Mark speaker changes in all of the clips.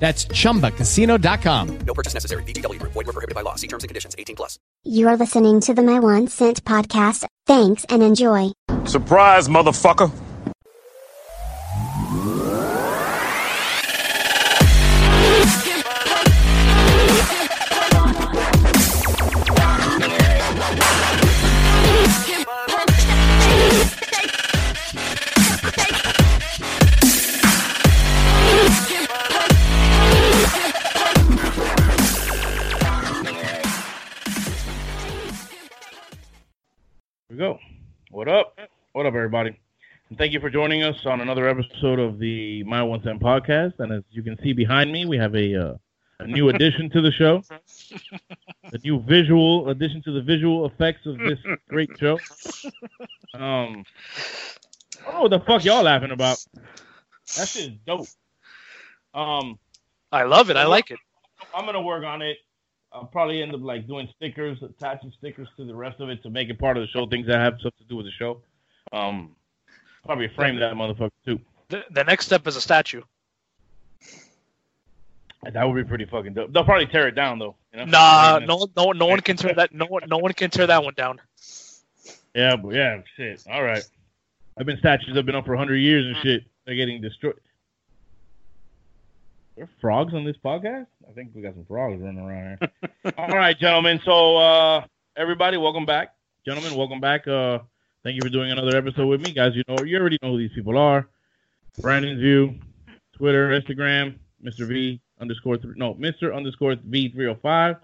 Speaker 1: That's chumbacasino.com.
Speaker 2: No purchase necessary. VGW Group. Void were prohibited by law. See terms and conditions. 18 plus.
Speaker 3: You are listening to the My One Cent podcast. Thanks and enjoy.
Speaker 4: Surprise, motherfucker.
Speaker 5: Here we go. What up? What up, everybody? And thank you for joining us on another episode of the My One Cent podcast. And as you can see behind me, we have a, uh, a new addition to the show, a new visual addition to the visual effects of this great show. Um, oh, the fuck y'all laughing about? That shit is dope. Um,
Speaker 6: I love it. I like it.
Speaker 5: I'm gonna work on it. I'll probably end up like doing stickers, attaching stickers to the rest of it to make it part of the show. Things that have stuff to do with the show. Um, probably frame that motherfucker too.
Speaker 6: The, the next step is a statue.
Speaker 5: That would be pretty fucking dope. They'll probably tear it down though. You know?
Speaker 6: Nah,
Speaker 5: I mean,
Speaker 6: no, no, no one can tear that. No one, no one can tear that one down.
Speaker 5: Yeah, but yeah, shit. All right. I've been statues have been up for hundred years and shit. They're getting destroyed. There are frogs on this podcast? I think we got some frogs running around here. All right, gentlemen. So uh everybody, welcome back. Gentlemen, welcome back. Uh thank you for doing another episode with me. Guys, you know you already know who these people are. Brandon's View, Twitter, Instagram, Mr. V underscore three no, Mr. underscore V three oh five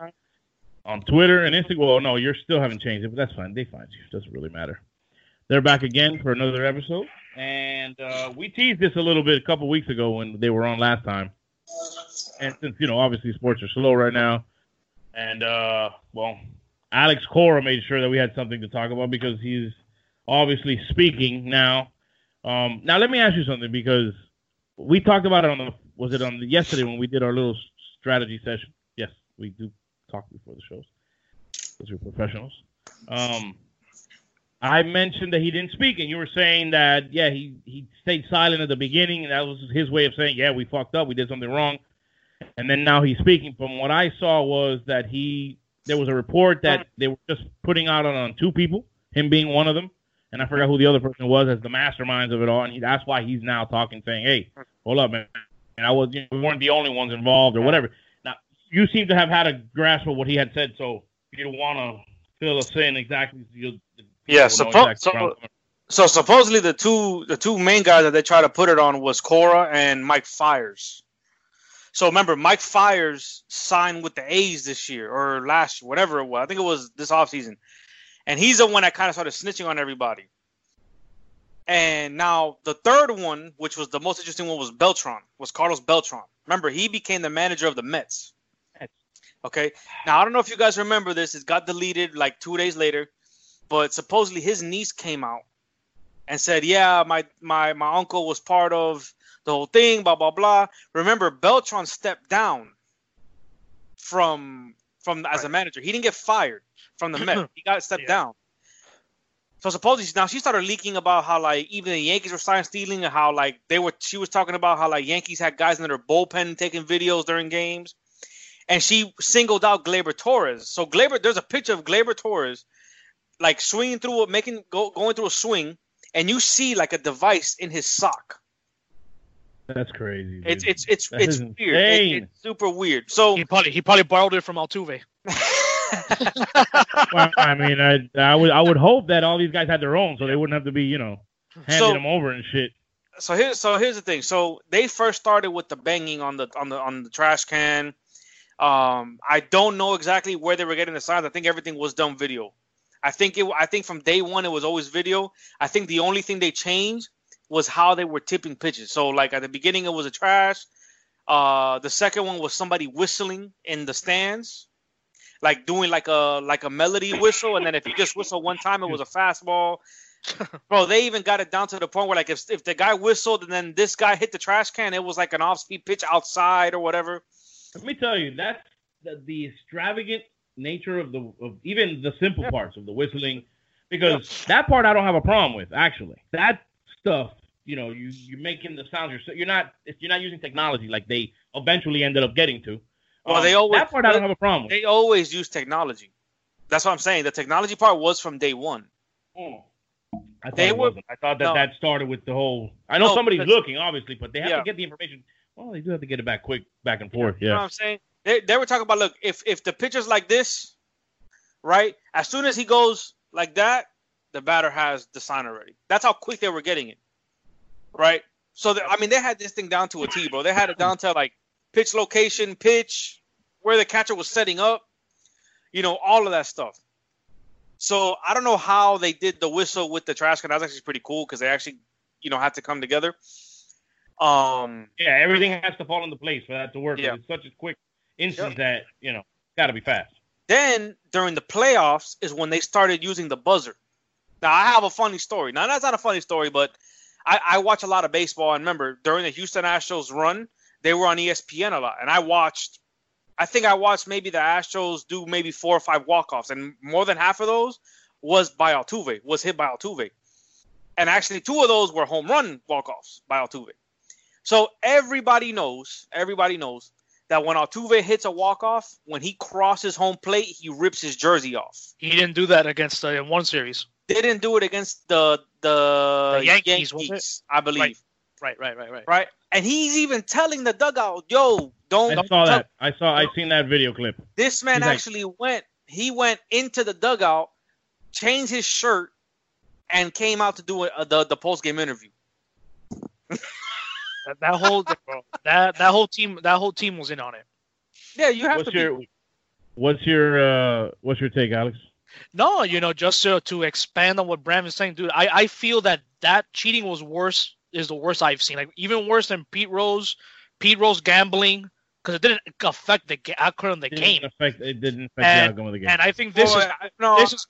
Speaker 5: on Twitter and Instagram. Well, no, you still haven't changed it, but that's fine. They find you. Doesn't really matter. They're back again for another episode, and uh, we teased this a little bit a couple weeks ago when they were on last time. And since you know, obviously sports are slow right now, and uh, well, Alex Cora made sure that we had something to talk about because he's obviously speaking now. Um, now, let me ask you something because we talked about it on the was it on the, yesterday when we did our little strategy session. Yes, we do talk before the shows because we're professionals. Um, I mentioned that he didn't speak, and you were saying that yeah, he he stayed silent at the beginning, and that was his way of saying yeah, we fucked up, we did something wrong, and then now he's speaking. From what I saw was that he there was a report that they were just putting out on, on two people, him being one of them, and I forgot who the other person was as the masterminds of it all, and he, that's why he's now talking, saying hey, hold up, man, and I was you know, we weren't the only ones involved or whatever. Now you seem to have had a grasp of what he had said, so you don't want to fill us in exactly. You'll,
Speaker 7: Yeah,
Speaker 5: people know exactly
Speaker 7: suppo-
Speaker 5: where I'm
Speaker 7: suppo-
Speaker 5: coming
Speaker 7: So supposedly the two the two main guys that they try to put it on was Cora and Mike Fires. So remember, Mike Fires signed with the A's this year or last year, whatever it was. I think it was this offseason. And he's the one that kind of started snitching on everybody. And now the third one, which was the most interesting one, was Beltron, was Carlos Beltron. Remember, he became the manager of the Mets. Okay. Now I don't know if you guys remember this. It got deleted like two days later, but supposedly his niece came out and said, "Yeah, my my my uncle was part of the whole thing." Blah blah blah. Remember, Beltron stepped down from from as a manager. He didn't get fired from the Met. He got stepped
Speaker 6: Yeah.
Speaker 7: down. So supposedly now she started leaking about how like even the Yankees were sign stealing and how like they were she was talking about how like Yankees had guys in their bullpen taking videos during games. And she singled out Glaber Torres. So Glaber, there's a picture of Glaber Torres, like swinging through, a- making go, going through a swing, and you see like a device in his sock.
Speaker 5: from. That's crazy. dude.
Speaker 7: It's it's it's
Speaker 5: That
Speaker 7: it's
Speaker 5: is
Speaker 7: weird. It-
Speaker 5: insane.
Speaker 7: it's super weird. So
Speaker 6: He probably, he probably borrowed it from Altuve.
Speaker 5: well, I mean, I, I would I would hope that all these guys had their own, so they wouldn't have to be, you know, handing
Speaker 7: So-
Speaker 5: them over and shit.
Speaker 7: so here's so here's the thing. So they first started with the banging on the on the on the trash can. Um, I don't know exactly where they were getting the signs. I think everything was done video. I think it. I think from day one it was always video. I think the only thing they changed was how they were tipping pitches. So like at the beginning it was a trash. Uh, the second one was somebody whistling in the stands. like doing like a like a melody whistle, and then if you just whistle one time, it was a fastball. Bro, they even got it down to the point where like if if the guy whistled and then this guy hit the trash can, it was like an off speed pitch outside or whatever.
Speaker 5: Let me tell you, that's the, the extravagant nature of the of even the simple parts of the whistling, because that part I don't have a problem with actually. That stuff, you know, you you're making the sounds yourself. You're not if you're not using technology like they eventually ended up getting to. Um,
Speaker 7: Well, they always-
Speaker 5: that part I don't have a problem with.
Speaker 7: They always use technology. That's what I'm saying. The technology part was from day one.
Speaker 5: I thought
Speaker 7: They
Speaker 5: it
Speaker 7: were-
Speaker 5: wasn't. I thought that
Speaker 7: no.
Speaker 5: that started with the whole. I know
Speaker 7: No,
Speaker 5: somebody's
Speaker 7: because-
Speaker 5: looking, obviously, but they have
Speaker 7: Yeah.
Speaker 5: to get the information. Well, they do have to get it back quick, back and forth.
Speaker 7: You know what
Speaker 5: Yeah.
Speaker 7: I'm saying? They, they were talking about look, if if the pitcher's like this, right? As soon as he goes like that, the batter has the sign already. That's how quick they were getting it, right? So the, I mean, they had this thing down to a T, bro. They had it down to like pitch location, pitch, where the catcher was setting up, you know, all of that stuff. So I don't know how they did the whistle with the trash can. That was actually pretty cool because they actually, you know, had to come together. Um,
Speaker 5: Yeah, everything has to fall into place for that to work.
Speaker 7: Yeah.
Speaker 5: It's such a quick instance that you know, got to be fast.
Speaker 7: Then during the playoffs is when they started using the buzzer. Now I have a funny story. Now that's not a funny story, but I, I watch a lot of baseball and remember during the Houston Astros run, they were on E ESPN a lot, and I watched. I think I watched maybe the Astros do maybe four or five walk-offs, and more than half of those was by Altuve, was hit by Altuve, and actually two of those were home run walk-offs by Altuve. So everybody knows, everybody knows that when Altuve hits a walk-off, when he crosses home plate, he rips his jersey off.
Speaker 6: He didn't do that against uh, in one series.
Speaker 7: They didn't do it against the the,
Speaker 6: The Yankees,
Speaker 7: Yankees,
Speaker 6: wasn't
Speaker 7: I believe. Right.
Speaker 6: Right. Right, right, right, right.
Speaker 7: And he's even telling the dugout, "Yo, don't."
Speaker 5: I saw that.
Speaker 7: touch-
Speaker 5: I saw. I seen that video clip.
Speaker 7: This man
Speaker 5: He's like-
Speaker 7: actually went. He went into the dugout, changed his shirt, and came out to do a, the the post game interview.
Speaker 6: That, that whole that that whole team that whole team was in on it.
Speaker 7: Yeah, you have
Speaker 5: What's
Speaker 7: to.
Speaker 5: your
Speaker 7: be,
Speaker 5: What's your uh, What's your take, Alex?
Speaker 6: No, you know, just to, to expand on what Brandon's saying, dude, I, I feel that that cheating was worse is the worst I've seen. Like even worse than Pete Rose, Pete Rose gambling because it didn't affect the ga- outcome of the
Speaker 5: It
Speaker 6: game.
Speaker 5: didn't affect. It didn't affect the
Speaker 6: And-
Speaker 5: outcome of the game.
Speaker 6: And I think this
Speaker 7: Oh,
Speaker 6: is
Speaker 7: I- no,
Speaker 6: this is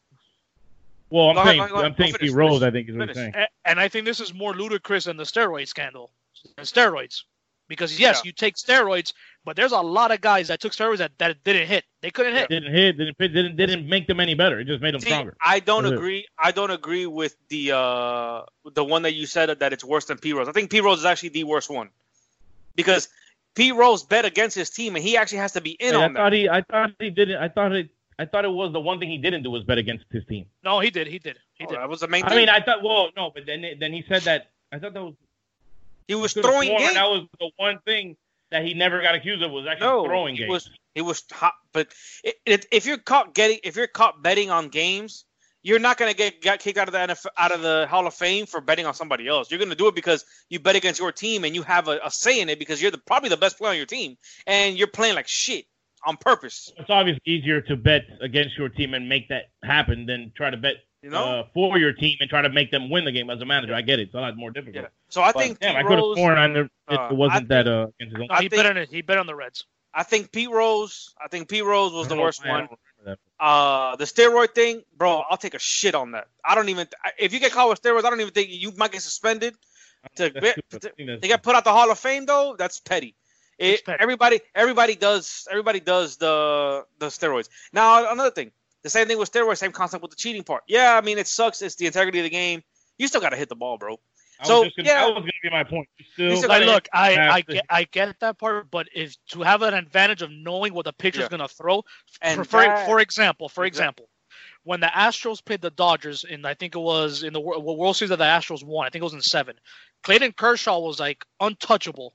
Speaker 5: well, I'm
Speaker 7: Go ahead,
Speaker 5: saying.
Speaker 7: go ahead, go
Speaker 5: I'm
Speaker 7: ahead.
Speaker 5: saying
Speaker 7: Finish,
Speaker 5: Pete Rose.
Speaker 7: finish,
Speaker 5: I think is what he's
Speaker 7: finish.
Speaker 5: saying.
Speaker 6: a- and I think this is more ludicrous than the steroid scandal. The steroids. Because yes,
Speaker 7: Yeah.
Speaker 6: you take steroids, but there's a lot of guys that took steroids that, that didn't hit. They couldn't hit.
Speaker 5: Didn't hit. Didn't fit- Didn't didn't make them any better. It just made them
Speaker 7: See,
Speaker 5: stronger.
Speaker 7: I don't
Speaker 5: That's it.
Speaker 7: agree. I don't agree with the uh the one that you said that it's worse than P Rose. I think P Rose is actually the worst one because P Rose bet against his team and he actually has to be in
Speaker 5: Hey, Oh, I
Speaker 7: on that.
Speaker 5: thought he. I thought he didn't. I thought it. I thought it was the one thing he didn't do was bet against his team.
Speaker 6: No, he did. He did. He
Speaker 7: Oh,
Speaker 6: did.
Speaker 7: that was the main.
Speaker 5: I
Speaker 7: thing.
Speaker 5: mean, I thought. Well, no, but then then he said that. I thought that was.
Speaker 7: he was
Speaker 5: could've
Speaker 7: throwing
Speaker 5: sworn
Speaker 7: games.
Speaker 5: That was the one thing that he never got accused of was actually
Speaker 7: no,
Speaker 5: throwing
Speaker 7: he
Speaker 5: games.
Speaker 7: was he was hot. But it, it, if you're caught getting, if you're caught betting on games, you're not gonna get got kicked out of the NFL, out of the Hall of Fame for betting on somebody else. You're gonna do it because you bet against your team and you have a, a say in it because you're the, probably the best player on your team and you're playing like shit on purpose.
Speaker 5: it's obviously easier to bet against your team and make that happen than try to bet
Speaker 7: You know.
Speaker 5: uh, for your team and try to make them win the game as a manager. I get it; it's a lot more difficult.
Speaker 7: Yeah. So I
Speaker 5: But,
Speaker 7: think
Speaker 5: damn, I
Speaker 7: Pete
Speaker 5: could have
Speaker 7: Rose-
Speaker 5: sworn I never, it
Speaker 7: uh,
Speaker 5: wasn't that uh, against his own.
Speaker 6: No,
Speaker 7: I
Speaker 6: he
Speaker 7: think-
Speaker 6: bet on it. He bet on the Reds.
Speaker 7: I think Pete Rose. I think Pete Rose was
Speaker 5: I
Speaker 7: the
Speaker 5: don't know
Speaker 7: worst
Speaker 5: why I
Speaker 7: one.
Speaker 5: don't remember
Speaker 7: Uh, the steroid thing, bro. I'll take a shit on that. I don't even. I- If you get caught with steroids, I don't even think you might get suspended. To,
Speaker 5: that.
Speaker 7: bet-
Speaker 5: That's stupid. I think that's-
Speaker 7: they got put out the Hall of Fame though. That's petty.
Speaker 6: It's
Speaker 7: It-
Speaker 6: petty.
Speaker 7: Everybody, everybody does. Everybody does the the steroids. Now another thing. The same thing with steroids. Same concept with the cheating part. Yeah, I mean it sucks. It's the integrity of the game. You still gotta hit the ball, bro.
Speaker 5: I
Speaker 7: so,
Speaker 5: was just gonna,
Speaker 7: yeah.
Speaker 5: that was going to be my point. You still,
Speaker 7: He's a-
Speaker 6: Like, look, I,
Speaker 5: Yeah,
Speaker 6: I,
Speaker 5: the-
Speaker 6: get, I get that part, but if to have an advantage of knowing what the pitcher's
Speaker 7: Yeah.
Speaker 6: going to throw,
Speaker 7: And
Speaker 6: for, for-
Speaker 7: that-
Speaker 6: for example, for
Speaker 7: Exact-
Speaker 6: example, when the Astros played the Dodgers, and I think it was in the Wor- World, Series that the Astros won, I think it was in seven, Clayton Kershaw was like untouchable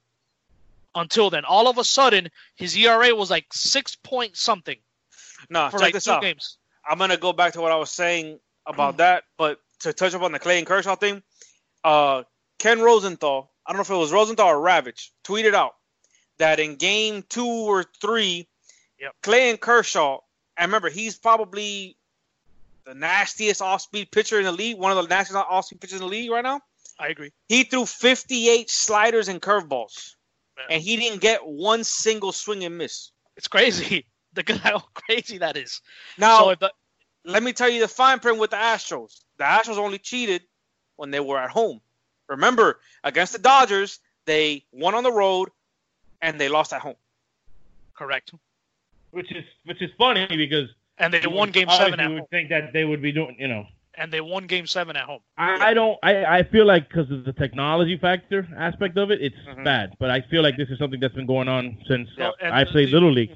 Speaker 6: until then. All of a sudden, his ERA was like six point something
Speaker 7: Nah,
Speaker 6: for
Speaker 7: Ah, check
Speaker 6: like
Speaker 7: this
Speaker 6: two
Speaker 7: out.
Speaker 6: games.
Speaker 7: I'm gonna go back to what I was saying
Speaker 6: Mm.
Speaker 7: about that, but to touch up on the Clay and Kershaw thing, uh, Ken Rosenthal, I don't know if it was Rosenthal or Ravitch, tweeted out that in game two or three,
Speaker 6: Yep.
Speaker 7: Clay and Kershaw, and remember he's probably the nastiest off-speed pitcher in the league, one of the nastiest off-speed pitchers in the league right now.
Speaker 6: I agree.
Speaker 7: He threw 58 sliders and curveballs,
Speaker 6: Man.
Speaker 7: and he didn't get one single swing and miss.
Speaker 6: It's crazy. Look at how crazy that is.
Speaker 7: Now,
Speaker 6: so if the,
Speaker 7: let me tell you the fine print with the Astros. The Astros only cheated when they were at home. Remember, against the Dodgers, they won on the road and they lost at home.
Speaker 6: correct,
Speaker 5: which is which is funny because
Speaker 6: and they
Speaker 5: you
Speaker 6: won
Speaker 5: would-
Speaker 6: Game
Speaker 5: obviously
Speaker 6: Seven at
Speaker 5: you
Speaker 6: home,
Speaker 5: would think that they would be doing, you know.
Speaker 6: and they won Game Seven at home.
Speaker 5: I, I don't. I, I feel like because of the technology factor aspect of it, it's
Speaker 7: Mhm.
Speaker 5: bad. But I feel like this is something that's been going on since
Speaker 6: Mm-hmm.
Speaker 5: uh,
Speaker 6: Yeah, and
Speaker 5: I
Speaker 6: the-
Speaker 5: played little league.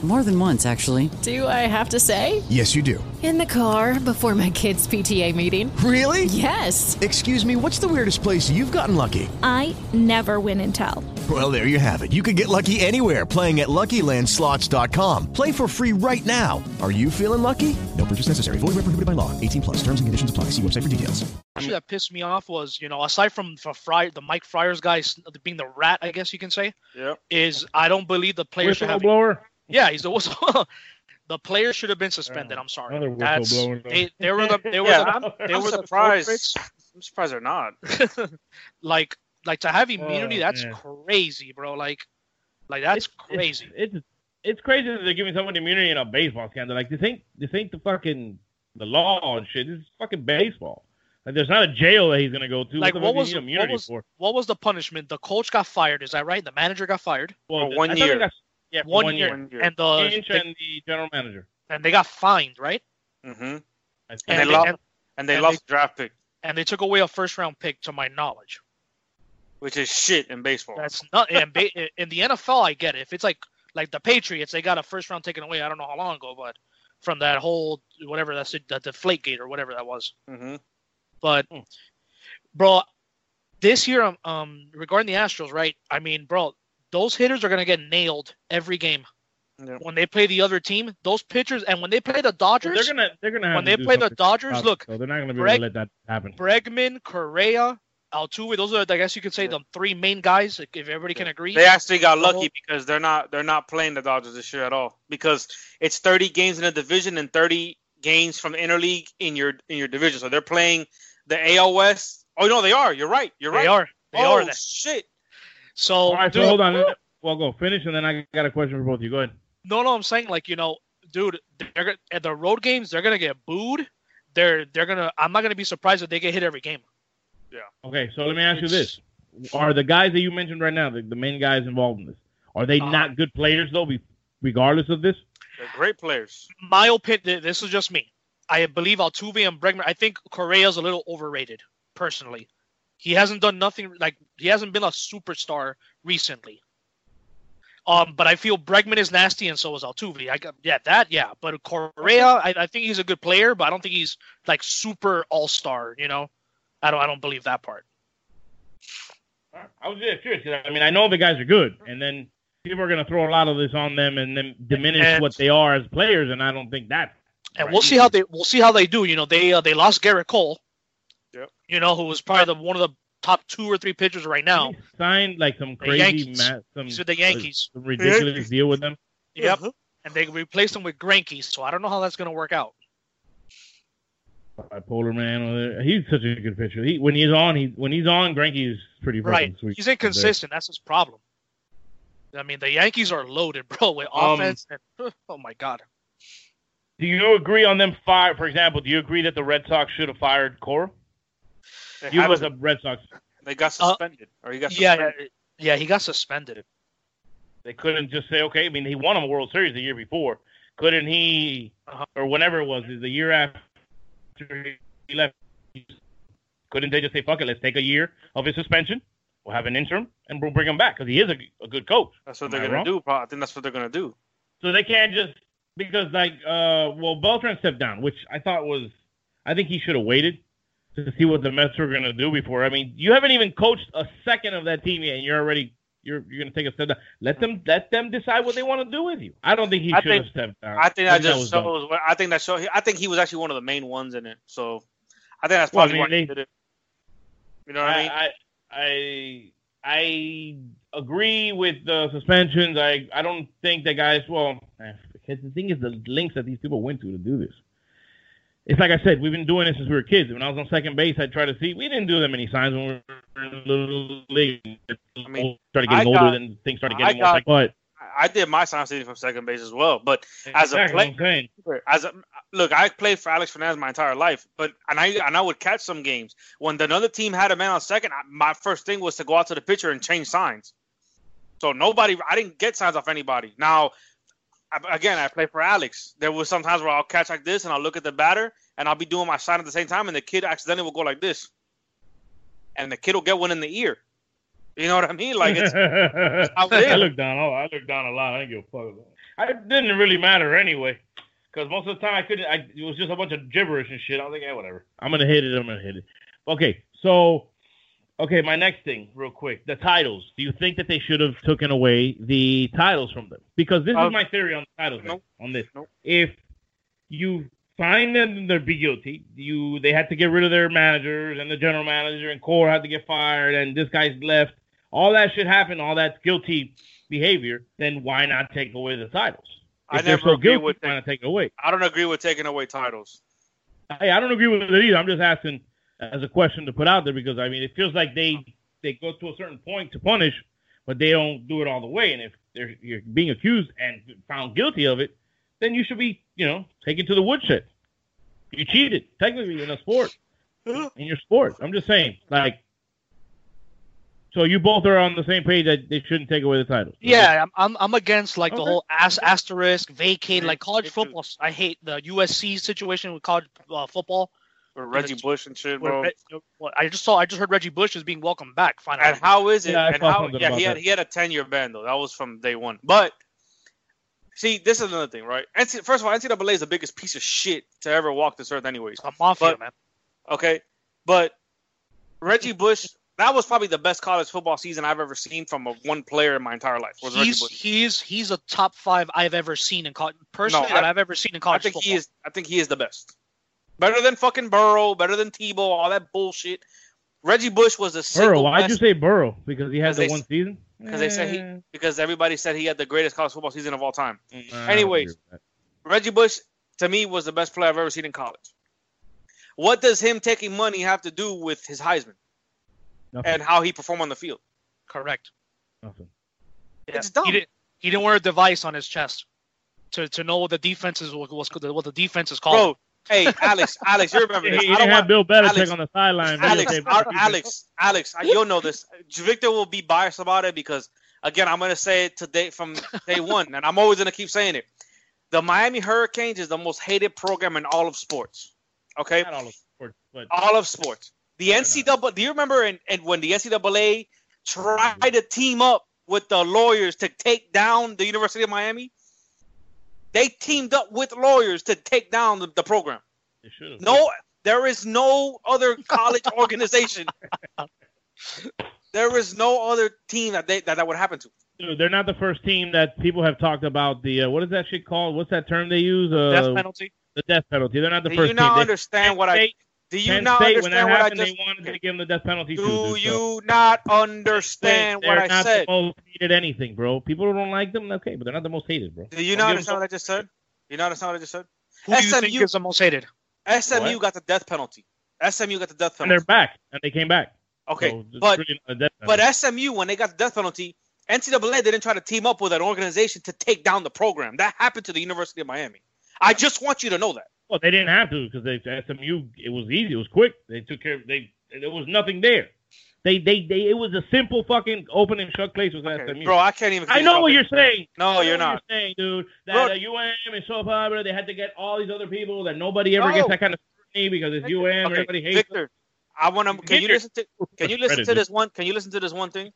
Speaker 8: More than once, actually.
Speaker 9: Do I have to say?
Speaker 10: Yes, you do.
Speaker 11: In the car before my kids' PTA meeting.
Speaker 10: Really?
Speaker 9: Yes.
Speaker 10: Excuse me, what's the weirdest place you've gotten lucky?
Speaker 11: I never win and tell.
Speaker 10: Well, there you have it. You can get lucky anywhere playing at LuckyLandSlots.com. Play for free right now. Are you feeling lucky? No purchase necessary. Void where prohibited by law. 18 plus. Terms and conditions apply. See website for details.
Speaker 6: issue that pissed me off was, you know, aside from for Fry, the Mike Friars guys being the rat, I guess you can say,
Speaker 7: Yeah.
Speaker 6: is I don't believe the players should have.
Speaker 5: Whistleblower.
Speaker 6: Yeah, he's the whistle. the players should have been suspended. I'm sorry.
Speaker 5: Another
Speaker 6: That's
Speaker 5: whistleblower.
Speaker 6: they. They were the. They were
Speaker 7: Yeah,
Speaker 6: the.
Speaker 7: I'm,
Speaker 6: They
Speaker 7: I'm
Speaker 6: were the
Speaker 7: surprised.
Speaker 6: culprits.
Speaker 7: I'm surprised they're not.
Speaker 6: like like to have immunity
Speaker 5: Oh,
Speaker 6: that's
Speaker 5: man.
Speaker 6: crazy bro like like that's crazy
Speaker 5: It's, it's it's crazy that they're giving someone immunity in a baseball scandal. Like this ain't this ain't the fucking the law and shit. This is fucking baseball. Like there's not a jail that he's gonna go to.
Speaker 6: like
Speaker 5: the
Speaker 6: what
Speaker 5: fuck do you need
Speaker 6: was, the, what
Speaker 5: immunity
Speaker 6: was
Speaker 5: for?
Speaker 6: what was the punishment the coach got fired is that right the manager got fired
Speaker 5: Well,
Speaker 7: For one
Speaker 5: I thought they
Speaker 7: year.
Speaker 5: got- yeah, for
Speaker 6: one,
Speaker 5: one
Speaker 6: year.
Speaker 5: year.
Speaker 7: One year.
Speaker 6: and the
Speaker 5: Hinch
Speaker 6: they-
Speaker 5: and the general manager.
Speaker 6: and they got fined right
Speaker 7: hmm And,
Speaker 5: I think.
Speaker 7: they
Speaker 6: And they-
Speaker 7: lost.
Speaker 6: and-
Speaker 7: and they
Speaker 6: and
Speaker 7: lost the draft pick,
Speaker 6: and they took away a first round pick to my knowledge
Speaker 7: which is shit in baseball.
Speaker 6: that's not in, ba- in the nfl i get it if it's like like the patriots they got a first round taken away i don't know how long ago but from that whole whatever that's it that deflate gate or whatever that was
Speaker 7: hmm
Speaker 6: But
Speaker 5: Hmm.
Speaker 6: bro, this year, um, um, regarding the Astros, right? I mean, bro, those hitters are gonna get nailed every game
Speaker 7: Yeah.
Speaker 6: when they play the other team. Those pitchers, and when they play the Dodgers,
Speaker 5: they're gonna they're gonna have
Speaker 6: when
Speaker 5: to
Speaker 6: they
Speaker 5: do
Speaker 6: play the
Speaker 5: something
Speaker 6: Dodgers,
Speaker 5: about
Speaker 6: look,
Speaker 5: it, So they're not gonna be
Speaker 6: Brett-
Speaker 5: able to let that happen.
Speaker 6: Bregman, Correa, Altuve, those are, I guess, you could say, the three main guys. If everybody can agree,
Speaker 7: They actually got
Speaker 6: The
Speaker 7: lucky
Speaker 6: whole-
Speaker 7: because they're not they're not playing the Dodgers this year at all because it's 30 games in a division and 30 games from interleague in your in your division. So they're playing the AL West. Oh no, they are. You're right. You're
Speaker 6: they
Speaker 7: right.
Speaker 6: are, they
Speaker 7: oh
Speaker 6: are that.
Speaker 7: shit.
Speaker 6: So,
Speaker 5: All right, so
Speaker 6: dude,
Speaker 5: hold on. Well, go finish, and then I got a question for both of you. Go ahead.
Speaker 6: No, no, I'm saying like you know, dude, they're go- at the road games. They're gonna get booed. They're they're gonna. I'm not gonna be surprised if they get hit every game.
Speaker 5: Okay, so let me ask you this: Are the guys that you mentioned right now, the, the main guys involved in this, are they
Speaker 6: Uh-huh.
Speaker 5: not good players though? be- Regardless of this,
Speaker 7: They're great players.
Speaker 6: my opinion, this is just me. I believe Altuve and Bregman. I think Correa's a little overrated, personally. He hasn't done nothing like he hasn't been a superstar recently. Um, but I feel Bregman is nasty, and so is Altuve. I got yeah, that yeah. But Correa, I, I think he's a good player, but I don't think he's like super all star. You know, I don't I don't believe that part.
Speaker 5: I was just curious. 'cause I I mean, I know the guys are good, and then people are going to throw a lot of this on them and then diminish
Speaker 6: And-
Speaker 5: what they are as players, and I don't think that.
Speaker 6: and we'll see how they we'll see how they do. You know, they uh, they lost Garrett Cole.
Speaker 7: Yep.
Speaker 6: You know, who was probably the, one of the top two or three pitchers right now.
Speaker 5: They signed like some
Speaker 6: The
Speaker 5: crazy,
Speaker 6: Yankees.
Speaker 5: ma- some,
Speaker 6: He's with the Yankees.
Speaker 5: some ridiculous deal with them.
Speaker 6: Yep.
Speaker 7: Uh-huh.
Speaker 6: And they replaced him with Granky, so I don't know how that's going to work out.
Speaker 5: Bipolar man, over there. he's such a good pitcher. He when he's on, he when he's on, Granky's pretty fucking
Speaker 6: Right.
Speaker 5: sweet.
Speaker 6: He's inconsistent. That's his problem. I mean, the Yankees are loaded, bro, with
Speaker 5: Um,
Speaker 6: offense. and, oh my God.
Speaker 5: Do you agree on them fire? For example, do you agree that the Red Sox should have fired Cora?
Speaker 7: They,
Speaker 5: You
Speaker 7: had
Speaker 5: was
Speaker 7: him.
Speaker 5: a Red Sox.
Speaker 7: they got
Speaker 6: Uh,
Speaker 7: suspended. or he got
Speaker 6: Yeah,
Speaker 7: suspended. Mm-hmm.
Speaker 6: yeah, yeah. He got suspended.
Speaker 5: They couldn't just say, okay. I mean, he won a World Series the year before. Couldn't he,
Speaker 6: Uh-huh.
Speaker 5: or whenever it was, the year after he left? Couldn't they just say, fuck it, let's take a year of his suspension, we'll have an interim, and we'll bring him back because he is a, a good coach.
Speaker 7: That's what
Speaker 5: Am
Speaker 7: they're
Speaker 5: I
Speaker 7: gonna
Speaker 5: wrong?
Speaker 7: do. Probably. I think that's what they're gonna do.
Speaker 5: So they can't just because like uh well Beltran stepped down, which I thought was I think he should have waited to see what the Mets were gonna do before. I mean, you haven't even coached a second of that team yet, and you're already you're you're gonna take a step down. Let them let them decide what they want to do with you. I don't think he
Speaker 7: I
Speaker 5: should
Speaker 7: think-
Speaker 5: have stepped down.
Speaker 7: I think that just
Speaker 5: was dumb.
Speaker 7: shows. What, I think that shows. I think he was actually one of the main ones in it. So I think that's
Speaker 5: Well, I
Speaker 7: probably
Speaker 5: mean,
Speaker 7: why
Speaker 5: they-
Speaker 7: he did it. You know what I mean?
Speaker 5: I, I I I agree with the suspensions. I I don't think the guys. Well, eh, because the thing is, the links that these people went to to do this it's like I said, we've been doing this since we were kids. When I was on second base, I tried to see. We didn't do that many signs when we were in little league. I mean, started
Speaker 7: I
Speaker 5: getting older,
Speaker 7: got-
Speaker 5: then things started
Speaker 7: I
Speaker 5: getting more.
Speaker 7: got-
Speaker 5: Like, but
Speaker 7: I I did my sign stealing from second base as well, but as a
Speaker 5: Exactly,
Speaker 7: player, as a look, I played for Alex Fernandez my entire life, but and I and I would catch some games when another team had a man on second. I, my first thing was to go out to the pitcher and change signs. So nobody, I didn't get signs off anybody. Now, I, again, I played for Alex. There was sometimes where I'll catch like this and I'll look at the batter and I'll be doing my sign at the same time, and the kid accidentally will go like this, and the kid will get one in the ear. You know what I mean? Like it's out
Speaker 5: I
Speaker 7: there.
Speaker 5: look down. Oh, I look down a lot. I didn't give a fuck. About it. I didn't really matter anyway, because most of the time I couldn't. I, it was just a bunch of gibberish and shit. I was like, yeah, whatever. I'm gonna hit it. I'm gonna hit it. Okay, so okay, my next thing, real quick, the titles. Do you think that they should have taken away the titles from them? Because this
Speaker 7: Uh,
Speaker 5: is my theory on the titles. man,
Speaker 7: nope.
Speaker 5: On this,
Speaker 7: Nope.
Speaker 5: if you find them they're be guilty, you they had to get rid of their managers and the general manager and core had to get fired and this guy's left. All that should happen. All that's guilty behavior. Then why not take away the titles?
Speaker 7: I
Speaker 5: If they're
Speaker 7: never
Speaker 5: so
Speaker 7: agree
Speaker 5: guilty,
Speaker 7: with
Speaker 5: why not take it away?
Speaker 7: I don't agree with taking away titles.
Speaker 5: Hey, I don't agree with it either. I'm just asking as a question to put out there because I mean it feels like they they go to a certain point to punish, but they don't do it all the way. And if they're you're being accused and found guilty of it, then you should be you know taken to the woodshed. You cheated technically in a sport, in your sport. I'm just saying like. So you both are on the same page that they shouldn't take away the titles.
Speaker 6: Yeah, I'm I'm, I'm against like the
Speaker 5: Okay.
Speaker 6: whole as, asterisk vacate like college
Speaker 7: Mm-hmm. Me too.
Speaker 6: football. I hate the USC situation with college uh, football.
Speaker 7: Or Reggie Bush and shit,
Speaker 6: where
Speaker 7: bro.
Speaker 6: Re- well, I just saw I just heard Reggie Bush is being welcomed back finally.
Speaker 7: And how is it?
Speaker 5: Yeah, I
Speaker 7: and
Speaker 5: saw
Speaker 7: how?
Speaker 5: something
Speaker 7: Yeah, he
Speaker 5: about
Speaker 7: had
Speaker 5: that.
Speaker 7: he had a ten year ban though. That was from day one. But see, this is another thing, right? NC, first of all, NCAA is the biggest piece of shit to ever walk this earth, anyways.
Speaker 6: It's a mafia,
Speaker 7: But-
Speaker 6: man.
Speaker 7: Okay, but Reggie Bush, that was probably the best college football season I've ever seen from a one player in my entire life. Was Reggie
Speaker 6: He's
Speaker 7: Bush?
Speaker 6: he's he's a top five I've ever seen in college personally
Speaker 7: I-
Speaker 6: that I've ever seen in
Speaker 7: I
Speaker 6: college
Speaker 7: think
Speaker 6: football.
Speaker 7: he is. I think he is the best. Better than fucking Burrow. Better than Tebow. All that bullshit. Reggie Bush was the single
Speaker 5: Burrow. Why'd
Speaker 7: best
Speaker 5: you say Burrow? Because he had
Speaker 7: 'Cause
Speaker 5: the
Speaker 7: they-
Speaker 5: one season.
Speaker 7: 'cause they said he-
Speaker 6: Mm.
Speaker 5: Eh,
Speaker 7: because everybody said he had the greatest college football season of all time.
Speaker 5: I don't
Speaker 7: Anyways,
Speaker 5: agree with that.
Speaker 7: Reggie Bush, to me, was the best player I've ever seen in college. What does him taking money have to do with his Heisman
Speaker 5: Nothing.
Speaker 7: and how he performed on the field?
Speaker 6: Correct.
Speaker 5: Nothing.
Speaker 7: It's
Speaker 6: He
Speaker 7: dumb.
Speaker 6: didn't he didn't wear a device on his chest to, to know what the defense is what, what's- what the defense is called.
Speaker 7: Bro, hey, Alex, Alex, you remember
Speaker 5: Oh. He,
Speaker 7: this.
Speaker 5: he
Speaker 7: I
Speaker 5: didn't
Speaker 7: don't
Speaker 5: have
Speaker 7: want,
Speaker 5: Bill Belichick
Speaker 7: Alex-
Speaker 5: on the sideline.
Speaker 7: Alex,
Speaker 5: videotaping
Speaker 7: I-
Speaker 5: the defense.
Speaker 7: Alex, Alex, I- you'll know this. Victor will be biased about it because, again, I'm going to say it today from day one, and I'm always going to keep saying it. The Miami Hurricanes is the most hated program in all of sports. Okay?
Speaker 5: Not all of sports, but
Speaker 7: all of sports. The
Speaker 5: Fair
Speaker 7: NCAA. Do you remember in, in when the NCAA tried to team up with the lawyers to take down the University of Miami? They teamed up with lawyers to take down the, the program.
Speaker 5: they should have.
Speaker 7: No, there is no other college organization. there is no other team that they that, that would happen to.
Speaker 5: Dude, they're not the first team that people have talked about. The uh, what is that shit called? What's that term they use? Uh,
Speaker 6: Death penalty.
Speaker 5: The death penalty. They're not the
Speaker 7: Do
Speaker 5: first
Speaker 7: you now
Speaker 5: team. They-
Speaker 7: understand what
Speaker 5: Penn
Speaker 7: I?
Speaker 5: State-
Speaker 7: Do you
Speaker 5: Penn
Speaker 7: now
Speaker 5: State, when that
Speaker 7: understand what I
Speaker 5: happened,
Speaker 7: just?
Speaker 5: They wanted to give them the death penalty. too,
Speaker 7: Do
Speaker 5: dude, so-
Speaker 7: you not
Speaker 5: They're
Speaker 7: understand what I
Speaker 5: not
Speaker 7: said?
Speaker 5: the most hated anything, bro. People don't like them. Okay, but they're not the most hated, bro.
Speaker 7: Do you
Speaker 5: Don't
Speaker 7: not
Speaker 5: give
Speaker 7: understand
Speaker 5: them-
Speaker 7: what I just said? You not understand what I just said?
Speaker 6: Who do you think
Speaker 7: SMU
Speaker 6: is the most hated?
Speaker 7: SMU got the death penalty. SMU got the death
Speaker 5: And they're
Speaker 7: penalty.
Speaker 5: back, and they came back.
Speaker 7: Okay,
Speaker 5: So it's
Speaker 7: but
Speaker 5: really not a death
Speaker 7: but
Speaker 5: penalty.
Speaker 7: SMU when they got the death penalty, NCAA they didn't try to team up with an organization to take down the program. That happened to the University of Miami. I just want you to know that.
Speaker 5: Well, they didn't have to because they SMU. It was easy. It was quick. They took care. Of, they there was nothing there. They they they. It was a simple fucking open and shut place with SMU.
Speaker 7: Bro, I can't even.
Speaker 5: I
Speaker 7: finish
Speaker 5: know
Speaker 7: off
Speaker 5: what
Speaker 7: it.
Speaker 5: you're saying. I
Speaker 7: No,
Speaker 5: know
Speaker 7: you're
Speaker 5: what
Speaker 7: not.
Speaker 5: You're saying, dude, that
Speaker 7: Bro-
Speaker 5: uh, UM is so popular. They had to get all these other people that nobody ever gets
Speaker 7: No.
Speaker 5: that kind of scrutiny because it's UM. Everybody hates them.
Speaker 7: Victor, I want to. Can you
Speaker 5: Victor.
Speaker 7: listen to? Can you listen to
Speaker 5: Credit,
Speaker 7: this one? Can you listen to this one thing?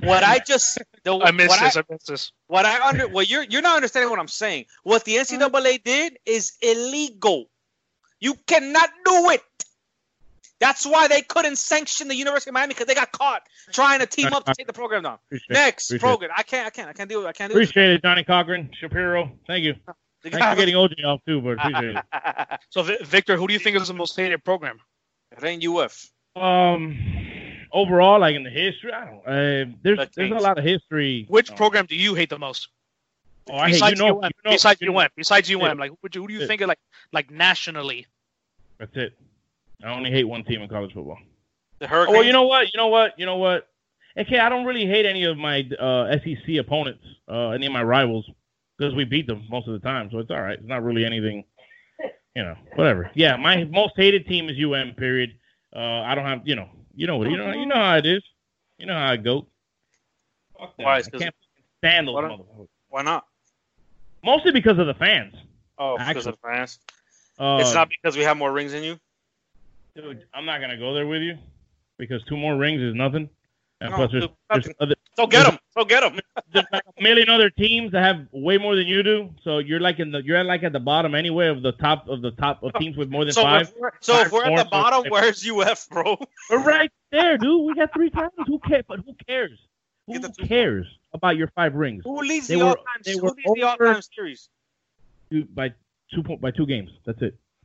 Speaker 7: What I just the
Speaker 6: I missed
Speaker 7: what
Speaker 6: this. I, missed this.
Speaker 7: What I under well, you're you're not understanding what I'm saying. What the
Speaker 5: Mm-hmm.
Speaker 7: NCAA did is illegal. You cannot do it. That's why they couldn't sanction the University of Miami because they got caught trying to team up to take the program down.
Speaker 5: Appreciate it.
Speaker 7: Next
Speaker 5: Appreciate it.
Speaker 7: program, I can't, I can't, I can't deal with, I can't deal with.
Speaker 5: Appreciate it, Johnny Cochran, Shapiro. Thank you.
Speaker 7: it.
Speaker 5: Thanks for getting OJ off too, but appreciate it.
Speaker 6: So Vi- Victor, who do you think is the most hated program?
Speaker 7: it ain't UF.
Speaker 5: Um, overall, like in the history, I don't. Uh, there's
Speaker 7: That
Speaker 5: there's a
Speaker 7: means-
Speaker 5: lot of history.
Speaker 6: Which
Speaker 5: Um,
Speaker 6: program do you hate the most?
Speaker 5: Oh, I hate-
Speaker 6: besides
Speaker 5: you know-
Speaker 6: UM,
Speaker 5: you know-
Speaker 6: besides
Speaker 5: you know-
Speaker 6: UM, besides UM,
Speaker 5: Yeah.
Speaker 6: like who do, who do you
Speaker 5: Yeah.
Speaker 6: think of like like nationally?
Speaker 5: That's it. I only hate one team in college football.
Speaker 7: The Hurricanes.
Speaker 5: Oh, Well, you know what? You know what? You know what? Okay, I don't really hate any of my uh, SEC opponents, uh, any of my rivals, because we beat them most of the time, so it's all right. It's not really anything, you know, whatever. Yeah, my most hated team is UM. Period. Uh, I don't have, you know, you know what, you know, you know how it is. You know how I go. Fuck them.
Speaker 7: Why?
Speaker 5: I
Speaker 7: It's 'cause-
Speaker 5: can't stand those
Speaker 7: why don't-
Speaker 5: motherfuckers.
Speaker 7: Why not?
Speaker 5: Mostly because of the fans.
Speaker 7: Oh, because
Speaker 5: Actually-
Speaker 7: of France.
Speaker 5: Uh,
Speaker 7: it's not because we have more rings than you.
Speaker 5: dude, I'm not gonna go there with you because two more rings is nothing. And
Speaker 7: No,
Speaker 5: plus, there's,
Speaker 7: dude,
Speaker 5: there's
Speaker 7: nothing.
Speaker 5: other,
Speaker 7: So get them. So get them.
Speaker 5: there's like a million other teams that have way more than you do. So you're like in the you're like at the bottom anyway of the top of the top of teams with more than
Speaker 7: So
Speaker 5: five.
Speaker 7: if we're, so
Speaker 5: five,
Speaker 7: if we're
Speaker 5: four,
Speaker 7: at the
Speaker 5: so-
Speaker 7: bottom, where's UF, bro?
Speaker 5: We're right there, dude. We got three times. Who cares? But who cares? Who
Speaker 7: Get the two-
Speaker 5: cares about your five rings?
Speaker 7: Who leads
Speaker 5: They
Speaker 7: the
Speaker 5: were-
Speaker 7: all-time?
Speaker 5: they
Speaker 7: Who
Speaker 5: were
Speaker 7: leads the
Speaker 5: over-
Speaker 7: all-time series?
Speaker 5: Dude, by two point by two games. That's it.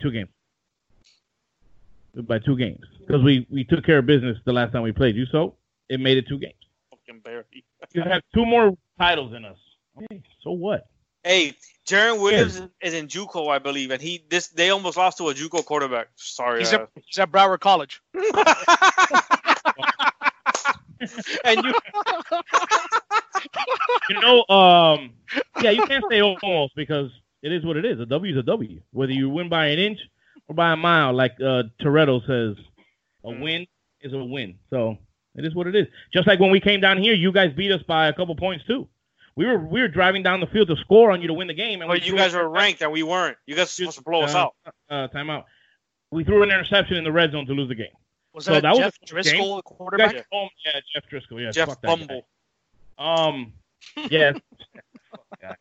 Speaker 5: Two games. By two games. Because we, we took care of business the last time we played you, so it made it two games.
Speaker 7: Fucking Barry.
Speaker 5: You have two more titles than us. Okay, so what?
Speaker 7: Hey, Jaron Williams is in JUCO, I believe, and he this they almost lost to a JUCO quarterback. Sorry.
Speaker 6: He's
Speaker 7: uh,
Speaker 6: at, he's at Broward College.
Speaker 7: and you
Speaker 5: You know, um, yeah, you can't say almost because it is what it is. A W is a W, whether you win by an inch or by a mile. Like uh, Toretto says, a
Speaker 7: Mm.
Speaker 5: win is a win. So it is what it is. Just like when we came down here, you guys beat us by a couple points too. We were we were driving down the field to score on you to win the game, and
Speaker 7: but
Speaker 5: we
Speaker 7: Oh, you
Speaker 5: threw-
Speaker 7: guys were ranked and we weren't. You guys were supposed to blow us
Speaker 5: Uh,
Speaker 7: out.
Speaker 5: Uh, timeout. We threw an interception in the red zone to lose the game.
Speaker 6: Was
Speaker 5: So
Speaker 6: that,
Speaker 5: that was
Speaker 6: Jeff
Speaker 5: a game.
Speaker 6: Driscoll, the
Speaker 5: You guys-
Speaker 6: quarterback?
Speaker 5: oh yeah, Jeff Driscoll. Yeah,
Speaker 7: Jeff
Speaker 5: fuck that guy.
Speaker 7: Bumble.
Speaker 5: Um, yes. Fuck that guy.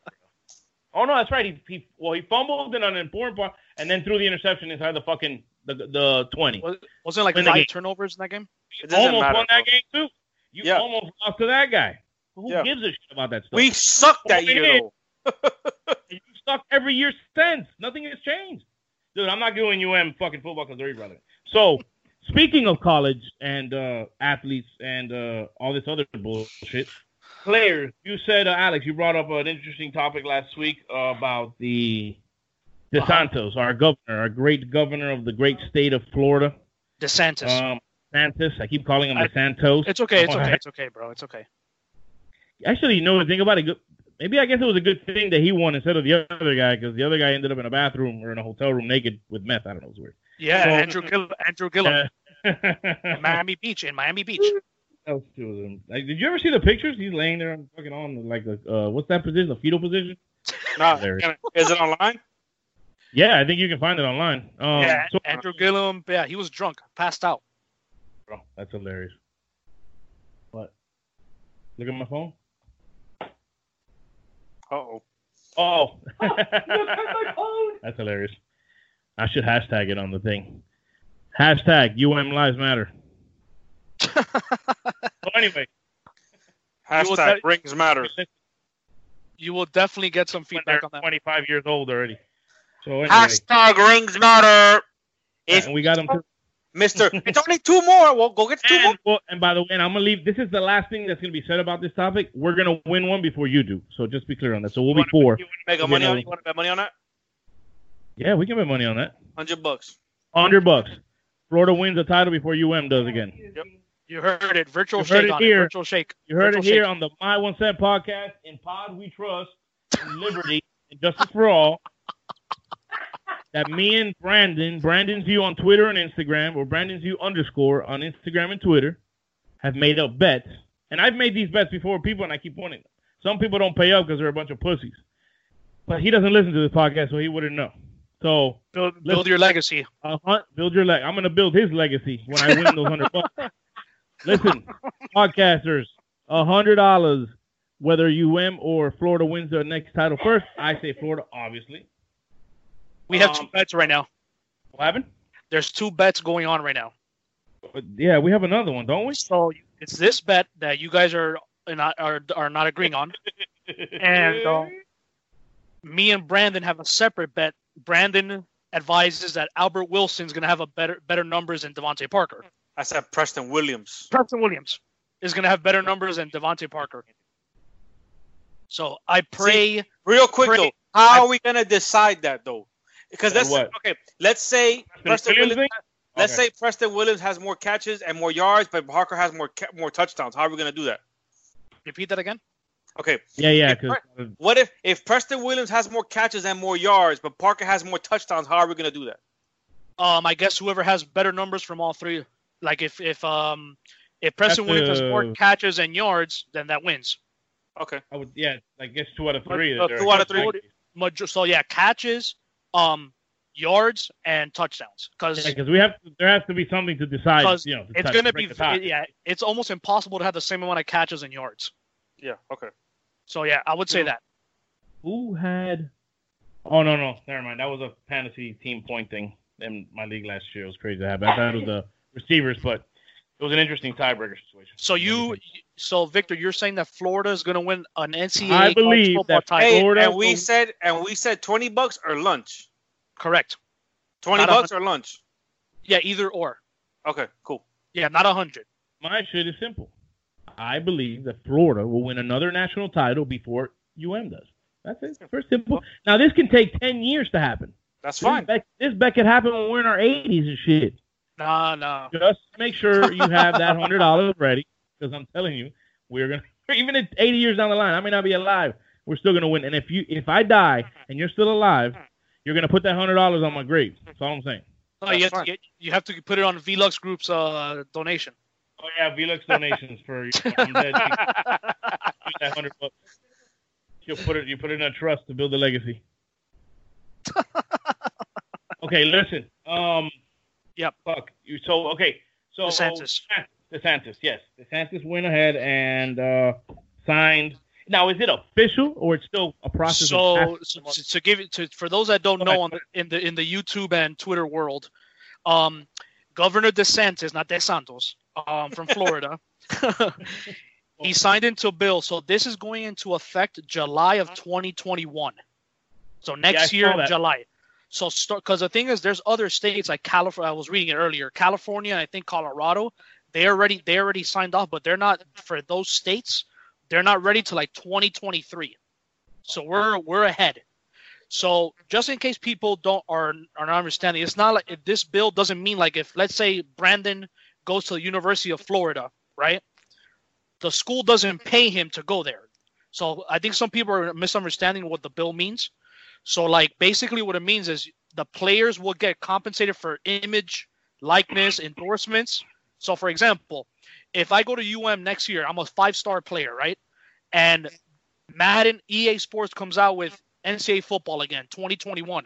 Speaker 5: oh no, that's right. He, he well he fumbled in an important part and then threw the interception inside the fucking the the twenty.
Speaker 6: Was, wasn't it like
Speaker 5: Win the
Speaker 6: five
Speaker 5: game.
Speaker 6: turnovers in that game?
Speaker 7: It doesn't
Speaker 5: Almost
Speaker 7: matter.
Speaker 5: won that
Speaker 7: bro.
Speaker 5: game too. You
Speaker 7: Yeah.
Speaker 5: almost lost to that guy. Who
Speaker 7: Yeah.
Speaker 5: gives a shit about that stuff?
Speaker 7: We sucked that
Speaker 5: We
Speaker 7: year
Speaker 5: did.
Speaker 7: though.
Speaker 5: you suck every year since. Nothing has changed. Dude, I'm not doing UM fucking football because they're irrelevant. So, speaking of college and uh, athletes and uh, all this other bullshit, players, you said, uh, Alex, you brought up an interesting topic last week uh, about the
Speaker 6: Uh-huh.
Speaker 5: DeSantos, our governor, our great governor of the great state of Florida.
Speaker 6: DeSantis.
Speaker 5: Um, DeSantis. I keep calling him
Speaker 6: I-
Speaker 5: DeSantos.
Speaker 6: it's okay. It's
Speaker 5: All
Speaker 6: okay.
Speaker 5: right.
Speaker 6: It's okay, bro. It's okay.
Speaker 5: Actually, you know, what, think about it. good- Maybe I guess it was a good thing that he won instead of the other guy because the other guy ended up in a bathroom or in a hotel room naked with meth. I don't know. It's weird.
Speaker 6: Yeah,
Speaker 5: So-
Speaker 6: Andrew Gill- Andrew Gillum in
Speaker 5: that
Speaker 6: Miami Beach. In Miami Beach.
Speaker 5: Uh, was two of them. Like, did you ever see the pictures? He's laying there on fucking on like a uh, what's that position? A fetal position?
Speaker 7: Nah,
Speaker 5: There.
Speaker 7: can I- is it online?
Speaker 5: Yeah, I think you can find it online. Um,
Speaker 6: yeah,
Speaker 5: so-
Speaker 6: Andrew Gillum. Yeah, he was drunk, passed out.
Speaker 5: Bro, that's hilarious. What? Look at my phone.
Speaker 7: Uh oh.
Speaker 5: Oh, that's hilarious. I should hashtag it on the thing. Hashtag UM Lives Matter. so anyway,
Speaker 6: will tell-
Speaker 7: Hashtag rings matter.
Speaker 6: You will definitely get some
Speaker 5: when they're
Speaker 6: feedback on that.
Speaker 5: 25 years old already. So anyway,
Speaker 7: Hashtag rings matter. If
Speaker 5: and we got them. To,
Speaker 7: Mister, it's only two more. Well, go get two more.
Speaker 5: and, well, and by the way, and I'm gonna leave. This is the last thing that's gonna be said about this topic. We're gonna win one before you do. So just be clear on that. So we'll be four.
Speaker 7: You want to make a
Speaker 5: You
Speaker 7: money
Speaker 5: know.
Speaker 7: on? You want to bet money on that?
Speaker 5: Yeah, we can bet money on that.
Speaker 7: Hundred bucks.
Speaker 5: Hundred bucks. Florida wins the title before UM does again.
Speaker 6: You heard it. Virtual
Speaker 5: You heard
Speaker 6: shake
Speaker 5: it
Speaker 6: on
Speaker 5: here.
Speaker 6: it. Virtual shake.
Speaker 5: You heard
Speaker 6: Virtual
Speaker 5: it here
Speaker 6: shake.
Speaker 5: on the My One Cent podcast. In Pod, we trust liberty and justice for all. That me and Brandon, Brandon's View on Twitter and Instagram, or Brandon's View underscore on Instagram and Twitter, have made up bets. And I've made these bets before with people, and I keep winning. Some people don't pay up because they're a bunch of pussies. But he doesn't listen to this podcast, so he wouldn't know. So
Speaker 6: Build, build your legacy.
Speaker 5: a hunt, build your leg. I'm gonna build his legacy when I win those hundred bucks. Listen, podcasters, a hundred dollars, whether you win or Florida wins their next title first. I say Florida, obviously.
Speaker 6: We have
Speaker 5: Um,
Speaker 6: two bets right now.
Speaker 5: What happened?
Speaker 6: There's two bets going on right now.
Speaker 5: But yeah, we have another one, don't we?
Speaker 6: So it's this bet that you guys are not are, are not agreeing on, and um, me and Brandon have a separate bet. Brandon advises that Albert Wilson's going to have a better better numbers than Devontae Parker.
Speaker 7: I said Preston Williams.
Speaker 6: Preston Williams is going to have better numbers than Devontae Parker. So I pray.
Speaker 7: Real quick
Speaker 6: Pray-
Speaker 7: though, how are we gonna decide that though? Because that's
Speaker 5: what?
Speaker 7: okay. Let's say Preston
Speaker 5: Williams
Speaker 7: Williams. Let's say Preston Williams has more catches and more yards, but Parker has more ca- more touchdowns. How are we gonna do that?
Speaker 6: Repeat that again.
Speaker 7: Okay,
Speaker 5: yeah, yeah, because
Speaker 7: what if if Preston Williams has more catches and more yards, but Parker has more touchdowns? How are we gonna do that?
Speaker 6: Um, I guess whoever has better numbers from all three, like if if um if Preston
Speaker 5: That's,
Speaker 6: Williams has more
Speaker 5: uh,
Speaker 6: catches and yards, then that wins.
Speaker 7: Okay,
Speaker 5: I would. Yeah, I guess two out of
Speaker 6: But,
Speaker 5: three.
Speaker 6: uh,
Speaker 5: that
Speaker 6: two
Speaker 5: are-
Speaker 6: out of three. Major- so yeah, catches, um, yards and touchdowns. Because
Speaker 5: Yeah, 'cause we have. To, there has to be something to decide.
Speaker 6: Because
Speaker 5: You know, to
Speaker 6: it's
Speaker 5: decide-
Speaker 6: gonna
Speaker 5: break
Speaker 6: be
Speaker 5: the tie.
Speaker 6: yeah, it's almost impossible to have the same amount of catches and yards.
Speaker 7: yeah, okay.
Speaker 6: So yeah, I would say that.
Speaker 5: Who had? Oh no no, never mind. That was a fantasy team point thing in my league last year. It was crazy to happen. I thought it was the receivers, but it was an interesting tiebreaker situation.
Speaker 6: So you, so Victor, you're saying that Florida is gonna win an NCAA
Speaker 5: I
Speaker 6: college
Speaker 5: believe
Speaker 6: football
Speaker 5: that-
Speaker 6: title?
Speaker 7: Hey,
Speaker 5: Florida
Speaker 7: and we
Speaker 5: will-
Speaker 7: said and we said twenty bucks or lunch.
Speaker 6: Correct.
Speaker 7: Twenty
Speaker 6: Not a
Speaker 7: bucks or lunch.
Speaker 6: Yeah, either or.
Speaker 7: Okay, cool.
Speaker 6: Yeah, not a hundred.
Speaker 5: my shit is simple. I believe that Florida will win another national title before UM does. That's it. First simple. Now this can take ten years to happen.
Speaker 7: That's fine.
Speaker 5: This bet, this bet could happen when we're in our eighties and shit.
Speaker 6: Nah, nah.
Speaker 5: Just make sure you have that hundred dollars ready, because I'm telling you, we're gonna even at eighty years down the line, I may not be alive. We're still gonna win. And if you if I die and you're still alive, you're gonna put that hundred dollars on my grave. That's all I'm saying.
Speaker 6: No, you
Speaker 7: That's
Speaker 6: have to
Speaker 7: fine.
Speaker 6: get, you have to put it on VLux Group's uh donation.
Speaker 5: Oh yeah, Velux donations for you. I'm dead. You put that hundred bucks. You put it. You put it in a trust to build a legacy. okay, listen. Um.
Speaker 6: Yep.
Speaker 5: Fuck. You. So okay. So
Speaker 6: DeSantis.
Speaker 5: DeSantis. Yes. DeSantis went ahead and uh, signed. Now, is it official or it's still a process?
Speaker 6: so,
Speaker 5: of
Speaker 6: so to, to give it to for those that don't
Speaker 5: Go
Speaker 6: know on the, in the in the YouTube and Twitter world, um, Governor DeSantis, not DeSantos, um, from Florida, he signed into a bill. So this is going into effect July of 2021. So next
Speaker 5: I saw
Speaker 6: year,
Speaker 5: that.
Speaker 6: July. So start because the thing is, there's other states like California. I was reading it earlier. California, I think Colorado, they already they already signed off, but they're not for those states. They're not ready to like 2023. So we're we're ahead. So just in case people don't are are not understanding, it's not like if this bill doesn't mean like if let's say Brandon goes to the University of Florida, right? The school doesn't pay him to go there. So I think some people are misunderstanding what the bill means. So like basically what it means is the players will get compensated for image, likeness, endorsements. So for example, if I go to UM next year, I'm a five-star player, right? And Madden EA Sports comes out with NCAA football again, 2021,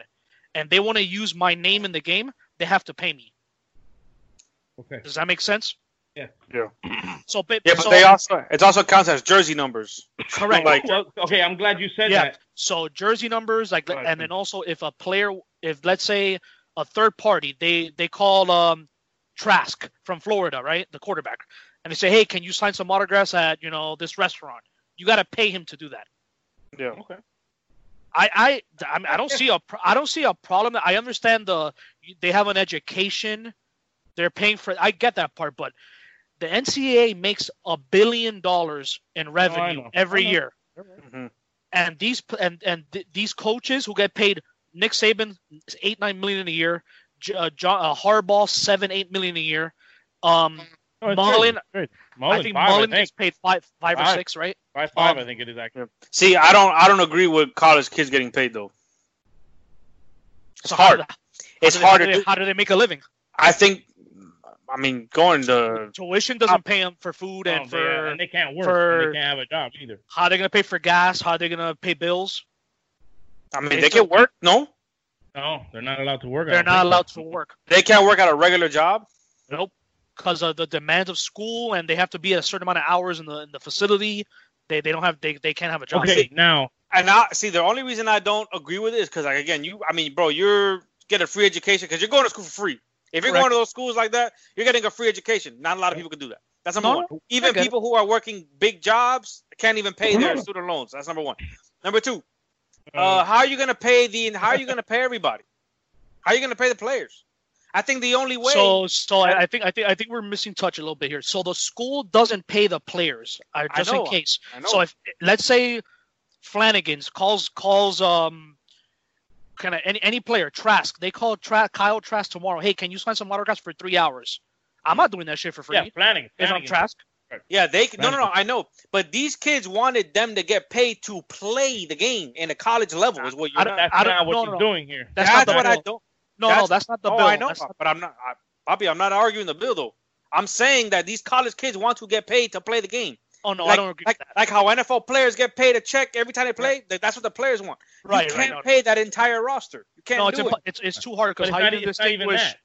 Speaker 6: and they want to use my name in the game, they have to pay me.
Speaker 5: okay.
Speaker 6: Does that make sense?
Speaker 5: Yeah.
Speaker 7: Yeah.
Speaker 6: So, ba-
Speaker 7: Yeah, but
Speaker 6: so-
Speaker 7: they also it also counts as jersey numbers.
Speaker 6: correct.
Speaker 7: like-
Speaker 5: Well, okay. I'm glad you said
Speaker 6: yeah.
Speaker 5: that.
Speaker 6: So jersey numbers, like,
Speaker 7: Right.
Speaker 6: and then also if a player, if let's say a third party, they they call um Trask from Florida, right, the quarterback, and they say, hey, can you sign some autographs at you know this restaurant? You got to pay him to do that.
Speaker 7: Yeah.
Speaker 5: Okay.
Speaker 6: I I I, mean, I don't see a pro- I don't see a problem. I understand the they have an education, they're paying for. I get that part, but the NCAA makes a billion dollars in revenue
Speaker 5: know.
Speaker 6: every
Speaker 5: Oh, I know.
Speaker 6: year,
Speaker 7: Mhm.
Speaker 6: and these p- and and th- these coaches who get paid Nick Saban eight nine million a year, J- uh, John, uh, Harbaugh seven eight million a year, um,
Speaker 5: No, it's
Speaker 6: Mullen,
Speaker 5: great.
Speaker 6: I think
Speaker 5: five,
Speaker 6: Mullen
Speaker 5: I think.
Speaker 6: gets paid five, five or
Speaker 5: Five.
Speaker 6: six, right?
Speaker 5: Five, five, I think it is actually.
Speaker 7: See, I don't I don't agree with college kids getting paid though. It's hard. it's
Speaker 6: how do they- How do,
Speaker 7: hard to do.
Speaker 6: they, how do they make a living?
Speaker 7: I think I mean going to
Speaker 6: Tuition doesn't pay them for food and
Speaker 5: Um, Oh,
Speaker 6: for
Speaker 5: yeah, and they can't work.
Speaker 6: for-
Speaker 5: and they can't have a job either.
Speaker 6: how they're gonna pay for gas, how they're gonna pay bills.
Speaker 7: I mean
Speaker 6: They
Speaker 7: they
Speaker 6: still-
Speaker 7: can work, no?
Speaker 5: No, they're not allowed to work. I
Speaker 6: They're
Speaker 5: don't
Speaker 6: not
Speaker 5: think.
Speaker 6: allowed to work.
Speaker 7: They can't work at a regular job?
Speaker 6: Nope, because of the demands of school, and they have to be at a certain amount of hours in the in the facility. They they don't have they, they can't have a job.
Speaker 5: Okay, now
Speaker 7: And I see the only reason I don't agree with it is because like again, you I mean, bro, you're get a free education because you're going to school for free. If you're
Speaker 6: Correct.
Speaker 7: going to those schools like that, you're getting a free education. Not a lot of people can do that. That's number
Speaker 6: No,
Speaker 7: one.
Speaker 6: no, I
Speaker 7: Even
Speaker 6: get it.
Speaker 7: people who are working big jobs can't even pay their student loans. That's number one. Number two, uh, how are you gonna pay the? How are you gonna pay everybody? How are you gonna pay the players? I think the only way.
Speaker 6: So so I, I think I think I think we're missing touch a little bit here. So the school doesn't pay the players, uh,
Speaker 7: I
Speaker 6: just
Speaker 7: know,
Speaker 6: in case.
Speaker 7: I know.
Speaker 6: So if let's say Flanagan's calls calls um kind of any any player Trask, they call Tra- Kyle Trask tomorrow. Hey, can you sign some autographs for three hours? I'm not doing that shit for free.
Speaker 5: yeah, Flanagan.
Speaker 6: if I'm
Speaker 5: Flanagan.
Speaker 6: Trask,
Speaker 7: yeah, they no, no, no. I know, but these kids wanted them to get paid to play the game in the college level. Is what you're.
Speaker 6: I
Speaker 7: not-
Speaker 6: don't-
Speaker 5: That's
Speaker 6: I don't-
Speaker 5: not what
Speaker 6: no,
Speaker 5: you're
Speaker 6: no, no.
Speaker 5: doing here.
Speaker 6: that's,
Speaker 7: That's
Speaker 6: not
Speaker 7: what
Speaker 6: the
Speaker 7: I
Speaker 6: bill.
Speaker 7: don't.
Speaker 6: No, no, that's not the
Speaker 7: oh,
Speaker 6: bill.
Speaker 7: I know,
Speaker 6: That's not-
Speaker 7: but I'm not. I, Bobby, I'm not arguing the bill though. I'm saying that these college kids want to get paid to play the game.
Speaker 6: oh no,
Speaker 7: like,
Speaker 6: I don't agree.
Speaker 7: like,
Speaker 6: with that.
Speaker 7: like how NFL players get paid a check every time they play. that- That's what the players want.
Speaker 6: Right,
Speaker 7: you
Speaker 6: right,
Speaker 7: can't
Speaker 6: no, no.
Speaker 7: pay that entire roster. You can't
Speaker 6: no, it's,
Speaker 7: do
Speaker 6: impo-
Speaker 7: it.
Speaker 6: it's it's too hard
Speaker 5: But
Speaker 6: because
Speaker 5: it's
Speaker 6: how
Speaker 5: not,
Speaker 6: you gonna
Speaker 5: it's not even
Speaker 6: distinguish
Speaker 5: that.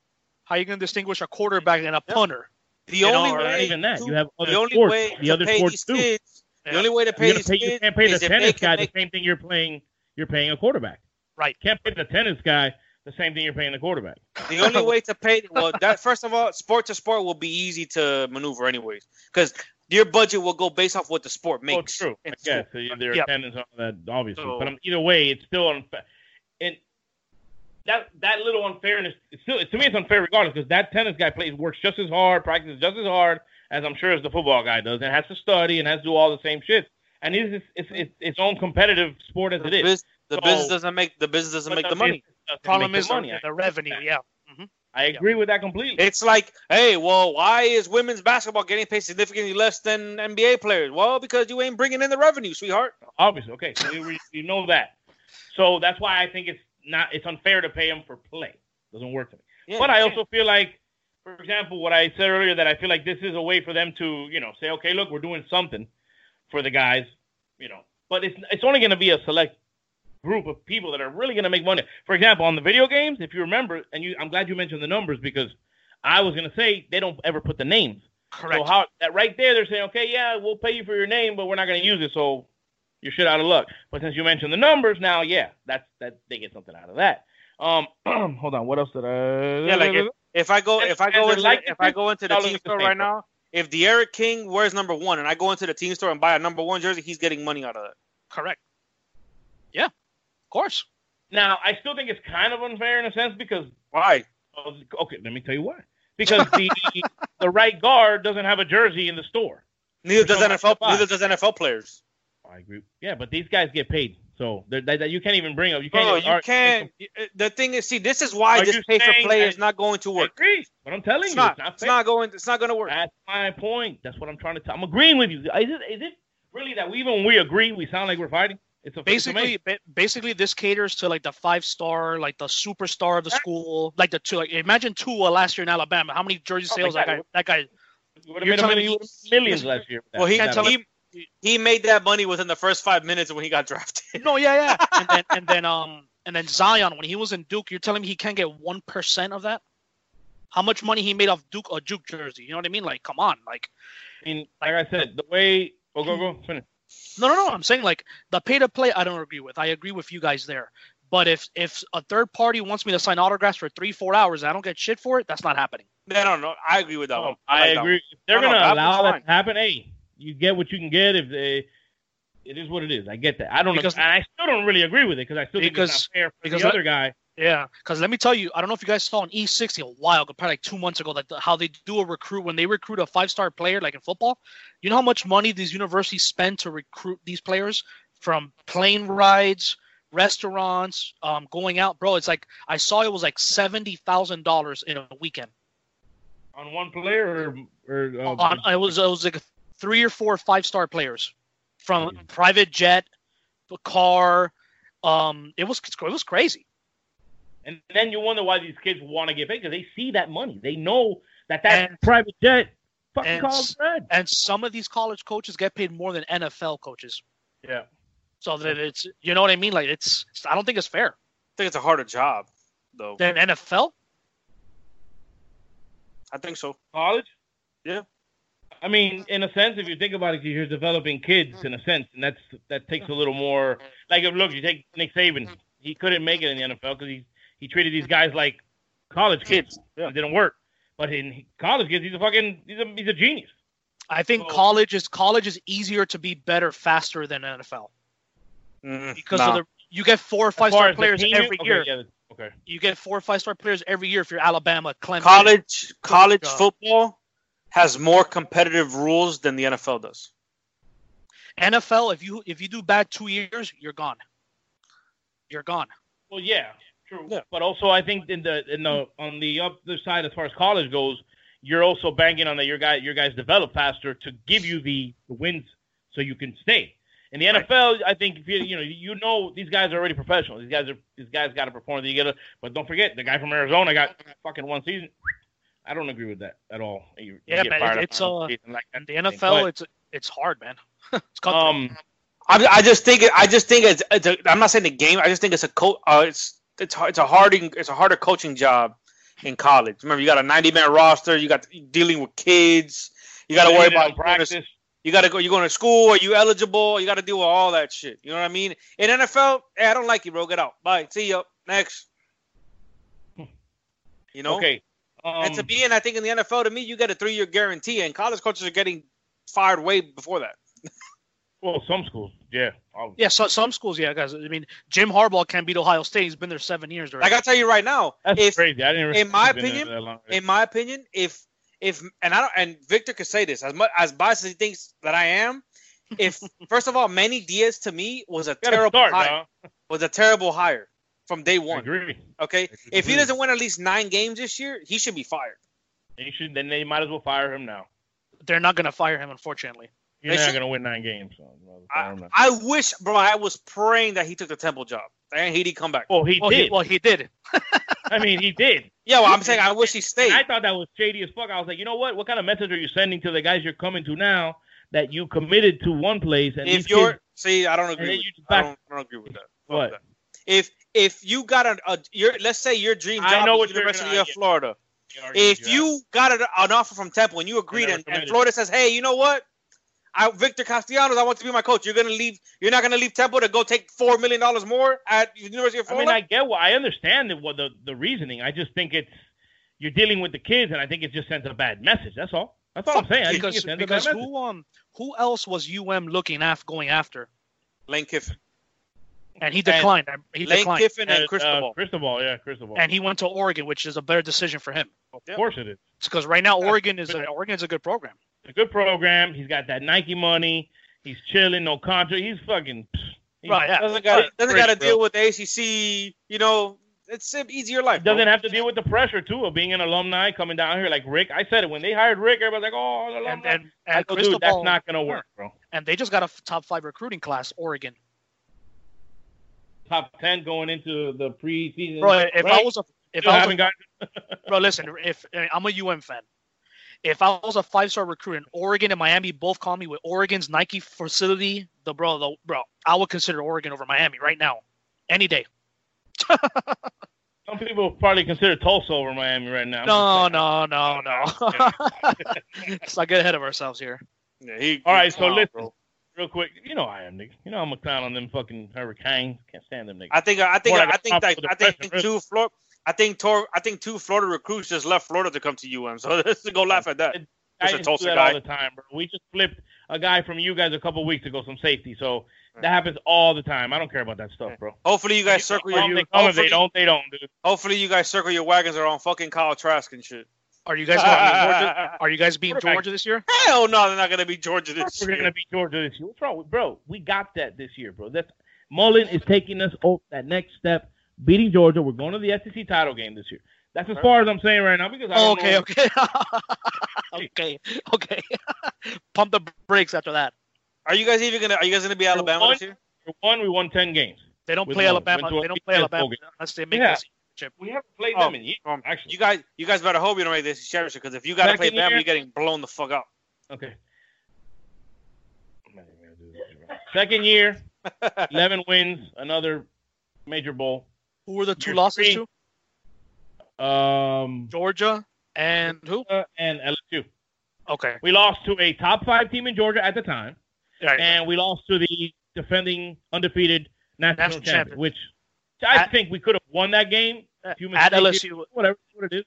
Speaker 6: how you gonna distinguish a quarterback and a punter?
Speaker 7: The
Speaker 5: You know,
Speaker 7: only
Speaker 5: or not
Speaker 7: way
Speaker 5: even that.
Speaker 7: to-
Speaker 5: You have other
Speaker 7: the only
Speaker 5: sports.
Speaker 7: way
Speaker 5: The
Speaker 7: to
Speaker 5: other
Speaker 7: pay
Speaker 5: sports
Speaker 7: these
Speaker 5: do.
Speaker 7: kids. The
Speaker 6: Yeah.
Speaker 7: only way to pay
Speaker 5: You're gonna
Speaker 7: these
Speaker 5: pay,
Speaker 7: kids
Speaker 5: you can't pay the
Speaker 7: is if they
Speaker 5: tennis
Speaker 7: can
Speaker 5: guy
Speaker 7: make-
Speaker 5: the same thing you're playing. You're paying a quarterback.
Speaker 6: Right.
Speaker 5: Can't pay the tennis guy the same thing you're paying the quarterback.
Speaker 7: The only way to pay well that first of all, sport to sport will be easy to maneuver anyways, because your budget will go based off what the sport
Speaker 5: Oh,
Speaker 7: makes.
Speaker 5: true. I
Speaker 7: in
Speaker 5: guess so their
Speaker 6: Yep.
Speaker 5: attendance on that, obviously.
Speaker 7: So-
Speaker 5: but um, either way, it's still unfair. And that that little unfairness, it's still to me, it's unfair regardless because that tennis guy plays works just as hard, practices just as hard as I'm sure as the football guy does, and has to study and has to do all the same shit. And it's it's it's, it's its own competitive sport as
Speaker 7: The,
Speaker 5: it is.
Speaker 7: bus- the
Speaker 5: So-
Speaker 7: business doesn't make the business doesn't
Speaker 5: But
Speaker 7: make the
Speaker 5: doesn't-
Speaker 7: money.
Speaker 5: doesn't
Speaker 6: Problem
Speaker 5: make
Speaker 6: is
Speaker 5: the
Speaker 6: the,
Speaker 5: money. I-
Speaker 6: the revenue. Yeah.
Speaker 5: I agree with that completely.
Speaker 7: It's like, hey, well, why is women's basketball getting paid significantly less than NBA players? Well, because you ain't bringing in the revenue, sweetheart.
Speaker 5: Obviously, okay, so we, we, we know that. So that's why I think it's not it's unfair to pay him for play. Doesn't work for me.
Speaker 7: Yeah,
Speaker 5: but I
Speaker 7: yeah.
Speaker 5: also feel like, for example, what I said earlier that I feel like this is a way for them to you know say, okay, look, we're doing something for the guys, you know. But it's it's only going to be a select group of people that are really going to make money. For example, on the video games, if you remember, and you, I'm glad you mentioned the numbers because I was going to say they don't ever put the names.
Speaker 6: Correct.
Speaker 5: So how that right there, they're saying, okay, yeah, we'll pay you for your name, but we're not going to use it, so you're shit out of luck. But since you mentioned the numbers, now yeah, that's that they get something out of that. Um, hold on, what else did I?
Speaker 7: Yeah, like if, if I go
Speaker 5: And-
Speaker 7: if I
Speaker 5: and
Speaker 7: go
Speaker 5: they're
Speaker 7: into
Speaker 5: like
Speaker 7: the, if I go into the
Speaker 5: $50
Speaker 7: team
Speaker 5: to
Speaker 7: store
Speaker 5: pay
Speaker 7: right
Speaker 5: for.
Speaker 7: now, if the Eric King wears number one, and I go into the team store and buy a number one jersey, he's getting money out of that.
Speaker 6: Correct. Yeah. Of course.
Speaker 5: now I still think it's kind of unfair in a sense because
Speaker 7: Why?
Speaker 5: okay, let me tell you why. Because the the right guard doesn't have a jersey in the store.
Speaker 7: Neither
Speaker 5: There's
Speaker 7: does
Speaker 5: no much to
Speaker 7: NFL.
Speaker 5: buy.
Speaker 7: Neither does NFL players.
Speaker 5: I agree. Yeah, but these guys get paid, so they're- that that you can't even bring up. You can't.
Speaker 7: Bro,
Speaker 5: even
Speaker 7: you
Speaker 5: argue-
Speaker 7: can't. The thing is, see, this is why
Speaker 5: Are
Speaker 7: this
Speaker 5: you
Speaker 7: pay for
Speaker 5: saying
Speaker 7: play is
Speaker 5: that-
Speaker 7: not going to
Speaker 5: I
Speaker 7: work.
Speaker 5: agree. But I'm telling
Speaker 7: It's
Speaker 5: you,
Speaker 7: not.
Speaker 5: it's not
Speaker 7: It's
Speaker 5: fair.
Speaker 7: not going. It's not going to work.
Speaker 5: That's my point. That's what I'm trying to tell. I'm agreeing with you. Is it, is it really that we even we agree? We sound like we're fighting. It's a
Speaker 6: Basically, ba- basically, this caters to like the five star, like the superstar of the school, like the two. Like imagine Tua last year in Alabama. How many jersey
Speaker 5: Oh my
Speaker 6: sales that
Speaker 5: God.
Speaker 6: guy? That guy.
Speaker 5: we would
Speaker 6: you're
Speaker 5: have
Speaker 6: telling
Speaker 5: made
Speaker 6: me-
Speaker 5: millions last year.
Speaker 7: well, he,
Speaker 5: That- that-
Speaker 7: he he made that money within the first five minutes when he got drafted.
Speaker 6: No, yeah, yeah. and then and then um and then Zion when he was in Duke, you're telling me he can't get one percent of that? How much money he made off Duke a Duke jersey? You know what I mean? Like, come on, like
Speaker 5: I mean, like I said, the way. Oh, go go finish.
Speaker 6: No, no, no. I'm saying like the pay to play. I don't agree with. I agree with you guys there. But if if a third party wants me to sign autographs for three four hours, and I don't get shit for it. That's not happening.
Speaker 7: no, no, no. Oh, I agree with that one.
Speaker 5: I
Speaker 7: like that
Speaker 5: agree. If they're
Speaker 7: No, no,
Speaker 5: gonna
Speaker 7: that
Speaker 5: allow
Speaker 7: was
Speaker 5: that to happen, hey, you get what you can get. If they, it is what it is. I get that. I don't.
Speaker 6: Because-
Speaker 5: and I still don't really agree with it because I still think
Speaker 6: Because-
Speaker 5: it's not fair for
Speaker 6: because
Speaker 5: the
Speaker 6: let-
Speaker 5: other guy.
Speaker 6: Yeah. Because let me tell you, I don't know if you guys saw on E60 a while ago, probably like two months ago, that the, how they do a recruit when they recruit a five star player, like in football. You know how much money these universities spend to recruit these players from plane rides, restaurants, um, going out, bro. It's like I saw it was like seventy thousand dollars in a weekend.
Speaker 5: on one player or, or uh,
Speaker 6: on, it was it was like three or four five star players from
Speaker 5: Mm-hmm.
Speaker 6: private jet, the car. Um, it was it was crazy.
Speaker 5: and then you wonder why these kids want to get paid because they see that money. They know that that private jet fucking
Speaker 6: and,
Speaker 5: costs
Speaker 6: s- and some of these college coaches get paid more than NFL coaches.
Speaker 5: Yeah.
Speaker 6: So that it's you know what I mean. Like it's I don't think it's fair.
Speaker 7: I think it's a harder job though.
Speaker 6: Than NFL.
Speaker 7: I think so.
Speaker 5: college.
Speaker 7: Yeah.
Speaker 5: I mean, in a sense, if you think about it, 'cause you're developing kids in a sense, and that's that takes a little more. Like, if, look, you take Nick Saban. He couldn't make it in the NFL because he he treated these guys like college kids. It didn't work. But in college kids, he's a fucking he's a he's a genius.
Speaker 6: I think college is college is easier to be better faster than NFL
Speaker 7: Mm-hmm.
Speaker 6: because of the you get four or five
Speaker 5: far
Speaker 6: star
Speaker 5: as the
Speaker 6: players
Speaker 5: team-
Speaker 6: every
Speaker 5: okay,
Speaker 6: year.
Speaker 5: yeah, okay.
Speaker 6: You get four or five star players every year if you're Alabama, Clemson.
Speaker 7: College college
Speaker 6: God.
Speaker 7: football has more competitive rules than the NFL does.
Speaker 6: NFL, if you if you do bad two years, you're gone. You're gone.
Speaker 5: Well, yeah, true. But also, I think in the in the on the other side, as far as college goes, you're also banking on that your guy your guys develop faster to give you the, the wins so you can stay. In the NFL, I think if you you know you know these guys are already professional. These guys are these guys got to perform. They get a, but don't forget the guy from Arizona got fucking one season. I don't agree with that at all. You- you
Speaker 6: Yeah,
Speaker 5: get
Speaker 6: man,
Speaker 5: fired
Speaker 6: it-
Speaker 5: up
Speaker 6: it's
Speaker 5: on
Speaker 6: uh,
Speaker 5: season like that.
Speaker 6: the NFL.
Speaker 5: But-
Speaker 6: It's it's hard, man. it's
Speaker 5: um,
Speaker 7: I, I just think it- I just think it's, it's a, I'm not saying the game. I just think it's a co- uh, it's it's hard- it's a harding it's a harder coaching job in college. Remember, you got a 90 man roster. You got dealing with kids. You got to
Speaker 5: Yeah,
Speaker 7: worry
Speaker 5: you
Speaker 7: about
Speaker 5: don't practice.
Speaker 7: You got to go. You're going to school. Are you eligible? You got to deal with all that shit. You know what I mean? In NFL, hey, I don't like you, bro. Get out. Bye. See you next. You know.
Speaker 5: Hmm. Okay. um,
Speaker 7: and to be in, I think in the NFL, to me, you get a three year guarantee, and college coaches are getting fired way before that.
Speaker 5: well, some schools, yeah, obviously.
Speaker 6: Yeah, so, some schools, yeah, guys. I mean, Jim Harbaugh can beat Ohio State. He's been there seven years already.
Speaker 7: Like I tell you right now,
Speaker 5: That's
Speaker 7: if
Speaker 5: crazy. I didn't.
Speaker 7: in my
Speaker 5: it's been there that
Speaker 7: opinion,
Speaker 5: long.
Speaker 7: in my opinion, if if and I don't and Victor could say this as much as biased as he thinks that I am. If first of all, Manny Diaz to me was a
Speaker 5: gotta
Speaker 7: terrible
Speaker 5: start,
Speaker 7: hire, was a terrible hire from day one.
Speaker 5: agree.
Speaker 7: Okay, if he doesn't win at least nine games this year, he should be fired.
Speaker 5: They should, then they might as well fire him now.
Speaker 6: They're not gonna fire him, unfortunately.
Speaker 5: You're
Speaker 7: They
Speaker 5: not
Speaker 7: should-
Speaker 5: gonna win nine games. So I, don't know.
Speaker 7: I wish, bro. I was praying that he took the Temple job and he'd come back.
Speaker 5: Well, he
Speaker 6: Well, he-
Speaker 5: did.
Speaker 6: well, he did.
Speaker 5: I mean, he did.
Speaker 7: Yeah, well, I'm saying I wish he stayed.
Speaker 5: I thought that was shady as fuck. I was like, you know what? What kind of message are you sending to the guys you're coming to now that you committed to one place and
Speaker 7: if
Speaker 5: these
Speaker 7: you're
Speaker 5: kids-
Speaker 7: see, I don't
Speaker 5: then
Speaker 7: agree. With
Speaker 5: you
Speaker 7: you.
Speaker 5: just
Speaker 7: I
Speaker 5: back-
Speaker 7: don't, I don't agree with that.
Speaker 5: what?
Speaker 7: If if you got a, a your let's say your dream
Speaker 5: I
Speaker 7: job
Speaker 5: know
Speaker 7: is
Speaker 5: what you're
Speaker 7: University
Speaker 5: gonna-
Speaker 7: of Florida.
Speaker 5: You already-
Speaker 7: If you got an an offer from Temple and you agreed,
Speaker 5: never
Speaker 7: and, and
Speaker 5: committed.
Speaker 7: Florida says, "Hey, you know what? I Victor Castellanos, I want to be my coach. You're gonna leave. You're not gonna leave Temple to go take four million dollars more at University of
Speaker 5: I
Speaker 7: Florida."
Speaker 5: mean, I get what I understand the, what the the reasoning. I just think it's you're dealing with the kids, and I think it just sends a bad message. That's all. That's all I'm saying. I just think
Speaker 6: because
Speaker 5: it sends
Speaker 6: because
Speaker 5: a bad message.
Speaker 6: who um who else was UM looking af going after,
Speaker 7: Lane Kiffin,
Speaker 6: and he declined. he
Speaker 7: Lane
Speaker 6: declined,
Speaker 7: Kiffin, and
Speaker 5: Uh,
Speaker 7: Cristobal.
Speaker 5: Uh, Cristobal, yeah, Cristobal.
Speaker 6: and he went to Oregon, which is a better decision for him.
Speaker 5: of course it is.
Speaker 6: Because right now, Oregon is a, Oregon is a good program.
Speaker 5: It's a good program. He's got that Nike money. He's chilling, no contract. He's fucking. He
Speaker 6: Right, yeah.
Speaker 5: Doesn't
Speaker 7: Got- doesn't got to
Speaker 5: bro.
Speaker 7: deal with the ACC. You know, it's an easier life. bro.
Speaker 5: Doesn't have to deal with the pressure too of being an alumni coming down here. Like Rick, I said it when they hired Rick, everybody's like, "Oh, the
Speaker 6: And
Speaker 5: alumni."
Speaker 6: and,
Speaker 5: I
Speaker 6: and
Speaker 5: go, dude, that's
Speaker 6: Cristobal-
Speaker 5: not gonna work, bro.
Speaker 6: And they just got a f- top five recruiting class, Oregon.
Speaker 5: Top ten going into the preseason.
Speaker 6: Bro, if I
Speaker 5: Right?
Speaker 6: was a if
Speaker 5: Still
Speaker 6: I was
Speaker 5: haven't
Speaker 6: a
Speaker 5: got
Speaker 6: Bro, listen, if I'm a UM fan, if I was a five star recruit and Oregon and Miami both call me with Oregon's Nike facility, the bro, the bro, I would consider Oregon over Miami right now, any day.
Speaker 5: some people probably consider Tulsa over Miami right now. I'm
Speaker 6: No,
Speaker 5: just saying.
Speaker 6: no, no, no. Let's not get ahead of ourselves here.
Speaker 7: Yeah, he,
Speaker 5: All right,
Speaker 7: he-
Speaker 5: so
Speaker 7: nah,
Speaker 5: listen,
Speaker 7: bro.
Speaker 5: real quick. You know I am, nigga. You know I'm a clown on them fucking hurricanes. Can't stand them niggas.
Speaker 7: I think I think
Speaker 5: More like
Speaker 7: I
Speaker 5: a
Speaker 7: think
Speaker 5: top
Speaker 7: that,
Speaker 5: for the
Speaker 7: I think
Speaker 5: pressure.
Speaker 7: two Florida I think Tor, I think two Florida recruits just left Florida to come to UM. So let's go laugh at that.
Speaker 5: I
Speaker 7: It's a
Speaker 5: do
Speaker 7: Tulsa
Speaker 5: that
Speaker 7: guy.
Speaker 5: all the time, bro. We just flipped a guy from you guys a couple weeks ago, some safety. So that happens all the time. I don't care about that stuff, bro.
Speaker 7: Hopefully you guys circle
Speaker 5: Well,
Speaker 7: your Oh,
Speaker 5: they come if
Speaker 7: hopefully,
Speaker 5: they don't, they don't, dude.
Speaker 7: hopefully you guys circle your wagons around fucking Kyle Trask and shit.
Speaker 6: Are you guys gonna be Georgia?
Speaker 7: Hell
Speaker 6: Are you guys being
Speaker 5: Quarterback.
Speaker 6: Georgia this year?
Speaker 7: no, they're not gonna be Georgia this
Speaker 5: We're
Speaker 7: year.
Speaker 5: gonna beat Georgia this year. What's wrong with bro? We got that this year, bro. That's Mullen is taking us oh, that next step, beating Georgia. We're going to the SEC E title game this year. That's as far as I'm saying right now because I don't
Speaker 6: Oh, okay,
Speaker 5: know-
Speaker 6: okay, okay, okay. Pump the brakes after that.
Speaker 7: Are you guys even gonna? Are you guys gonna be Alabama this year?
Speaker 5: We won. We won ten games.
Speaker 6: They don't
Speaker 5: With
Speaker 6: play
Speaker 5: Mo.
Speaker 6: Alabama.
Speaker 5: Went to a
Speaker 6: They don't play
Speaker 5: BCS
Speaker 6: Alabama
Speaker 5: bowl game.
Speaker 6: unless they make
Speaker 5: Yeah.
Speaker 6: this championship.
Speaker 5: We haven't played
Speaker 7: Oh,
Speaker 5: them in years.
Speaker 7: um,
Speaker 5: Actually,
Speaker 7: You guys, you guys better hope you don't make this championship because if you gotta
Speaker 5: Back
Speaker 7: play
Speaker 5: in the air.
Speaker 7: Bama, you're getting blown the fuck up.
Speaker 5: okay. Second year, eleven wins, another major bowl.
Speaker 6: Who were the two
Speaker 5: Year
Speaker 6: losses
Speaker 5: three.
Speaker 6: to?
Speaker 5: Um,
Speaker 6: Georgia and who?
Speaker 5: uh, and LSU.
Speaker 6: Okay,
Speaker 5: We lost to a top five team in Georgia at the time,
Speaker 6: right.
Speaker 5: and we lost to the defending undefeated national,
Speaker 6: National
Speaker 5: champion,
Speaker 6: champion.
Speaker 5: which I
Speaker 6: At- Uh,
Speaker 5: think we could have won that game. Few
Speaker 6: at
Speaker 5: mistakes
Speaker 6: LSU.
Speaker 5: whatever what it is.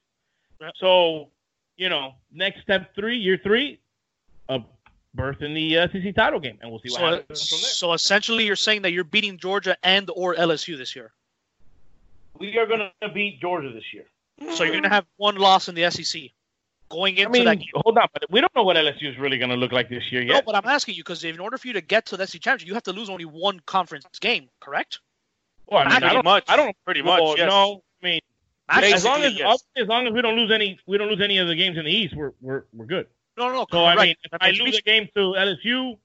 Speaker 6: Yeah.
Speaker 5: So, you know, next step three, year three, a berth in the uh, SEC title game, and we'll see what
Speaker 6: So,
Speaker 5: happens from there.
Speaker 6: so essentially, you're saying that you're beating Georgia and or LSU this year.
Speaker 5: We are going to beat Georgia this year.
Speaker 6: So you're gonna have one loss in the SEC going into
Speaker 5: Mm-hmm. I mean,
Speaker 6: that game.
Speaker 5: hold on, but we don't know what LSU is really going to look like this year
Speaker 6: No,
Speaker 5: yet.
Speaker 6: but I'm asking you because in order for you to get to the SEC championship, you have to lose only one conference game, correct?
Speaker 5: Well, I, mean, I
Speaker 7: Pretty
Speaker 5: don't.
Speaker 7: much.
Speaker 5: I don't
Speaker 7: Pretty much.
Speaker 5: well,
Speaker 7: yes.
Speaker 5: No, I mean,
Speaker 7: Basically,
Speaker 5: as long as
Speaker 7: yes.
Speaker 5: as long as we don't lose any, we don't lose any of the games in the East. We're we're we're good.
Speaker 6: No, no, no.
Speaker 5: So I
Speaker 6: correct.
Speaker 5: mean, if
Speaker 6: That
Speaker 5: I
Speaker 6: makes
Speaker 5: lose
Speaker 6: me-
Speaker 5: a game to LSU,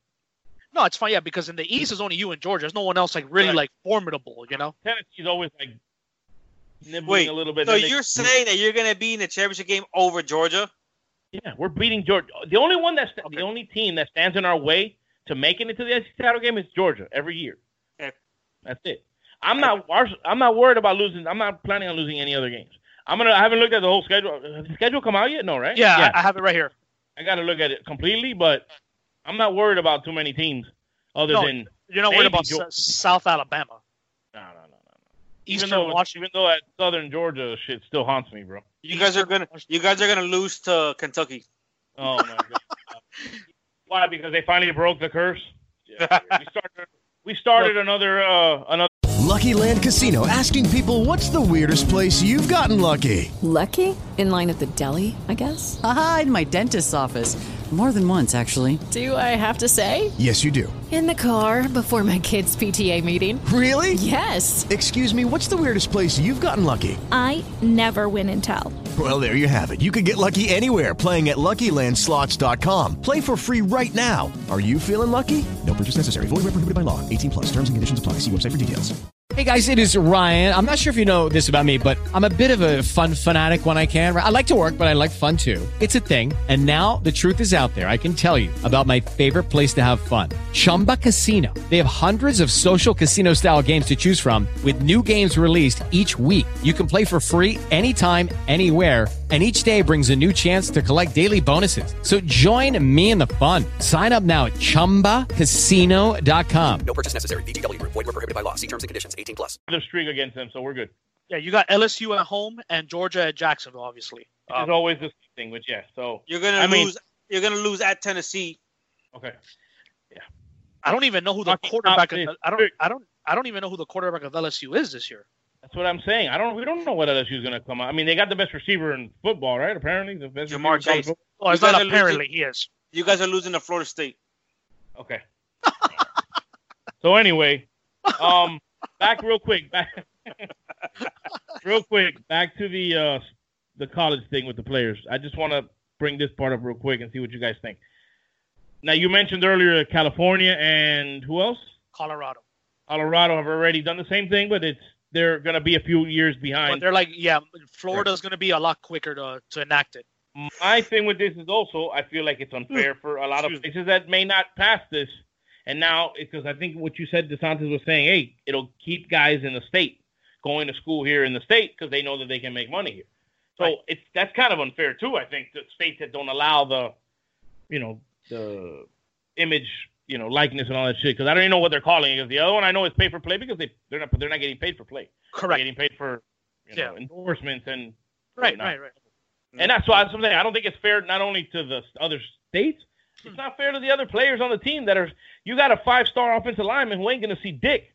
Speaker 6: No, it's fine. Yeah, because in the East is only you and Georgia. There's no one else like really
Speaker 5: Right.
Speaker 6: like formidable. You know.
Speaker 5: Tennessee's always like nibbling
Speaker 7: Wait,
Speaker 5: a little bit.
Speaker 7: So
Speaker 5: then they-
Speaker 7: you're saying that you're gonna be in the championship game over Georgia?
Speaker 5: Yeah, we're beating Georgia. The only one that's the only team that stands in our way to making it to the SEC title game is Georgia every year.
Speaker 7: Okay.
Speaker 5: That's it. I'm not. our- I'm not worried about losing. I'm not planning on losing any other games. I'm gonna. I haven't looked at the whole schedule. Has the schedule come out yet? No, right?
Speaker 6: Yeah, I, I have it right here.
Speaker 5: I, got to look at it completely, but I'm not worried about too many teams other
Speaker 6: No,
Speaker 5: than.
Speaker 6: You're not worried
Speaker 5: Maybe
Speaker 6: about S-
Speaker 5: Georgia.
Speaker 6: South Alabama,
Speaker 5: No, no, no, no. no.
Speaker 6: Eastern
Speaker 5: even though
Speaker 6: Washington.
Speaker 5: even though that Southern Georgia shit still haunts me, bro.
Speaker 7: You guys are gonna, you guys are gonna lose to Kentucky.
Speaker 5: Oh my god! Why? Because they finally broke the curse. we started. We started another uh, another.
Speaker 10: Lucky Land Casino asking people what's the weirdest place you've gotten lucky?
Speaker 9: Lucky? In line at the deli, I guess?
Speaker 8: Aha, in my dentist's office. More than once, actually.
Speaker 9: Do I have to say?
Speaker 10: Yes, you do.
Speaker 11: In the car before my kids' PTA meeting.
Speaker 10: Really?
Speaker 11: Yes.
Speaker 10: Excuse me, what's the weirdest place you've gotten lucky?
Speaker 11: I never win and tell.
Speaker 10: Well, there you have it. You can get lucky anywhere playing at LuckyLandSlots.com. Play for free right now. Are you feeling lucky? No purchase necessary. Void where prohibited by law. 18 plus. Terms and conditions apply. See website for details.
Speaker 1: Hey guys, it is Ryan. I'm not sure if you know this about me, but I'm a bit of a fun fanatic when I can. I like to work, but I like fun too. It's a thing. And now the truth is out there. I can tell you about my favorite place to have fun Chumba Casino. They have hundreds of social casino style games to choose from, with new games released each week. You can play for free anytime, anywhere and each day brings a new chance to collect daily bonuses. So join me in the fun. Sign up now at ChumbaCasino.com.
Speaker 2: No purchase necessary. VGW Group. Void were prohibited by law. See terms and conditions. 18 plus.
Speaker 5: the streak against them, so we're good.
Speaker 6: Yeah, you got LSU at home and Georgia at Jacksonville, obviously. Um,
Speaker 7: Um,
Speaker 5: It's always the same thing, which yeah. So
Speaker 7: You're gonna
Speaker 5: I
Speaker 7: lose.
Speaker 5: mean-
Speaker 7: you're gonna lose at Tennessee.
Speaker 5: okay,
Speaker 6: I don't even know who the
Speaker 5: Rocky
Speaker 6: quarterback.
Speaker 5: Top
Speaker 6: Of,
Speaker 5: is
Speaker 6: I don't.
Speaker 5: big.
Speaker 6: I don't. I don't even know who the quarterback of LSU is this year.
Speaker 5: that's what I'm saying. I don't. We don't know what LSU is going to come out. I mean, they got the best receiver in football, right? Apparently, the best.
Speaker 7: Jamar
Speaker 5: receiver in
Speaker 7: Chase.
Speaker 5: college
Speaker 6: Well,
Speaker 7: You
Speaker 6: it's not
Speaker 7: gotta lose it.
Speaker 6: apparently he is.
Speaker 7: You guys are losing to Florida State.
Speaker 5: football. Okay. so anyway, um, back real quick, back real quick, back to the uh the college thing with the players. I just want to bring this part up real quick and see what you guys think. Now, you mentioned earlier California and who else?
Speaker 6: Colorado.
Speaker 5: Colorado have already done the same thing, but it's they're going to be a few years
Speaker 6: But
Speaker 5: behind.
Speaker 6: they're like, yeah, Florida's going to be a lot quicker to, to enact it.
Speaker 5: My thing with this is also I feel like it's unfair for a lot of places that may not pass this, and now because I think what you said, DeSantis was saying, hey, it'll keep guys in the state going to school here in the state because they know that they can make money here. So
Speaker 6: Right.
Speaker 5: it's that's kind of unfair too. I think the states that don't allow the, you know, the image, you know, likeness and all that shit because I don't even know what they're calling it. 'Cause the other one I know is pay for play because they they're not they're not getting paid for play.
Speaker 6: Correct.
Speaker 5: getting paid for you know,
Speaker 6: Yeah.
Speaker 5: endorsements and
Speaker 6: Right,
Speaker 5: whatnot.
Speaker 6: right, right. Mm-hmm.
Speaker 5: And that's why I'm saying I don't think it's fair not only to the other states,
Speaker 6: Hmm.
Speaker 5: it's not fair to the other players on the team that are you got a five star offensive lineman who ain't gonna see dick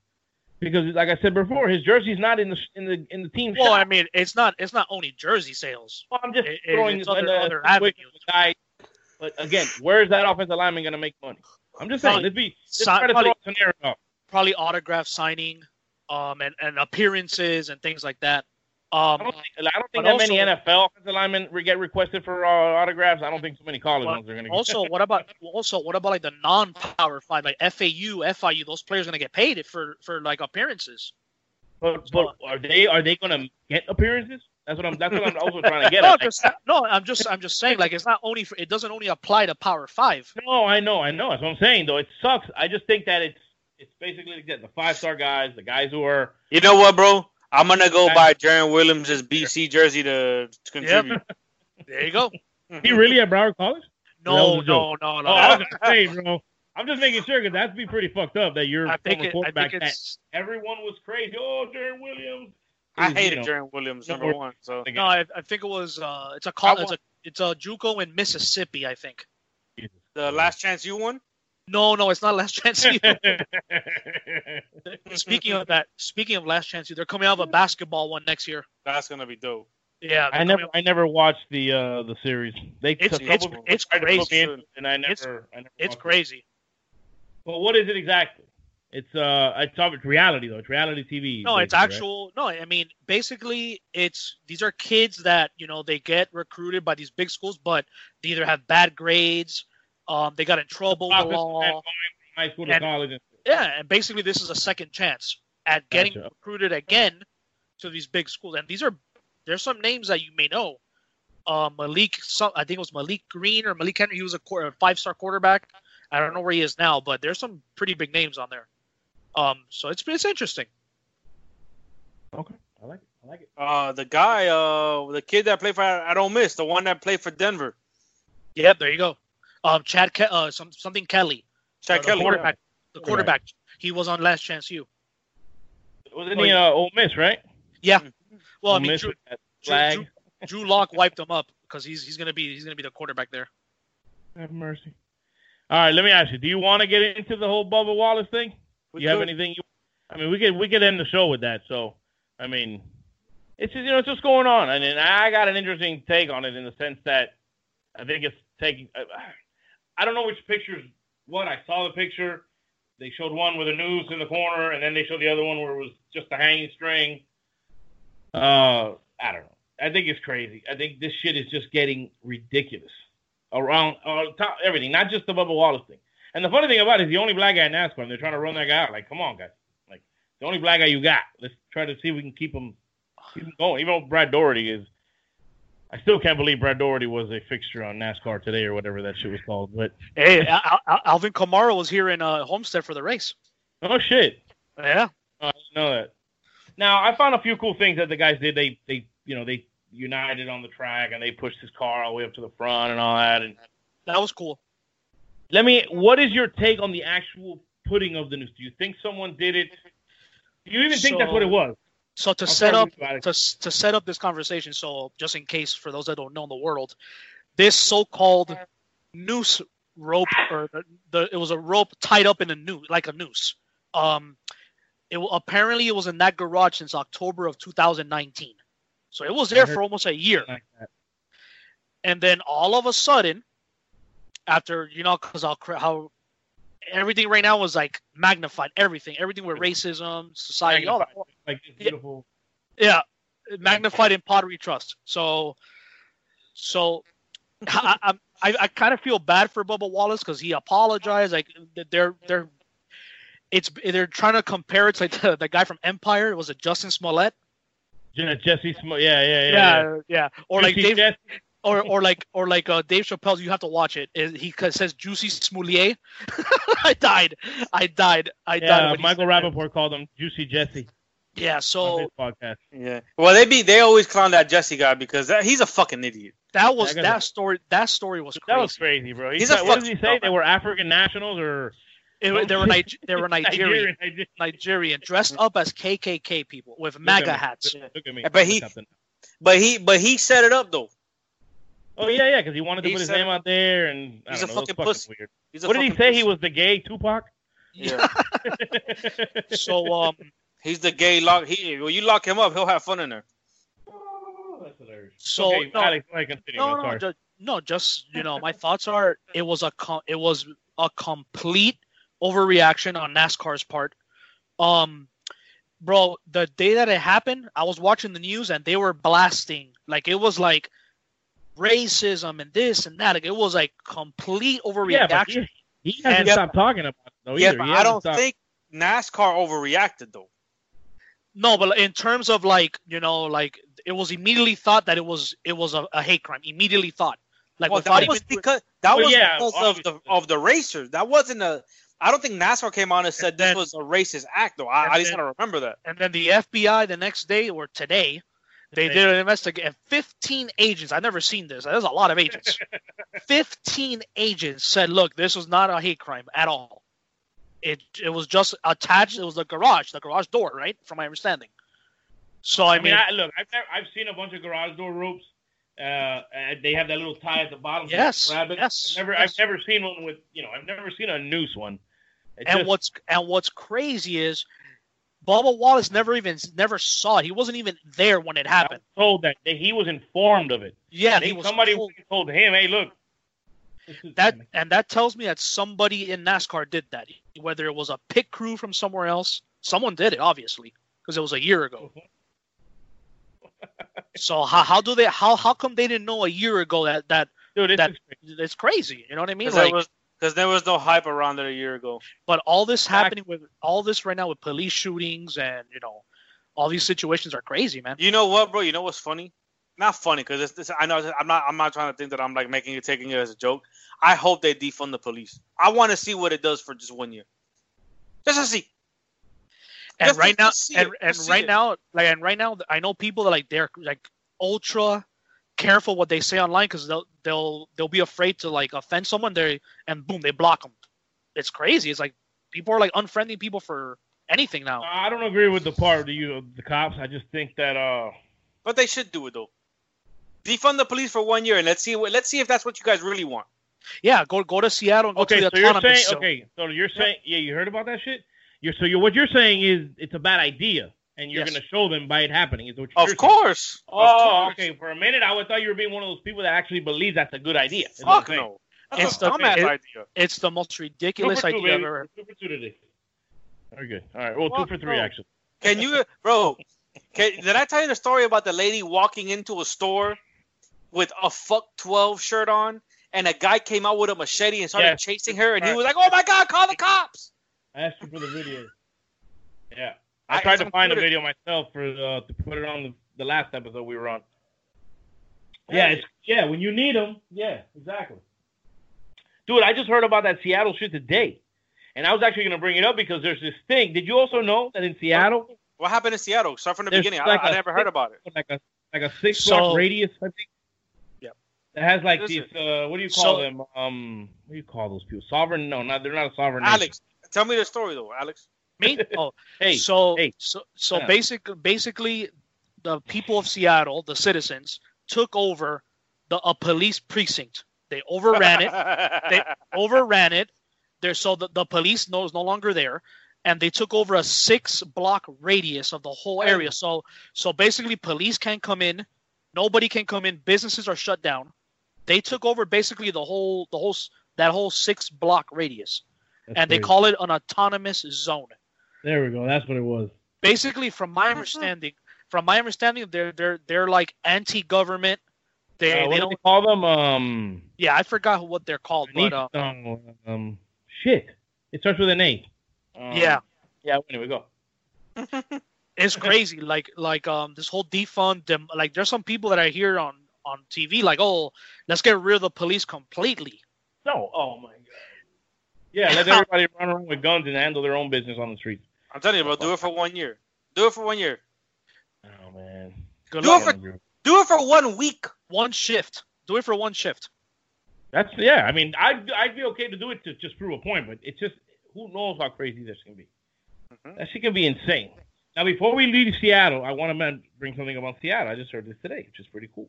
Speaker 5: because like I said before, his jersey's not in the in the in the team.
Speaker 6: Well,
Speaker 5: shop.
Speaker 6: I mean, it's not it's not only jersey sales.
Speaker 5: Well, I'm just
Speaker 6: it- it-
Speaker 5: throwing
Speaker 6: it's
Speaker 5: this
Speaker 6: other-
Speaker 5: under-
Speaker 6: other
Speaker 5: situation
Speaker 6: avenues.
Speaker 5: with the guy. But again, where is that offensive lineman gonna make money? I'm just saying,
Speaker 6: Probably-
Speaker 5: let's be let's
Speaker 6: so-
Speaker 5: try to throw
Speaker 6: probably-
Speaker 5: a scenario out.
Speaker 6: Probably autograph signing, um, and, and appearances and things like that. Um,
Speaker 5: I don't think, I don't think
Speaker 6: but
Speaker 5: that many
Speaker 6: also-
Speaker 5: NFL offensive linemen re- get requested for uh, autographs. I don't think so many college ones are going to get.
Speaker 6: also, what about also what about like the non-power five, like FAU, FIU? Those players are gonna get paid for for like appearances.
Speaker 5: But, but are they are they going to get appearances? That's what I'm. That's what I'm also trying to get.
Speaker 6: no,
Speaker 5: at.
Speaker 6: I'm just, no, I'm just I'm just saying like it's not only for, it doesn't only apply to power five.
Speaker 5: No, I know, I know. That's what I'm saying. Though it sucks. I just think that it's it's basically like that. The five star guys, the guys who are
Speaker 7: You know what, bro? I'm gonna go buy Jaron Williams' BC jersey to, to contribute.
Speaker 6: There you go.
Speaker 5: he really at Broward College?
Speaker 6: No,
Speaker 5: That was
Speaker 6: no, no, no.
Speaker 5: Oh, I was gonna say, bro. I'm just making sure because that'd be pretty fucked up that you're
Speaker 6: I think
Speaker 5: former
Speaker 6: it- I
Speaker 5: quarterback.
Speaker 6: think
Speaker 5: that
Speaker 6: it's-
Speaker 5: everyone was crazy. Oh, Jaron Williams.
Speaker 7: I
Speaker 5: Is,
Speaker 7: hated
Speaker 5: you know,
Speaker 7: Jaron Williams
Speaker 5: no,
Speaker 7: number
Speaker 5: we're-
Speaker 7: one. So
Speaker 6: No, I, I think it was uh, it's a
Speaker 7: I
Speaker 6: call,
Speaker 7: want-
Speaker 6: it's a it's a JUCO in Mississippi, I think.
Speaker 7: the last chance you won.
Speaker 6: No, no, it's not Last Chance U. speaking of that, speaking of Last Chance U, they're coming out with a basketball one next year.
Speaker 7: That's gonna be dope.
Speaker 6: Yeah,
Speaker 5: I never, I never watched the uh the series. They
Speaker 6: It's-
Speaker 5: a couple
Speaker 6: it's- it's
Speaker 5: people tried to put me in,
Speaker 7: crazy.
Speaker 5: and I never,
Speaker 6: It's-
Speaker 5: I never
Speaker 6: it's
Speaker 5: watched it.
Speaker 6: crazy.
Speaker 5: But what is it exactly? It's uh, it's ob- it's reality though. It's reality TV.
Speaker 6: No, it's
Speaker 5: basically, right?
Speaker 6: actual. No, I mean basically, it's these are kids that you know they get recruited by these big schools, but they either have bad grades, um, they got in trouble with the
Speaker 5: Offensive line,
Speaker 6: law.
Speaker 5: high school to
Speaker 6: And-
Speaker 5: college. And,
Speaker 6: Yeah, and basically this is a second chance at getting
Speaker 5: Gotcha.
Speaker 6: recruited again to these big schools. And these are there's some names that you may know. Uh, Malik, some, I think it was Malik Green or Malik Henry. He was a, quar- a five-star quarterback. I don't know where he is now, but there's some pretty big names on there. Um, so it's it's interesting.
Speaker 5: okay, I like it. I like it.
Speaker 7: Uh, the guy, uh, the kid that played for I don't miss the one that played for Denver,
Speaker 6: Yep, there you go. Um, Chad, Ke- uh, some something Kelly,
Speaker 5: Uh,
Speaker 6: Uh,
Speaker 7: Chad
Speaker 6: the
Speaker 7: Kelly.
Speaker 6: quarterback. The
Speaker 5: Right.
Speaker 6: quarterback. He was on Last Chance U.
Speaker 5: Wasn't
Speaker 6: Oh,
Speaker 5: he uh, Ole Miss, right?
Speaker 6: Yeah.
Speaker 5: Ole
Speaker 6: Well, I mean,
Speaker 5: Miss
Speaker 6: Drew,
Speaker 5: with that
Speaker 6: Drew-
Speaker 5: flag.
Speaker 6: Drew- Drew Lock wiped him up because he's he's gonna be he's gonna be the quarterback there.
Speaker 5: Have mercy. All right, let me ask you. Do you want to get into the whole Bubba Wallace thing? Do
Speaker 7: We
Speaker 5: you have
Speaker 7: could.
Speaker 5: anything? You, I mean, we could we could end the show with that. So, I mean, it's just you know it's just going on, and, and I got an interesting take on it in the sense that I think it's taking. I, I don't know which pictures. What I saw the picture. They showed one with a noose in the corner, and then they showed the other one where it was just a hanging string. Uh, I don't know. I think it's crazy. I think this shit is just getting ridiculous around uh, top, everything, not just the Bubba Wallace thing. And the funny thing about it is the only black guy in NASCAR, and they're trying to run that guy out. Like, come on, guys. Like, the only black guy you got. Let's try to see if we can keep him, keep him going. Even though Brad Doherty is, I still can't believe Brad Doherty was a fixture on NASCAR today or whatever that shit was called. But
Speaker 6: Hey, Al- Al- Alvin Kamara was here in uh, Homestead for the race.
Speaker 5: oh shit,
Speaker 6: Yeah.
Speaker 5: Oh, I didn't know that. Now I found a few cool things that the guys did. They they you know they united on the track and they pushed his car all the way up to the front and all that. And
Speaker 6: That was cool.
Speaker 5: Let me. What is your take on the actual putting of the noose? Do you think someone did it? Do you even think that's what it
Speaker 6: So-
Speaker 5: was?
Speaker 6: So to
Speaker 5: I'm
Speaker 6: set
Speaker 5: sorry,
Speaker 6: up
Speaker 5: Mr. Maddox.
Speaker 6: to, s- to set up this conversation, so just in case for those that don't know in the world, this so-called noose rope or the, the it was a rope tied up in a noose like a noose. Um, it wa- apparently it was in that garage since October of 2019, so it was there for almost a year.
Speaker 5: Like that.
Speaker 6: and then all of a sudden, after you know, because how, cra- how everything right now was like magnified, everything, everything with racism, society, all that.
Speaker 5: Like this
Speaker 6: Yeah.
Speaker 5: beautiful.
Speaker 6: Yeah, magnified in pottery trust. So, so I, I, I, I kind of feel bad for Bubba Wallace because he apologized. Like they're they're it's they're trying to compare it to like the, the guy from Empire. It was a Justin Smollett.
Speaker 5: Je- uh, Jesse Smollett. Yeah, yeah, yeah. yeah.
Speaker 6: yeah. Or like
Speaker 5: Jesse
Speaker 6: Dave,
Speaker 5: Jesse-
Speaker 6: or or like or like uh, Dave Chappelle's. You have to watch it. Is- He ca- says Juicy Smollett. I died. I died. I died.
Speaker 5: yeah
Speaker 6: when he
Speaker 5: uh, Michael
Speaker 6: said that.
Speaker 5: Rappaport called him Juicy Jesse
Speaker 6: Yeah.
Speaker 5: on
Speaker 6: So
Speaker 5: his podcast.
Speaker 7: Yeah. Well, they be they always clown that Jesse guy because that, he's a fucking idiot.
Speaker 6: that was
Speaker 5: I gotta-
Speaker 6: that story. That story was
Speaker 5: That
Speaker 6: crazy.
Speaker 5: was crazy, bro. He
Speaker 7: He's
Speaker 5: said,
Speaker 7: a
Speaker 5: what did he
Speaker 7: fucking
Speaker 5: say? They were African nationals or
Speaker 6: It- they were Nige- they were Nigerian.
Speaker 5: Nigerian. Nigerian.
Speaker 6: Nigerian dressed up as KKK people with MAGA
Speaker 5: Look at me.
Speaker 6: hats.
Speaker 5: Look at me.
Speaker 7: But he- But he but he set it up though.
Speaker 5: Oh yeah, yeah, because he wanted to
Speaker 7: He
Speaker 5: put his
Speaker 7: said-
Speaker 5: name out there, and I
Speaker 7: He's
Speaker 5: don't
Speaker 7: a
Speaker 5: know, it was
Speaker 7: fucking pussy.
Speaker 5: Weird.
Speaker 7: He's a
Speaker 5: What did he
Speaker 7: fucking
Speaker 5: say? He was the gay Tupac.
Speaker 7: Yeah.
Speaker 6: So um,
Speaker 7: he's the gay lock. He well, you lock him up, he'll have fun in there.
Speaker 5: Oh, That's hilarious.
Speaker 6: So,
Speaker 5: okay,
Speaker 6: no.
Speaker 5: Alex, go ahead, continue.
Speaker 6: no,
Speaker 5: I'm
Speaker 6: no,
Speaker 5: sorry.
Speaker 6: just, no, just you know, my thoughts are it was a com- it was a complete overreaction on NASCAR's part. Um, bro, the day that it happened, I was watching the news and they were blasting like it was like racism and this and that. Like, it was like complete
Speaker 5: Yeah,
Speaker 6: overreaction.
Speaker 5: but he, he hasn't
Speaker 6: And-
Speaker 5: stopped talking about it though
Speaker 7: yeah,
Speaker 5: Oh, either.
Speaker 7: but
Speaker 5: He
Speaker 7: I
Speaker 5: hasn't
Speaker 7: don't
Speaker 5: stopped-
Speaker 7: think NASCAR overreacted though.
Speaker 6: No, but in terms of like you know, like it was immediately thought that it was it was a, a hate crime. Immediately thought, like
Speaker 7: well,
Speaker 6: without
Speaker 7: that was
Speaker 6: even-
Speaker 7: because that
Speaker 5: Well,
Speaker 7: was
Speaker 5: yeah,
Speaker 7: because of the of the racers. That wasn't a. I don't think NASCAR came on and said
Speaker 6: then-
Speaker 7: this was a racist act though. I,
Speaker 6: and
Speaker 7: I just
Speaker 6: then-
Speaker 7: gotta remember that.
Speaker 6: and then the FBI the next day or today, they
Speaker 5: Today.
Speaker 6: did an investigation. Fifteen agents. I've never seen this. There's a lot of agents. Fifteen agents said, "Look, this was not a hate crime at all. It it was just attached. It was the garage, the garage door, right? From my understanding. So
Speaker 5: I
Speaker 6: I,
Speaker 5: mean, I, look, I've never, I've seen a bunch of garage door ropes. Uh, and they have that little tie at the bottom. so you
Speaker 6: Yes,
Speaker 5: can grab it.
Speaker 6: yes,
Speaker 5: I've never,
Speaker 6: yes.
Speaker 5: I've never seen one with, you know, I've never seen a noose one. It
Speaker 6: and
Speaker 5: just-
Speaker 6: what's and what's crazy is Bubba Wallace never even never saw it. He wasn't even there when it
Speaker 5: I
Speaker 6: happened.
Speaker 5: was told that, that he was informed of it.
Speaker 6: Yeah,
Speaker 5: They-
Speaker 6: he was
Speaker 5: somebody
Speaker 6: told
Speaker 5: told him, "Hey, look, this is-
Speaker 6: that and that tells me that somebody in NASCAR did that. Whether it was a pit crew from somewhere else, someone did it obviously because it was a year ago. so how, how do they how how come they didn't know a year ago that that
Speaker 5: dude, this
Speaker 6: that-
Speaker 5: is crazy.
Speaker 6: it's crazy? You know what I mean?
Speaker 7: Because
Speaker 6: Like,
Speaker 7: there was because there was no hype around it a year ago.
Speaker 6: but all this happening with all this right now with police shootings and you know all these situations are crazy, man.
Speaker 7: You know what, bro? You know what's funny? Not funny because it's, it's, I know I'm not. I'm not trying to think that I'm like making it, taking it as a joke. I hope they defund the police. I want to see what it does for just one year. Just to see.
Speaker 6: and
Speaker 7: Just to-
Speaker 6: right now
Speaker 7: just see
Speaker 6: and,
Speaker 7: it,
Speaker 6: and
Speaker 7: just see
Speaker 6: right
Speaker 7: it.
Speaker 6: now like and right now i know people that like they're like ultra careful what they say online because they'll they'll they'll be afraid to like offend someone they and boom they block them it's crazy it's like people are like unfriendly people for anything now
Speaker 5: I don't agree with the part of you of the cops. I just think that uh,
Speaker 7: But they should do it though. Defund the police for one year and let's see. What, let's see if that's what you guys really want.
Speaker 6: yeah go go to seattle and go
Speaker 5: okay,
Speaker 6: to the
Speaker 5: so you're
Speaker 6: autonomous
Speaker 5: saying,
Speaker 6: zone.
Speaker 5: okay, so you're saying, yeah, you heard about that shit. You're so you're what you're saying is it's a bad idea, and you're
Speaker 6: Yes.
Speaker 5: going to show them by it happening. Is what you're
Speaker 7: Of
Speaker 5: saying.
Speaker 7: course. Of
Speaker 5: Oh,
Speaker 7: course.
Speaker 5: okay. For a minute, I would thought you were being one of those people that actually believes that's a good idea. is what I'm
Speaker 7: Fuck
Speaker 5: saying.
Speaker 7: no. That's
Speaker 6: It's
Speaker 7: a
Speaker 6: the-
Speaker 7: dumbass
Speaker 6: it-
Speaker 7: idea.
Speaker 6: it's the most
Speaker 5: Two for
Speaker 6: ridiculous
Speaker 5: two,
Speaker 6: idea
Speaker 5: baby.
Speaker 6: i've ever heard.
Speaker 5: Two for two today. Very good. All right. Well,
Speaker 7: Fuck
Speaker 5: two for three
Speaker 7: no.
Speaker 5: actually.
Speaker 7: Can you, bro? Can, did I tell you the story about the lady walking into a store with a fuck twelve shirt on, and a guy came out with a machete and started
Speaker 5: Yes.
Speaker 7: chasing her, and he was like, "Oh my god, call the cops!"
Speaker 5: I asked you for the video. Yeah.
Speaker 7: I-
Speaker 5: I
Speaker 7: it's
Speaker 5: tried to
Speaker 7: on
Speaker 5: find the
Speaker 7: Twitter.
Speaker 5: video myself for uh, to put it on the, the last episode we were on. Yeah, it's, yeah. When you need them, yeah, exactly. Dude, I just heard about that Seattle shit today, and I was actually gonna bring it up because there's this thing. Did you also know that in Seattle,
Speaker 7: What happened in Seattle? Start from the
Speaker 5: There's
Speaker 7: beginning.
Speaker 5: like
Speaker 7: I, I
Speaker 5: a-
Speaker 7: never heard about it.
Speaker 5: like a like a six
Speaker 6: So-
Speaker 5: block radius, I think.
Speaker 6: Yeah.
Speaker 5: That has like
Speaker 7: What is
Speaker 5: these. Uh, what do you call
Speaker 6: So-
Speaker 5: them? Um, what do you call those people? Sovereign? No, not they're not a sovereign. nation.
Speaker 7: Alex, tell me the story though, Alex.
Speaker 6: me oh
Speaker 5: Hey.
Speaker 6: so
Speaker 5: hey.
Speaker 6: so so
Speaker 5: Yeah.
Speaker 6: basic basically the people of Seattle, the citizens, took over the a police precinct. They overran it. They overran it. There so the, the police no is no longer there. And they took over a six block radius of the whole area. So so basically police can't come in, nobody can come in, businesses are shut down. They took over basically the whole the whole s- that whole six block radius.
Speaker 5: That's
Speaker 6: and they
Speaker 5: crazy.
Speaker 6: call it an autonomous zone
Speaker 5: There we go. That's what it was.
Speaker 6: basically from my understanding from my understanding they're they're they're like anti-government
Speaker 5: Uh,
Speaker 6: they,
Speaker 5: what
Speaker 6: they
Speaker 5: do
Speaker 6: don't
Speaker 5: they call them? Um,
Speaker 6: yeah i forgot who- what they're called but uh,
Speaker 5: Neat- um, um, shit. It starts with an A. Um,
Speaker 6: yeah
Speaker 5: Yeah. Anyway, go.
Speaker 6: it's crazy like like um this whole defund dem- like there's some people that i hear on on tv like oh let's get rid of the police completely
Speaker 5: No. Oh my god. Yeah. Let everybody run around with guns and handle their own business on the streets.
Speaker 7: I'm telling you, bro. Do it for one year. Do it for one year.
Speaker 5: Oh man.
Speaker 6: good
Speaker 7: Do
Speaker 6: luck
Speaker 7: it for- Do it for one week.
Speaker 6: one shift do it for one shift
Speaker 5: That's yeah. I mean, I'd I'd be okay to do it to just prove a point, but it's just who knows how crazy this can be. That shit can be insane. Now, before we leave Seattle, I want to bring something about Seattle. I just heard this today, which is pretty cool.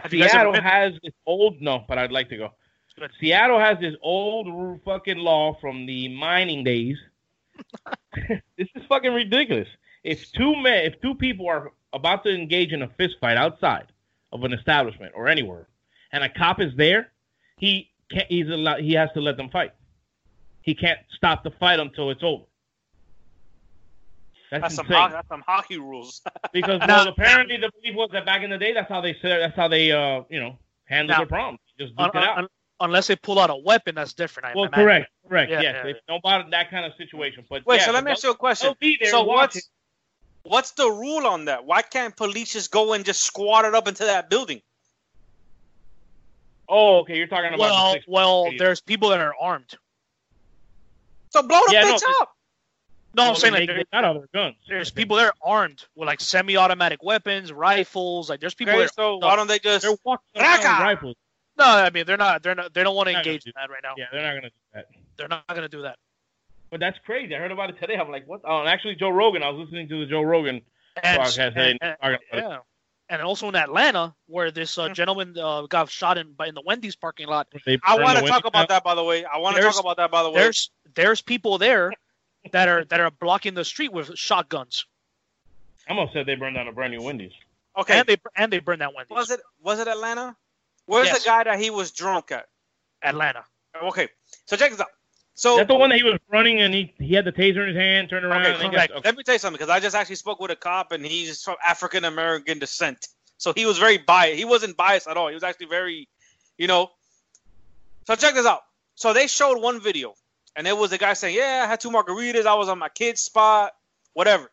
Speaker 6: have you guys ever
Speaker 5: Seattle
Speaker 6: been?
Speaker 5: has this old no, but I'd like to go.
Speaker 6: Good.
Speaker 5: Seattle has this old r- fucking law from the mining days. this is fucking ridiculous. If two men, if two people are about to engage in a fist fight outside of an establishment or anywhere, and a cop is there, he can't. He's allowed. He has to let them fight. He can't stop the fight until it's over. That's,
Speaker 7: That's some,
Speaker 5: insane.
Speaker 7: hockey, that's some hockey rules.
Speaker 5: because well, apparently the belief was that back in the day, that's how they said, that's how they, uh, you know, handled
Speaker 6: Now-
Speaker 5: their problems. Just
Speaker 6: Un-
Speaker 5: duke it out.
Speaker 6: un- unless they pull out a weapon, that's different. I
Speaker 5: well,
Speaker 6: imagine.
Speaker 5: correct, correct,
Speaker 6: Yeah,
Speaker 5: yes,
Speaker 6: yeah,
Speaker 5: it's
Speaker 6: yeah.
Speaker 5: nobody that kind of situation. But
Speaker 7: Wait,
Speaker 5: yeah,
Speaker 7: so let
Speaker 5: but
Speaker 7: me ask
Speaker 5: they'll-
Speaker 7: you a question.
Speaker 5: they'll be there
Speaker 7: so
Speaker 5: watching.
Speaker 7: what's what's the rule on that? Why can't police just go and just squat it up into that building?
Speaker 5: Oh, okay, you're talking about. the
Speaker 6: Well,
Speaker 5: six-
Speaker 6: well,
Speaker 5: Yeah.
Speaker 6: there's people that are armed.
Speaker 7: So blow the
Speaker 5: Yeah, no,
Speaker 7: bitch
Speaker 5: but-
Speaker 7: up.
Speaker 6: No,
Speaker 5: well,
Speaker 6: I'm saying
Speaker 5: they
Speaker 6: like
Speaker 5: make
Speaker 6: there-
Speaker 5: that out of their guns.
Speaker 6: there's people that are armed with like semi-automatic weapons, rifles. Like there's people.
Speaker 7: Okay,
Speaker 6: that
Speaker 7: so why don't they just?
Speaker 5: They're walking around
Speaker 7: Raka!
Speaker 5: with rifles.
Speaker 6: no, I mean they're not. They're not. They don't want to
Speaker 5: They're not gonna
Speaker 6: engage
Speaker 5: do
Speaker 6: in that right now.
Speaker 5: Yeah, they're not gonna do that.
Speaker 6: They're not going to do that.
Speaker 5: But that's crazy. I heard about it today. I'm like, what? Oh, and actually, Joe Rogan. I was listening to the Joe Rogan
Speaker 6: And,
Speaker 5: podcast. today, and he was
Speaker 6: and,
Speaker 5: talking
Speaker 6: and-
Speaker 5: about it. Mm.
Speaker 6: yeah. and also in Atlanta, where this uh, gentleman uh, got shot in by in the Wendy's parking lot.
Speaker 5: They
Speaker 7: I
Speaker 5: burned
Speaker 7: want
Speaker 5: the
Speaker 7: to talk
Speaker 5: windows
Speaker 7: about
Speaker 5: down.
Speaker 7: that, by the way. I want to
Speaker 6: There's-
Speaker 7: talk about that, by the way.
Speaker 6: There's there's people there that are that are blocking the street with shotguns,
Speaker 5: I'm upset they burned down a brand new Wendy's.
Speaker 7: Okay,
Speaker 6: and they and they burn that Wendy's.
Speaker 7: was it was it Atlanta? Where's
Speaker 6: Yes.
Speaker 7: the guy that he was drunk at?
Speaker 6: Atlanta?
Speaker 7: Okay, so check this out. So
Speaker 5: That's the one that he was running and he he had the taser in his hand, turned around.
Speaker 7: Okay,
Speaker 5: and they
Speaker 7: correct.
Speaker 5: got- okay.
Speaker 7: Let me tell you something because I just actually spoke with a cop and he's from African American descent, so he was very biased. He wasn't biased at all. He was actually very, you know. So check this out. So they showed one video, and it was the guy saying, "Yeah, I had two margaritas. I was on my kid's spot, whatever."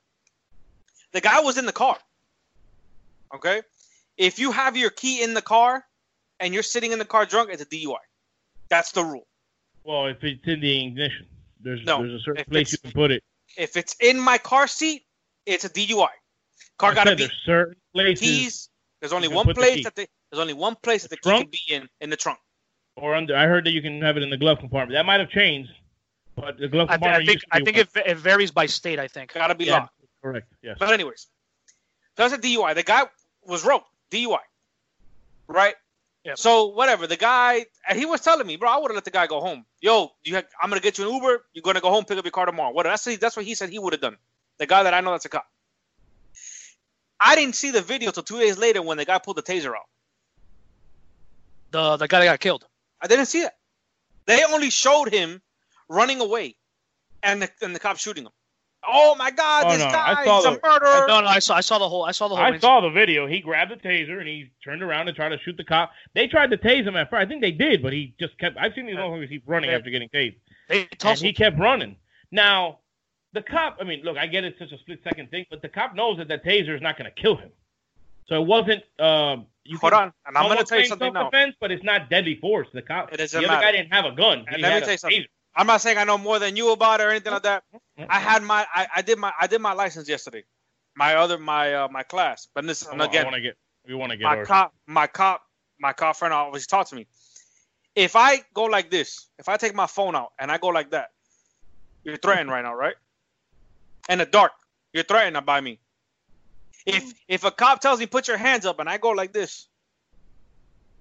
Speaker 7: The guy was in the car. Okay, if you have your key in the car and you're sitting in the car drunk, it's a DUI. That's the rule.
Speaker 5: Well, if it's in the ignition, there's
Speaker 7: No,
Speaker 5: there's a certain
Speaker 7: if
Speaker 5: place you can
Speaker 7: it's-
Speaker 5: put it.
Speaker 7: If it's in my car seat, it's a DUI. Car
Speaker 5: I
Speaker 7: gotta
Speaker 5: said
Speaker 7: be
Speaker 5: there's certain places
Speaker 7: keys. There's only
Speaker 5: can
Speaker 7: one
Speaker 5: put the key.
Speaker 7: place that they, there's only one place that the key can
Speaker 5: trunk?
Speaker 7: be in in the trunk.
Speaker 5: or under. I heard that you can have it in the glove compartment. That might have changed, but the glove
Speaker 6: I, thi- I
Speaker 5: compartment.
Speaker 6: think
Speaker 5: used to
Speaker 6: I
Speaker 5: be
Speaker 6: think
Speaker 5: one.
Speaker 6: it, it varies by state. I think.
Speaker 7: Gotta be
Speaker 5: Yeah.
Speaker 7: locked.
Speaker 5: correct. Yes.
Speaker 7: But anyways, so that's a DUI. The guy was roped. DUI. Right.
Speaker 6: Yeah.
Speaker 7: So whatever. The guy and he was telling me, bro, I would have let the guy go home. Yo, you have, I'm gonna get you an Uber. You're gonna go home, pick up your car tomorrow. What? That's that's what he said he would have done. The guy that I know that's a cop. I didn't see the video till two days later when the guy pulled the taser out.
Speaker 6: The the guy that got killed.
Speaker 7: I didn't see that. They only showed him running away, and the, and the cop shooting him. Oh my God!
Speaker 5: Oh,
Speaker 7: this
Speaker 5: no, I
Speaker 7: guy
Speaker 5: saw
Speaker 7: is a
Speaker 5: the-
Speaker 7: murderer.
Speaker 6: No, no, I saw I saw the whole I saw the whole.
Speaker 5: I
Speaker 6: incident.
Speaker 5: saw the video. He grabbed the taser and he turned around and tried to shoot the cop. They tried to tase him at first. I think they did, but he just kept. I've seen
Speaker 7: Uh,
Speaker 5: these motherfuckers keep running after getting tased.
Speaker 6: They
Speaker 5: And
Speaker 6: tussled.
Speaker 5: he kept running. Now, the cop, I mean, look, I get it's such a split second thing, but the cop knows that that taser is not going to kill him. So it wasn't. Um, you
Speaker 7: Hold
Speaker 5: can-
Speaker 7: on, and I'm gonna
Speaker 5: almost
Speaker 7: tell you
Speaker 5: saying
Speaker 7: something now.
Speaker 5: self-defense, but it's not deadly force. The cop,
Speaker 7: It
Speaker 5: the
Speaker 7: doesn't
Speaker 5: other
Speaker 7: matter.
Speaker 5: guy didn't have a gun.
Speaker 7: And
Speaker 5: He
Speaker 7: let me
Speaker 5: had
Speaker 7: tell
Speaker 5: a
Speaker 7: you something.
Speaker 5: taser.
Speaker 7: I'm not saying I know more than you about it or anything like that. I had my I, I did my I did my license yesterday. My other my uh, my class, but this and
Speaker 5: I
Speaker 7: again
Speaker 5: want to get. We want to get.
Speaker 7: my
Speaker 5: our-
Speaker 7: cop my cop my cop friend always taught to me. If I go like this, if I take my phone out and I go like that, you're threatened right now, right? In the dark, you're threatened by me. If if a cop tells me put your hands up and I go like this,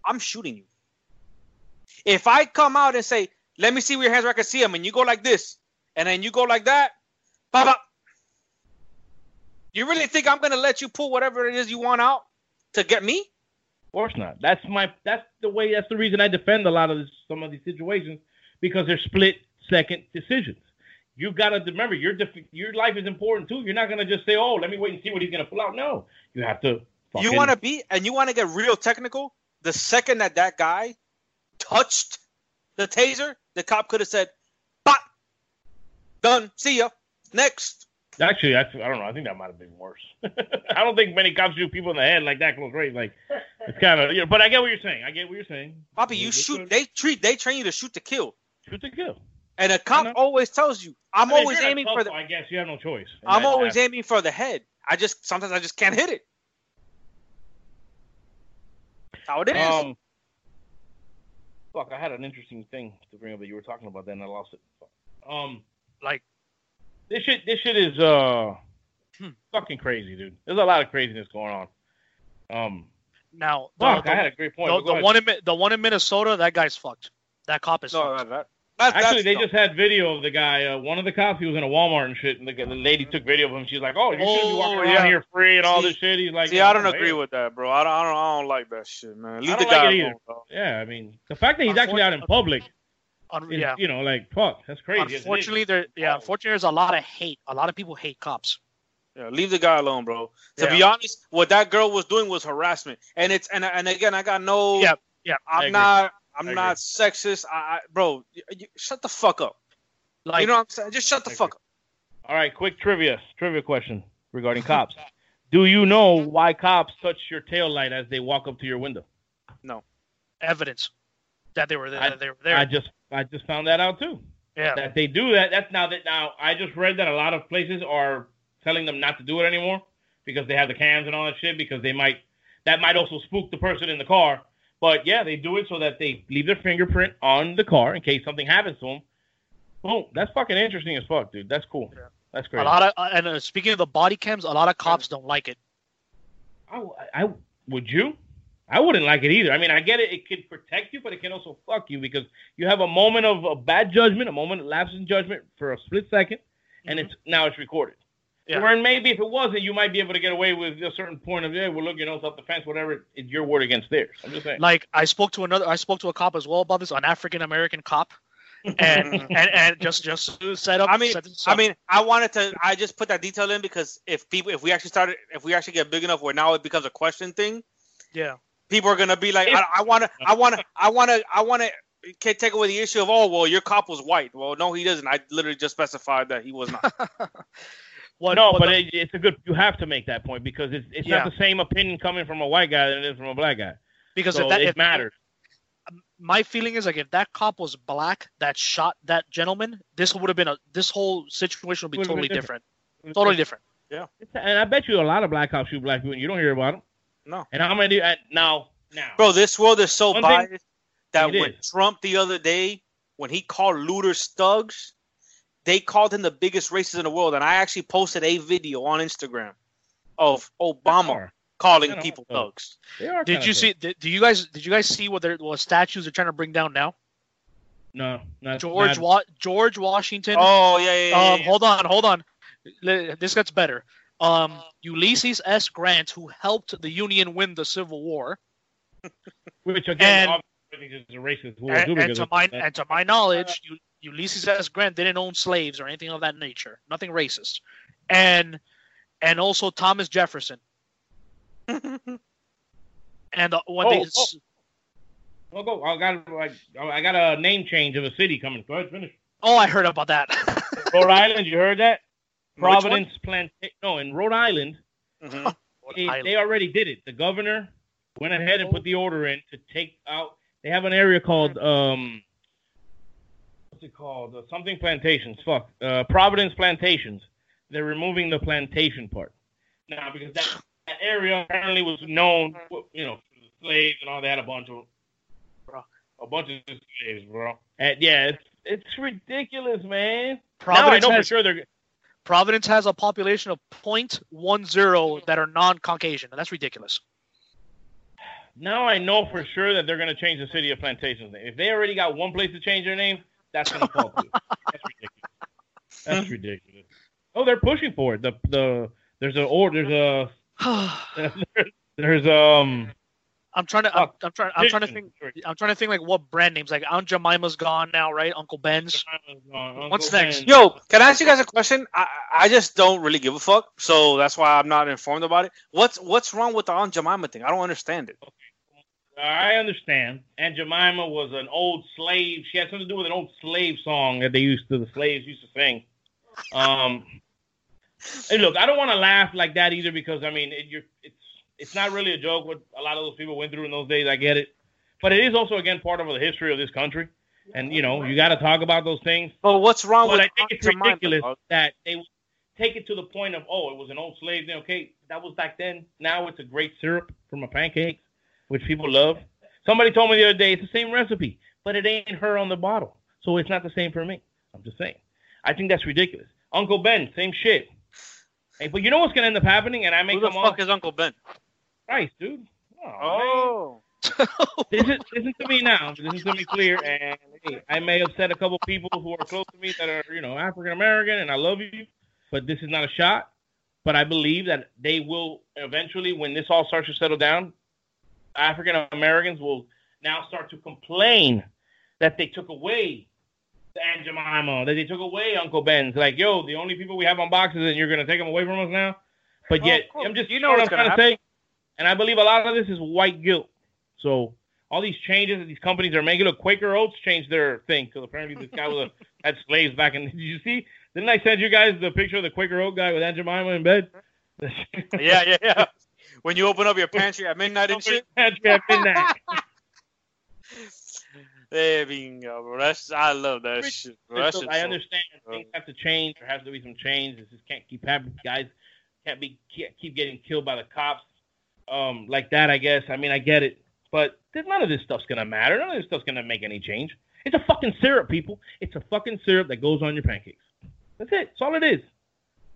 Speaker 7: I'm shooting you. If I come out and say, let me see where your hands are, I can see them, and you go like this, and then you go like that, pop up. You really think I'm gonna let you pull whatever it is you want out to get me?
Speaker 5: Of course not. That's my. That's the way. That's the reason I defend a lot of this, some of these situations because they're split second decisions. You've got to remember your def- your life is important too. You're not gonna just say, "Oh, let me wait and see what he's gonna pull out." No, you have to.
Speaker 7: You
Speaker 5: fucking-
Speaker 7: want to be and you want to get real technical. The second that that guy touched the taser, the cop could have said, "Bop, done. See ya. Next."
Speaker 5: Actually, I, I don't know. I think that might have been worse. I don't think many cops shoot people in the head like that close range. Like it's kind of. You know, but I get what you're saying. I get what you're saying.
Speaker 7: Bobby, you
Speaker 5: Good
Speaker 7: shoot.
Speaker 5: choice.
Speaker 7: They treat. They train you to shoot to kill.
Speaker 5: shoot to kill.
Speaker 7: And a cop
Speaker 5: know.
Speaker 7: always tells you, "I'm
Speaker 5: I mean, if
Speaker 7: always
Speaker 5: you're in a
Speaker 7: aiming for
Speaker 5: tussle,
Speaker 7: the.
Speaker 5: I guess you have no choice.
Speaker 7: I'm
Speaker 5: That-
Speaker 7: always
Speaker 5: that-
Speaker 7: aiming for the head. I just sometimes I just can't hit it. How it is.
Speaker 5: Um, fuck, I had an interesting thing to bring up that you were talking about, then I lost it. Um,
Speaker 6: Like-
Speaker 5: this shit, this shit is uh
Speaker 7: Hmm.
Speaker 5: fucking crazy, dude. There's a lot of craziness going on. Um,
Speaker 6: now the,
Speaker 5: fuck,
Speaker 6: the-
Speaker 5: I had a great point.
Speaker 6: the-
Speaker 5: but go
Speaker 6: the
Speaker 5: ahead.
Speaker 6: one in Mi- the one in Minnesota, that guy's fucked. That cop is
Speaker 7: no,
Speaker 6: fucked.
Speaker 7: that, that, that's-
Speaker 5: Actually,
Speaker 7: that's
Speaker 5: they
Speaker 7: dumb.
Speaker 5: just had video of the guy. Uh, one of the cops, he was in a Walmart and shit, and the, the lady took video of him. She's like, "Oh, you shouldn't be walking
Speaker 7: Oh,
Speaker 5: around
Speaker 7: yeah.
Speaker 5: here free and all
Speaker 7: See-
Speaker 5: this shit." He's like,
Speaker 7: See, I don't
Speaker 5: "Oh,
Speaker 7: agree
Speaker 5: man."
Speaker 7: with that, bro. I don't, I don't, I don't like that shit, man. Leave
Speaker 5: I
Speaker 7: the
Speaker 5: don't like
Speaker 7: guy
Speaker 5: it either.
Speaker 7: alone, bro.
Speaker 5: Yeah, I mean, the fact that he's actually out in public,
Speaker 6: Un-
Speaker 5: is,
Speaker 6: yeah.
Speaker 5: you know, like, fuck, that's crazy. It's-
Speaker 6: Unfortunately, there yeah,
Speaker 5: Oh.
Speaker 6: unfortunately, there's a lot of hate. A lot of people hate cops.
Speaker 7: Yeah, leave the guy alone, bro. To
Speaker 6: Yeah.
Speaker 7: be honest, what that girl was doing was harassment, and it's and and again, I got no.
Speaker 6: Yeah, yeah, I
Speaker 7: I'm
Speaker 6: agree.
Speaker 7: not. I'm
Speaker 6: I
Speaker 7: not sexist. I, I bro, you, you- shut the fuck up. you know what I'm saying? Just shut the fuck up.
Speaker 5: All right, quick trivia trivia question regarding cops. Do you know why cops touch your taillight as they walk up to your window?
Speaker 7: No.
Speaker 6: Evidence that they were there. that they were there.
Speaker 5: I just I just found that out too.
Speaker 6: yeah.
Speaker 5: That they do that. That's now that now I just read that a lot of places are telling them not to do it anymore because they have the cams and all that shit because they might that might also spook the person in the car. But yeah, they do it so that they leave their fingerprint on the car in case something happens to them. Boom. That's fucking interesting as fuck, dude. That's cool. That's
Speaker 6: a
Speaker 5: crazy.
Speaker 6: lot of uh, and uh, speaking of the body cams, a lot of cops don't like it.
Speaker 5: I, I would you? I wouldn't like it either. I mean, I get it. It could protect you, but it can also fuck you because you have a moment of a bad judgment, a moment of lapse in judgment for a split 2nd and it's now it's recorded.
Speaker 6: Mm-hmm. Yeah.
Speaker 5: Where maybe if it wasn't, you might be able to get away with a certain point of yeah, well, look, you know, self defense, whatever. It's your word against theirs. I'm just saying.
Speaker 6: Like I spoke to another, I spoke to a cop as well about this, an African American cop, and and and just just to set up.
Speaker 7: I mean,
Speaker 6: set this
Speaker 7: I
Speaker 6: up.
Speaker 7: mean, I wanted to. I just put that detail in because if people, if we actually started, if we actually get big enough, where now it becomes a question thing,
Speaker 6: yeah,
Speaker 7: people are gonna be like, I want to, I want to, I want to, I want to. Can't take away the issue of oh well your cop was white. Well no he doesn't. I literally just specified that he was not.
Speaker 6: what,
Speaker 5: no,
Speaker 6: what
Speaker 5: but
Speaker 6: the-
Speaker 5: it, it's a good. You have to make that point because it's it's
Speaker 6: Yeah.
Speaker 5: not the same opinion coming from a white guy than it is from a black guy.
Speaker 6: because
Speaker 5: so
Speaker 6: if that
Speaker 5: it
Speaker 6: if,
Speaker 5: matters.
Speaker 6: my feeling is like if that cop was black that shot that gentleman, this would have been a this whole situation would be
Speaker 5: Would've been
Speaker 6: totally different.
Speaker 5: different.
Speaker 6: Totally different.
Speaker 5: It's- And I bet you a lot of black cops shoot black people, and you don't hear about them.
Speaker 7: No.
Speaker 5: And how many? And now, now.
Speaker 7: Bro, this world is so
Speaker 5: One thing-
Speaker 7: biased that
Speaker 5: It
Speaker 7: when
Speaker 5: is.
Speaker 7: Trump the other day, when he called looters thugs, they called him the biggest racist in the world. And I actually posted a video on Instagram of Obama
Speaker 5: are.
Speaker 7: calling
Speaker 5: They are
Speaker 7: people
Speaker 5: thugs.
Speaker 7: thugs.
Speaker 5: They are
Speaker 6: Did
Speaker 5: kinda
Speaker 6: you
Speaker 5: cool.
Speaker 6: see? Did, do you guys? Did you guys see what they're what statues they're trying to bring down now?
Speaker 5: No, not not-
Speaker 6: George Wa- George Washington.
Speaker 7: Oh yeah, yeah, yeah.
Speaker 6: Um,
Speaker 7: yeah.
Speaker 6: hold on, hold on. Le- This gets better. Um, Ulysses S. Grant, who helped the Union win the Civil War,
Speaker 5: which again,
Speaker 6: and-
Speaker 5: obviously, is a racist war
Speaker 6: and,
Speaker 5: too,
Speaker 6: and
Speaker 5: because
Speaker 6: to
Speaker 5: of
Speaker 6: my
Speaker 5: that.
Speaker 6: and to my knowledge, U- Ulysses S. Grant didn't own slaves or anything of that nature. Nothing racist, and and also Thomas Jefferson. and uh, when they
Speaker 5: Oh, oh. Well, go. I got, I, I got a name change of a city coming. Go ahead, finish.
Speaker 6: oh, I heard about that.
Speaker 5: Rhode Island, you heard that?
Speaker 7: Which one?
Speaker 5: Providence Plantation. No, in Rhode Island,
Speaker 7: Mhm.
Speaker 5: they,
Speaker 6: Island.
Speaker 5: they already did it. The governor went ahead and put the order in to take out. They have an area called um, what's it called? Uh, something plantations. Fuck, uh, Providence plantations. They're removing the plantation part now because that, that area apparently was known, you know, for the slaves and all. They had a bunch of bro, a bunch of slaves, bro. And yeah, it's it's ridiculous, man.
Speaker 6: Providence
Speaker 5: now I know for
Speaker 6: has-
Speaker 5: sure they're
Speaker 6: Providence has a population of 0.10 that are non-Caucasian. That's ridiculous.
Speaker 5: Now I know for sure that they're going to change the city of Plantation's name. If they already got one place to change their name, that's going to fall through. That's ridiculous. That's ridiculous. Oh, they're pushing for it. The the there's a or there's a there's um
Speaker 6: I'm trying to. I'm, I'm trying. I'm trying to think.
Speaker 5: vision.
Speaker 6: I'm trying to think like what brand names. Like Aunt Jemima's gone now, right? Uncle Ben's. What's next?
Speaker 7: Yo, can I ask you guys a question? I I I just don't really give a fuck, so that's why I'm not informed about it. What's what's wrong with the Aunt Jemima thing? I don't understand it.
Speaker 5: Uh, I understand. Aunt Jemima was an old slave. She had something to do with an old slave song that they used to the slaves used to sing. Um, and look, I don't want to laugh like that either because I mean, it, you're, it's it's not really a joke what a lot of those people went through in those days. I get it, but it is also again part of the history of this country, and you know, you got to talk about those things.
Speaker 7: But what's wrong
Speaker 5: But
Speaker 7: with
Speaker 5: I think
Speaker 7: Aunt
Speaker 5: it's
Speaker 7: Jemima,
Speaker 5: ridiculous
Speaker 7: dog?
Speaker 5: that they would take it to the point of, oh, it was an old slave thing. Okay, that was back then. Now it's a great syrup from a pancake, which people love. Somebody told me the other day it's the same recipe, but it ain't her on the bottle, so it's not the same for me. I'm just saying. I think that's ridiculous. Uncle Ben, same shit. Hey, but you know what's gonna end up happening, and I may
Speaker 7: Who the
Speaker 5: come on
Speaker 7: fuck is Uncle Ben?
Speaker 5: Christ, dude. Oh, man.
Speaker 7: Oh,
Speaker 5: Listen, listen to me now. Listen to me clear. And hey, I may upset a couple people who are close to me that are, you know, African American, and I love you, but this is not a shot. But I believe that they will eventually, when this all starts to settle down, African Americans will now start to complain that they took away the Aunt Jemima, that they took away Uncle Ben's. Like, yo, the only people we have on boxes, and you're gonna take them away from us now. But
Speaker 12: Well,
Speaker 5: yet,
Speaker 12: of course.
Speaker 5: I'm just
Speaker 12: You
Speaker 5: you
Speaker 12: know
Speaker 5: know what I'm
Speaker 12: what's gonna
Speaker 5: trying to say. And I believe a lot of this is white guilt. So all these changes that these companies are making. Look, Quaker Oats changed their thing because apparently this guy was a, had slaves back in. Did you see? Didn't I send you guys the picture of the Quaker Oat guy with Aunt Jemima in bed?
Speaker 7: yeah, yeah, yeah. When you open up your pantry at midnight and shit.
Speaker 5: Pantry at midnight.
Speaker 7: There we go, bro. That's I love that shit. Bro. That
Speaker 5: So
Speaker 7: shit's
Speaker 5: I
Speaker 7: so-
Speaker 5: understand things have to change. There has to be some change. This just can't keep happening. Guys can't be can't keep getting killed by the cops um, like that. I guess. I mean, I get it, but th- none of this stuff's gonna matter. None of this stuff's gonna make any change. It's a fucking syrup, people. It's a fucking syrup that goes on your pancakes. That's it. That's all it is.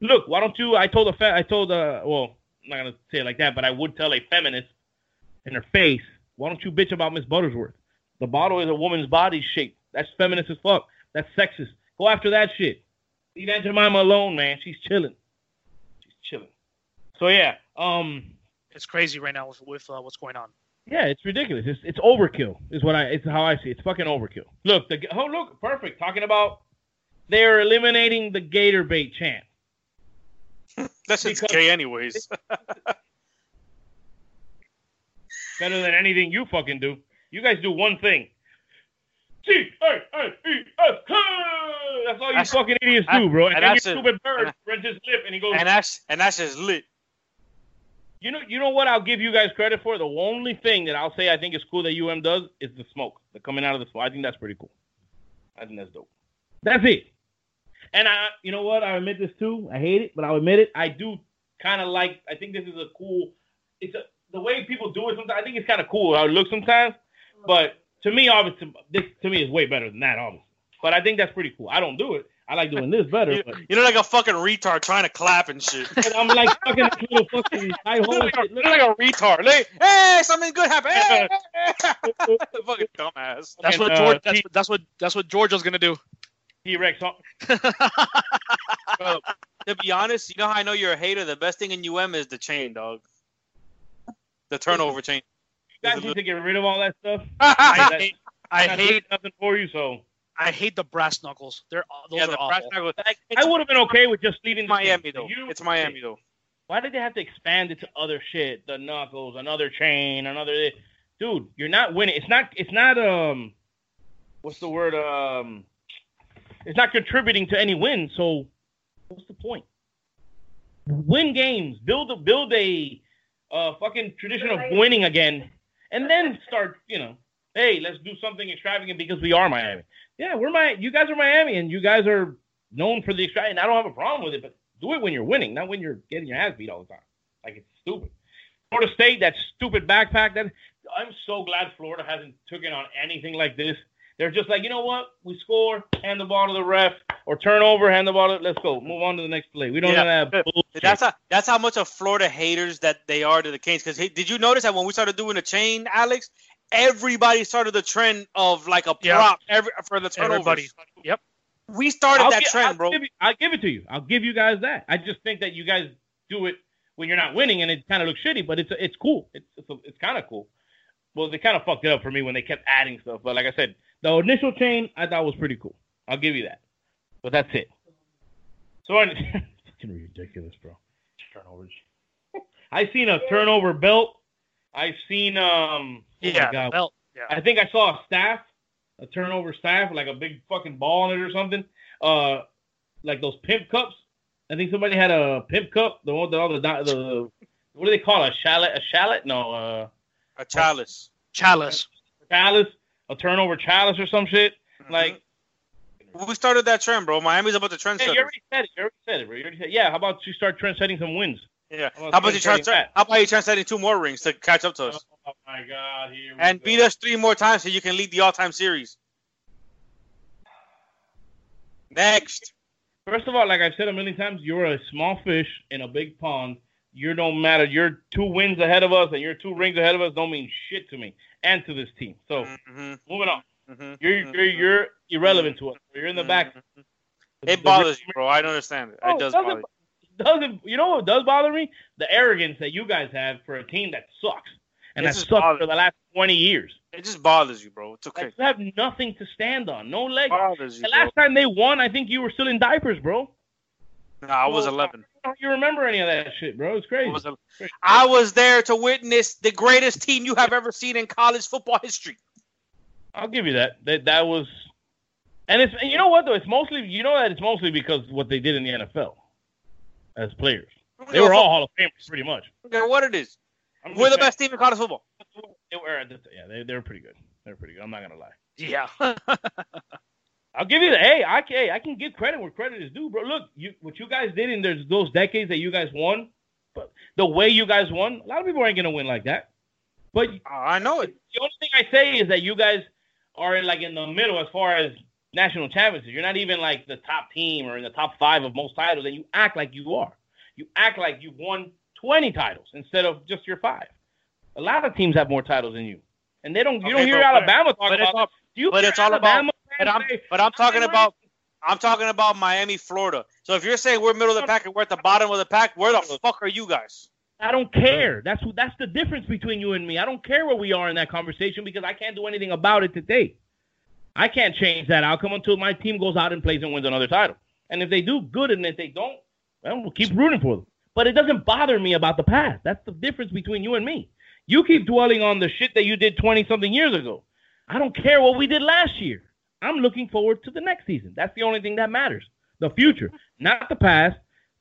Speaker 5: Look, why don't you? I told a fe- I told uh well, I'm not gonna say it like that, but I would tell a feminist in her face, why don't you bitch about Miss Buttersworth? The bottle is a woman's body shape. That's feminist as fuck. That's sexist. Go after that shit. Leave Aunt Jemima alone, man. She's chilling. She's chilling. So yeah, um,
Speaker 6: It's crazy right now with, with uh, what's going on.
Speaker 5: yeah, it's ridiculous. It's it's overkill. Is what I. It's how I see. it. It's fucking overkill. Look, the oh look, perfect. Talking about they are eliminating the gator bait chant.
Speaker 7: That's just gay, anyways.
Speaker 5: Better than anything you fucking do. You guys do one thing. G A A E S K. That's all you
Speaker 7: That's-
Speaker 5: fucking idiots
Speaker 7: I-
Speaker 5: do, bro. And,
Speaker 7: and
Speaker 5: then your
Speaker 7: that's it.
Speaker 5: stupid bird
Speaker 7: And-
Speaker 5: rents his lip and he goes.
Speaker 7: and that's and that's just lit.
Speaker 5: You know, you know what I'll give you guys credit for. The only thing that I'll say I think is cool that UM does is the smoke, the coming out of the smoke. I think that's pretty cool. I think that's dope. That's it. And I, you know what? I admit this too. I hate it, but I'll admit it. I do kind of like. I think this is a cool. It's a, the way people do it. Sometimes I think it's kind of cool how it looks sometimes. But to me, obviously, this to me is way better than that, obviously. But I think that's pretty cool. I don't do it. I like doing this better. but
Speaker 7: You know, like a fucking retard trying to clap and shit.
Speaker 5: but I'm like fucking this little fucking high hole.
Speaker 7: Look like a- look like a retard. Like, hey, something good happened. Hey, hey, hey." fucking dumbass.
Speaker 5: uh,
Speaker 6: That's what George. that's, that's what that's what George was gonna do.
Speaker 5: T Rex.
Speaker 7: Bro, to be honest, you know how I know you're a hater. The best thing in UM is the chain, dog. The turnover chain.
Speaker 5: You guys need to get rid of all that stuff.
Speaker 6: I
Speaker 5: That-
Speaker 6: hate, I
Speaker 5: that
Speaker 6: hate
Speaker 5: nothing for you. So
Speaker 6: I hate the brass knuckles. They're aw- those
Speaker 7: Yeah,
Speaker 6: are
Speaker 7: the brass
Speaker 6: awful.
Speaker 7: knuckles.
Speaker 5: I would have been okay with just leaving the
Speaker 7: Miami
Speaker 5: chain.
Speaker 7: though.
Speaker 5: You-
Speaker 7: It's Miami though.
Speaker 5: Why did they have to expand it to other shit? The knuckles, another chain, another. Dude, you're not winning. It's not. It's not. Um, what's the word? Um, it's not contributing to any win. So, what's the point? Win games. Build a build a uh, fucking tradition of winning again, and then start. You know, hey, let's do something extravagant because we are Miami. Yeah, we're my. You guys are Miami, and you guys are known for the extravagant. I don't have a problem with it, but do it when you're winning, not when you're getting your ass beat all the time. Like it's stupid. Florida State, that stupid backpack. That I'm so glad Florida hasn't taken on anything like this. They're just like, you know what? We score, hand the ball to the ref, or turnover, hand the ball. To, let's go, move on to the next play. We don't
Speaker 7: Yeah.
Speaker 5: have bullshit.
Speaker 7: That's how that's how much of Florida haters that they are to the Canes. Because did you notice that when we started doing the chain, Alex, everybody started the trend of like a prop
Speaker 6: Yeah.
Speaker 7: every, for the turnovers.
Speaker 6: Everybody. Yep.
Speaker 7: We started that
Speaker 5: gi-
Speaker 7: trend,
Speaker 5: I'll
Speaker 7: bro.
Speaker 5: Give you, I'll give it to you. I'll give you guys that. I just think that you guys do it when you're not winning, and it kind of looks shitty, but it's it's cool. It's it's, it's kind of cool. Well, they kind of fucked it up for me when they kept adding stuff. But like I said, the initial chain I thought was pretty cool. I'll give you that. But that's it. So I fucking ridiculous, bro. Turnovers. I seen a turnover belt. I've seen um. oh my
Speaker 6: Yeah.
Speaker 5: God.
Speaker 6: belt. Yeah.
Speaker 5: I think I saw a staff, a turnover staff, like a big fucking ball on it or something. Uh, like those pimp cups. I think somebody had a pimp cup. The one that all the di- the what do they call it? a shallot? A shallot? No, uh,
Speaker 7: A chalice.
Speaker 6: Chalice.
Speaker 5: chalice, a turnover chalice or some shit.
Speaker 7: Mm-hmm.
Speaker 5: Like
Speaker 7: We started that trend, bro. Miami's about the trend.
Speaker 5: hey, you already said it. You already said it, bro. You already said it. yeah. How about you start trendsetting some wins?
Speaker 7: Yeah.
Speaker 5: How
Speaker 7: How
Speaker 5: about
Speaker 7: about you try?
Speaker 5: trendsetting that?
Speaker 7: How about you translating two more rings to catch up to us
Speaker 5: Oh my god, here we
Speaker 7: and
Speaker 5: go.
Speaker 7: beat us three more times so you can lead the all-time series? Next.
Speaker 5: First of all, like I've said a million times, you're a small fish in a big pond. You don't matter. You're two wins ahead of us and you're two rings ahead of us don't mean shit to me and to this team. So
Speaker 7: Mhm,
Speaker 5: moving on.
Speaker 7: mhm.
Speaker 5: Oh. You're you're, you're irrelevant to us. You're
Speaker 7: Mm-hmm.
Speaker 5: in the back.
Speaker 7: It bothers you, bro. I don't understand it.
Speaker 5: No,
Speaker 7: It does
Speaker 5: doesn't
Speaker 7: bother. you.
Speaker 5: doesn't you know what does bother me? The arrogance that you guys have for a team that sucks and
Speaker 7: This
Speaker 5: that
Speaker 7: is
Speaker 5: sucked
Speaker 7: bothers-
Speaker 5: for the last twenty years.
Speaker 7: It just bothers you, bro. It's okay.
Speaker 5: Like, you have nothing to stand on. No leg.
Speaker 7: It bothers you,
Speaker 5: The
Speaker 7: bro.
Speaker 5: last time they won, I think you were still in diapers, bro.
Speaker 7: No, I was
Speaker 5: Well,
Speaker 7: 11.
Speaker 5: How do you remember any of that shit, bro? It's crazy.
Speaker 7: was I was there to witness the greatest team you have ever seen in college football history.
Speaker 5: I'll give you that. That that was, and it's and you know what though. It's mostly you know that it's mostly because what they did in the NFL as players. They were all Hall of Famers pretty much.
Speaker 7: Okay, what it is.
Speaker 5: I'm just
Speaker 7: We're the
Speaker 5: saying.
Speaker 7: best team in college football.
Speaker 5: They were at the- yeah, they they were pretty good. They were pretty good. I'm not gonna lie.
Speaker 6: Yeah.
Speaker 5: I'll give you the hey, I can hey, I can give credit where credit is due, bro. Look, you what you guys did in there's those decades that you guys won, but the way you guys won, a lot of people aren't gonna win like that. But
Speaker 7: Uh, I know it.
Speaker 5: the only thing I say is that you guys are in like in the middle as far as national championships. You're not even like the top team or in the top five of most titles, and you act like you are. You act like you've won 20 titles instead of just your five. A lot of teams have more titles than you, and they don't. You
Speaker 7: Okay,
Speaker 5: don't hear
Speaker 7: but-
Speaker 5: Alabama talk
Speaker 7: but it's
Speaker 5: about.
Speaker 7: all-
Speaker 5: do you
Speaker 7: but
Speaker 5: hear
Speaker 7: it's all about-
Speaker 5: Alabama
Speaker 7: But
Speaker 5: fans
Speaker 7: I'm
Speaker 5: say,
Speaker 7: but I'm talking
Speaker 5: "Hey,
Speaker 7: about I'm talking about Miami, Florida. So if you're saying we're middle of the pack and we're at the bottom of the pack, where the fuck are you guys?
Speaker 5: I don't care. That's who- that's the difference between you and me. I don't care where we are in that conversation because I can't do anything about it today. I can't change that outcome until my team goes out and plays and wins another title. And if they do, good. And if they don't, well, we'll keep rooting for them. But it doesn't bother me about the past. That's the difference between you and me. You keep dwelling on the shit that you did 20 something years ago. I don't care what we did last year. I'm looking forward to the next season. That's the only thing that matters. The future, not the past,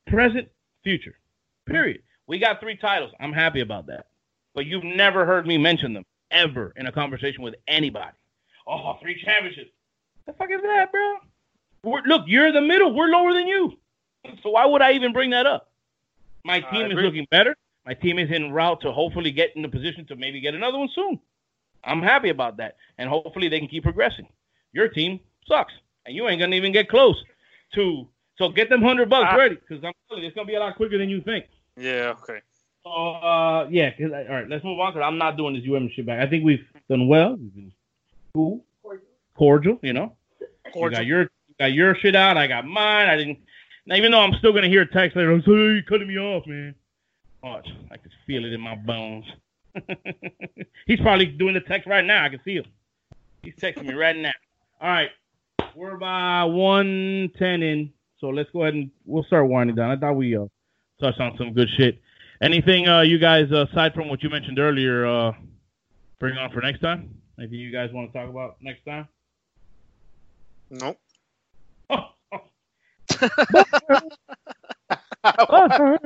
Speaker 5: present, future. Period. We got three titles. I'm happy about that. But you've never heard me mention them ever in a conversation with anybody. Oh, three championships. The fuck is that, bro? We're, look, you're in the middle. We're lower than you. So why would I even bring that up? My
Speaker 7: I
Speaker 5: team is
Speaker 7: agree.
Speaker 5: looking better. My team is en route to hopefully get in the position to maybe get another one soon. I'm happy about that. And hopefully they can keep progressing. Your team sucks. And you ain't going to even get close to. So get them 100 bucks
Speaker 7: Ah.
Speaker 5: ready because I'm telling you, it's going to be a lot quicker than you think.
Speaker 7: Yeah, okay.
Speaker 5: So, uh, yeah. 'cause I- all right, let's move on because I'm not doing this UM shit back. I think we've done well. We've been cool, cordial. You know, you got your you got your shit out. I got mine. I didn't. Now, even though I'm still gonna hear a text later, I'm sorry you cutting me off, man. Watch, I can feel it in my bones. He's probably doing the text right now. I can see him. He's texting me right now. All right, we're by one ten in. So let's go ahead and we'll start winding down. I thought we uh, touched on some good shit. Anything uh, you guys uh, aside from what you mentioned earlier, uh, bring on for next time? Anything you guys want to talk about next time?
Speaker 7: Nope.
Speaker 5: what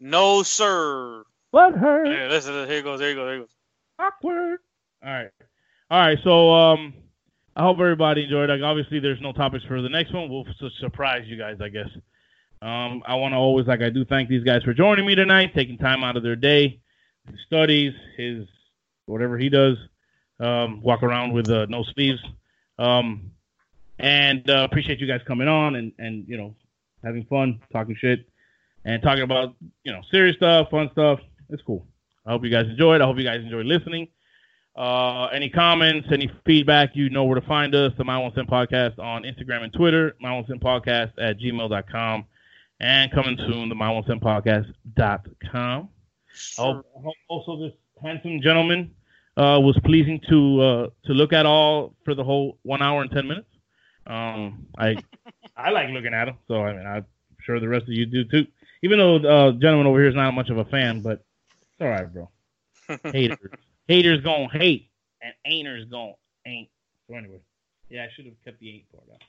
Speaker 7: no, sir.
Speaker 5: hurt?
Speaker 7: Hey, listen, here it goes, here it goes, here it goes.
Speaker 5: Awkward. All right. All right. So um, I hope everybody enjoyed. Like, obviously, there's no topics for the next one. We'll su- surprise you guys, I guess. Um, I want to always, like I do, thank these guys for joining me tonight, taking time out of their day, his studies, his whatever he does, um, walk around with uh, no sleeves. Um, and uh, appreciate you guys coming on and, and, you know, having fun, talking shit, and talking about, you know, serious stuff, fun stuff. It's cool. I hope you guys enjoyed. I hope you guys enjoyed listening. Uh, any comments, any feedback, you know where to find us. The My One Cent Podcast on Instagram and Twitter, My One Cent Podcast at gmail.com, and coming soon, the My One Cent Podcast.com. Oh, also, this handsome gentleman uh, was pleasing to uh, to look at all for the whole one hour and 10 minutes. Um, I I like looking at him, so I mean, I'm sure the rest of you do too. Even though uh, gentleman over here is not much of a fan, but it's all right, bro. Haters, haters gonna hate, and ain'ters gonna ain't. So anyway, yeah, I should have kept the ain't part out.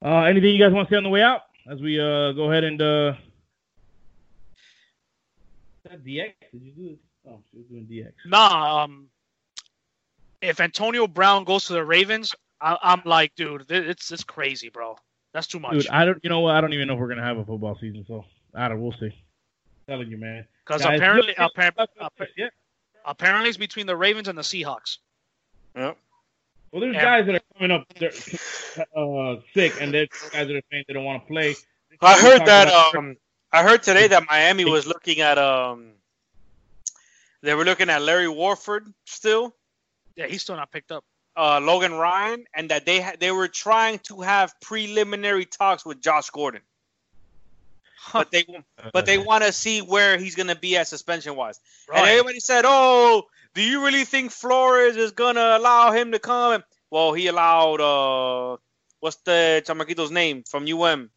Speaker 5: Uh, anything you guys want to say on the way out as we uh go ahead and uh. Is that DX? Did you do it? Oh, she was doing DX.
Speaker 6: Nah, um, if Antonio Brown goes to the Ravens, I, I'm like, dude, thi- it's it's crazy, bro. That's too much.
Speaker 5: Dude, I don't. You know what? I don't even know if we're gonna have a football season, so I don't. We'll see. telling you, man.
Speaker 6: Because
Speaker 5: Guys,
Speaker 6: apparently,
Speaker 5: look-
Speaker 6: apparently,
Speaker 5: Yeah.
Speaker 6: apparently, it's between the Ravens and the Seahawks.
Speaker 7: Yep.
Speaker 5: Well, there's
Speaker 6: Yeah.
Speaker 5: guys that are coming up they're, uh, sick, and there's guys that are saying they don't want to play.
Speaker 7: I
Speaker 5: Talk
Speaker 7: heard that
Speaker 5: about-
Speaker 7: um I heard today that Miami was looking at um they were looking at Larry Warford still,
Speaker 6: Yeah, he's still not picked up.
Speaker 7: uh Logan Ryan and that they ha- they were trying to have preliminary talks with Josh Gordon. But they but they want to see where he's going to be at suspension wise. And
Speaker 6: Right.
Speaker 7: everybody said, "Oh, do you really think Flores is going to allow him to come?" And, well, he allowed uh what's the chamaquito's name from UM?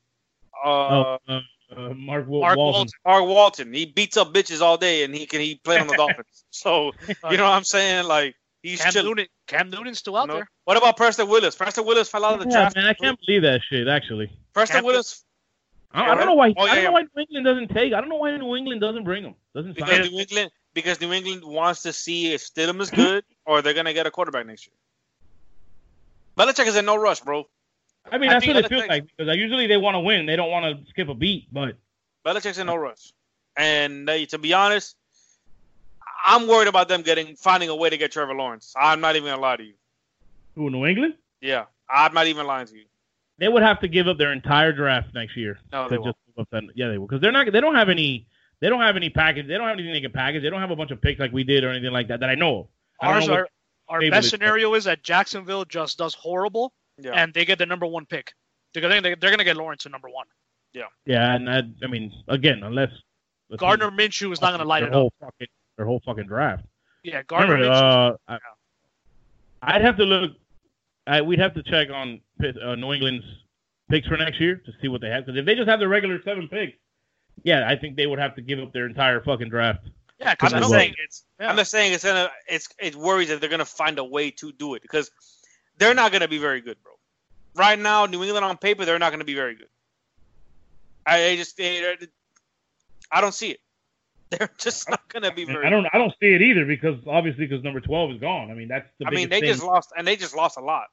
Speaker 7: Uh,
Speaker 5: Oh, uh, uh, Mark, Wa- Walton.
Speaker 7: Mark Walton. Mark Walton. He beats up bitches all day, and he can he played on the Dolphins. So you know what I'm saying? Like he's
Speaker 6: Cam
Speaker 7: chilling.
Speaker 6: Newton, Cam Newton's still out
Speaker 7: you know?
Speaker 6: there.
Speaker 7: What about Preston Willis? Preston Willis fell out of the
Speaker 5: Yeah,
Speaker 7: draft.
Speaker 5: man, I can't believe that shit. Actually,
Speaker 7: Preston
Speaker 6: Cam-
Speaker 7: Willis
Speaker 5: I, I don't know why.
Speaker 7: Oh,
Speaker 5: I
Speaker 7: yeah.
Speaker 5: don't know why New England doesn't take. I don't know why New England doesn't bring him. Doesn't sign
Speaker 7: because
Speaker 5: him.
Speaker 7: New England because New England wants to see if Stidham is good or they're gonna get a quarterback next year. Belichick is in no rush, bro.
Speaker 5: I mean,
Speaker 7: I
Speaker 5: that's
Speaker 7: think
Speaker 5: what it
Speaker 7: other
Speaker 5: feels
Speaker 7: things-
Speaker 5: like because like, usually they want to win. They don't want to skip a beat. But
Speaker 7: Belichick's in no rush, and uh, to be honest, I'm worried about them getting finding a way to get Trevor Lawrence. I'm not even gonna lie to you.
Speaker 5: who New England?
Speaker 7: Yeah, I'm not even lying to you.
Speaker 5: They would have to give up their entire draft next year.
Speaker 7: No,
Speaker 5: to
Speaker 7: they
Speaker 5: just
Speaker 7: won't.
Speaker 5: give up that- yeah, they will because they're not. They don't have any. They don't have any package. They don't have anything they can package. They don't have a bunch of picks like we did or anything like that that I know. of. I don't
Speaker 6: Ours
Speaker 5: know what-
Speaker 6: are. Our
Speaker 5: table
Speaker 6: best
Speaker 5: is, but-
Speaker 6: scenario is that Jacksonville just does horrible
Speaker 7: Yeah.
Speaker 6: and they get the number one pick. They're gonna, they're gonna get Lawrence at number one.
Speaker 5: yeah, and I, I mean, again, unless let's see.
Speaker 6: Gardner Minshew is not gonna light
Speaker 5: their
Speaker 6: it up.
Speaker 5: whole fucking their whole fucking draft.
Speaker 6: Yeah, Gardner
Speaker 5: Remember,
Speaker 6: Minshew.
Speaker 5: uh, I, I'd have to look. I, we'd have to check on Pitt- uh, New England's picks for next year to see what they have. Because if they just have the regular seven picks, yeah, I think they would have to give up their entire fucking draft.
Speaker 6: yeah,
Speaker 7: I'm
Speaker 6: because I
Speaker 7: just
Speaker 6: don't
Speaker 7: saying
Speaker 6: think
Speaker 7: it's.
Speaker 6: Yeah.
Speaker 7: I'm just saying it's gonna. It's it worries that they're gonna find a way to do it because they're not gonna be very good, bro. Right now, New England on paper, they're not gonna be very good. I, I just. they- I don't see it. They're just not gonna be very.
Speaker 5: I don't. I don't see it either because obviously because number twelve is gone. I mean that's the.
Speaker 7: I mean,
Speaker 5: biggest
Speaker 7: they
Speaker 5: thing.
Speaker 7: just lost, and they just lost a lot.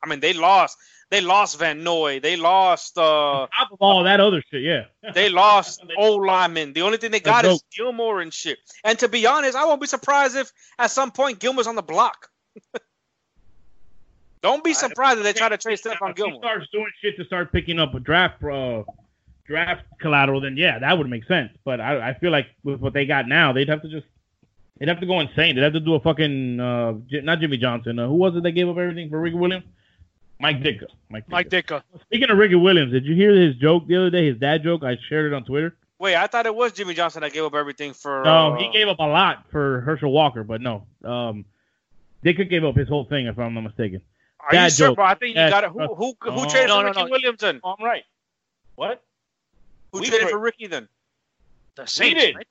Speaker 7: I mean, they lost. They lost Van Noy. They lost. uh
Speaker 5: top of all that other shit. Yeah.
Speaker 7: They lost old linemen. The only thing they got
Speaker 5: That's
Speaker 7: is Gilmore and shit. And to be honest, I won't be surprised if at some point Gilmore's on the block. Don't be surprised if they try to trade stuff on
Speaker 5: if he
Speaker 7: Gilmore.
Speaker 5: starts doing shit to start picking up a draft uh, draft collateral, then yeah, that would make sense. But I, I feel like with what they got now, they'd have to just they'd have to go insane. They'd have to do a fucking uh, J- not Jimmy Johnson. Uh, who was it that gave up everything for Ricky Williams? Mike Ditka. Mike. Ditka.
Speaker 6: Mike Ditka.
Speaker 5: Speaking of Ricky Williams, did you hear his joke the other day? His dad joke. I shared it on Twitter.
Speaker 7: Wait, I thought it was Jimmy Johnson that gave up everything for.
Speaker 5: No,
Speaker 7: uh,
Speaker 5: he gave up a lot for Herschel Walker, but no. Um, Ditka gave up his whole thing, if I'm not mistaken.
Speaker 7: Are you
Speaker 5: that
Speaker 7: sure,
Speaker 5: joke. Oh.
Speaker 7: bro? I think
Speaker 5: Yeah,
Speaker 7: you got it.
Speaker 5: trust-
Speaker 7: Who who, who
Speaker 5: No.
Speaker 7: traded
Speaker 6: No,
Speaker 7: for
Speaker 6: no,
Speaker 7: Ricky
Speaker 6: no.
Speaker 7: Williamson?
Speaker 5: I'm right. What?
Speaker 7: Who
Speaker 5: We
Speaker 7: traded
Speaker 5: tra-
Speaker 7: for Ricky then?
Speaker 6: The Saints.
Speaker 5: did.
Speaker 6: right?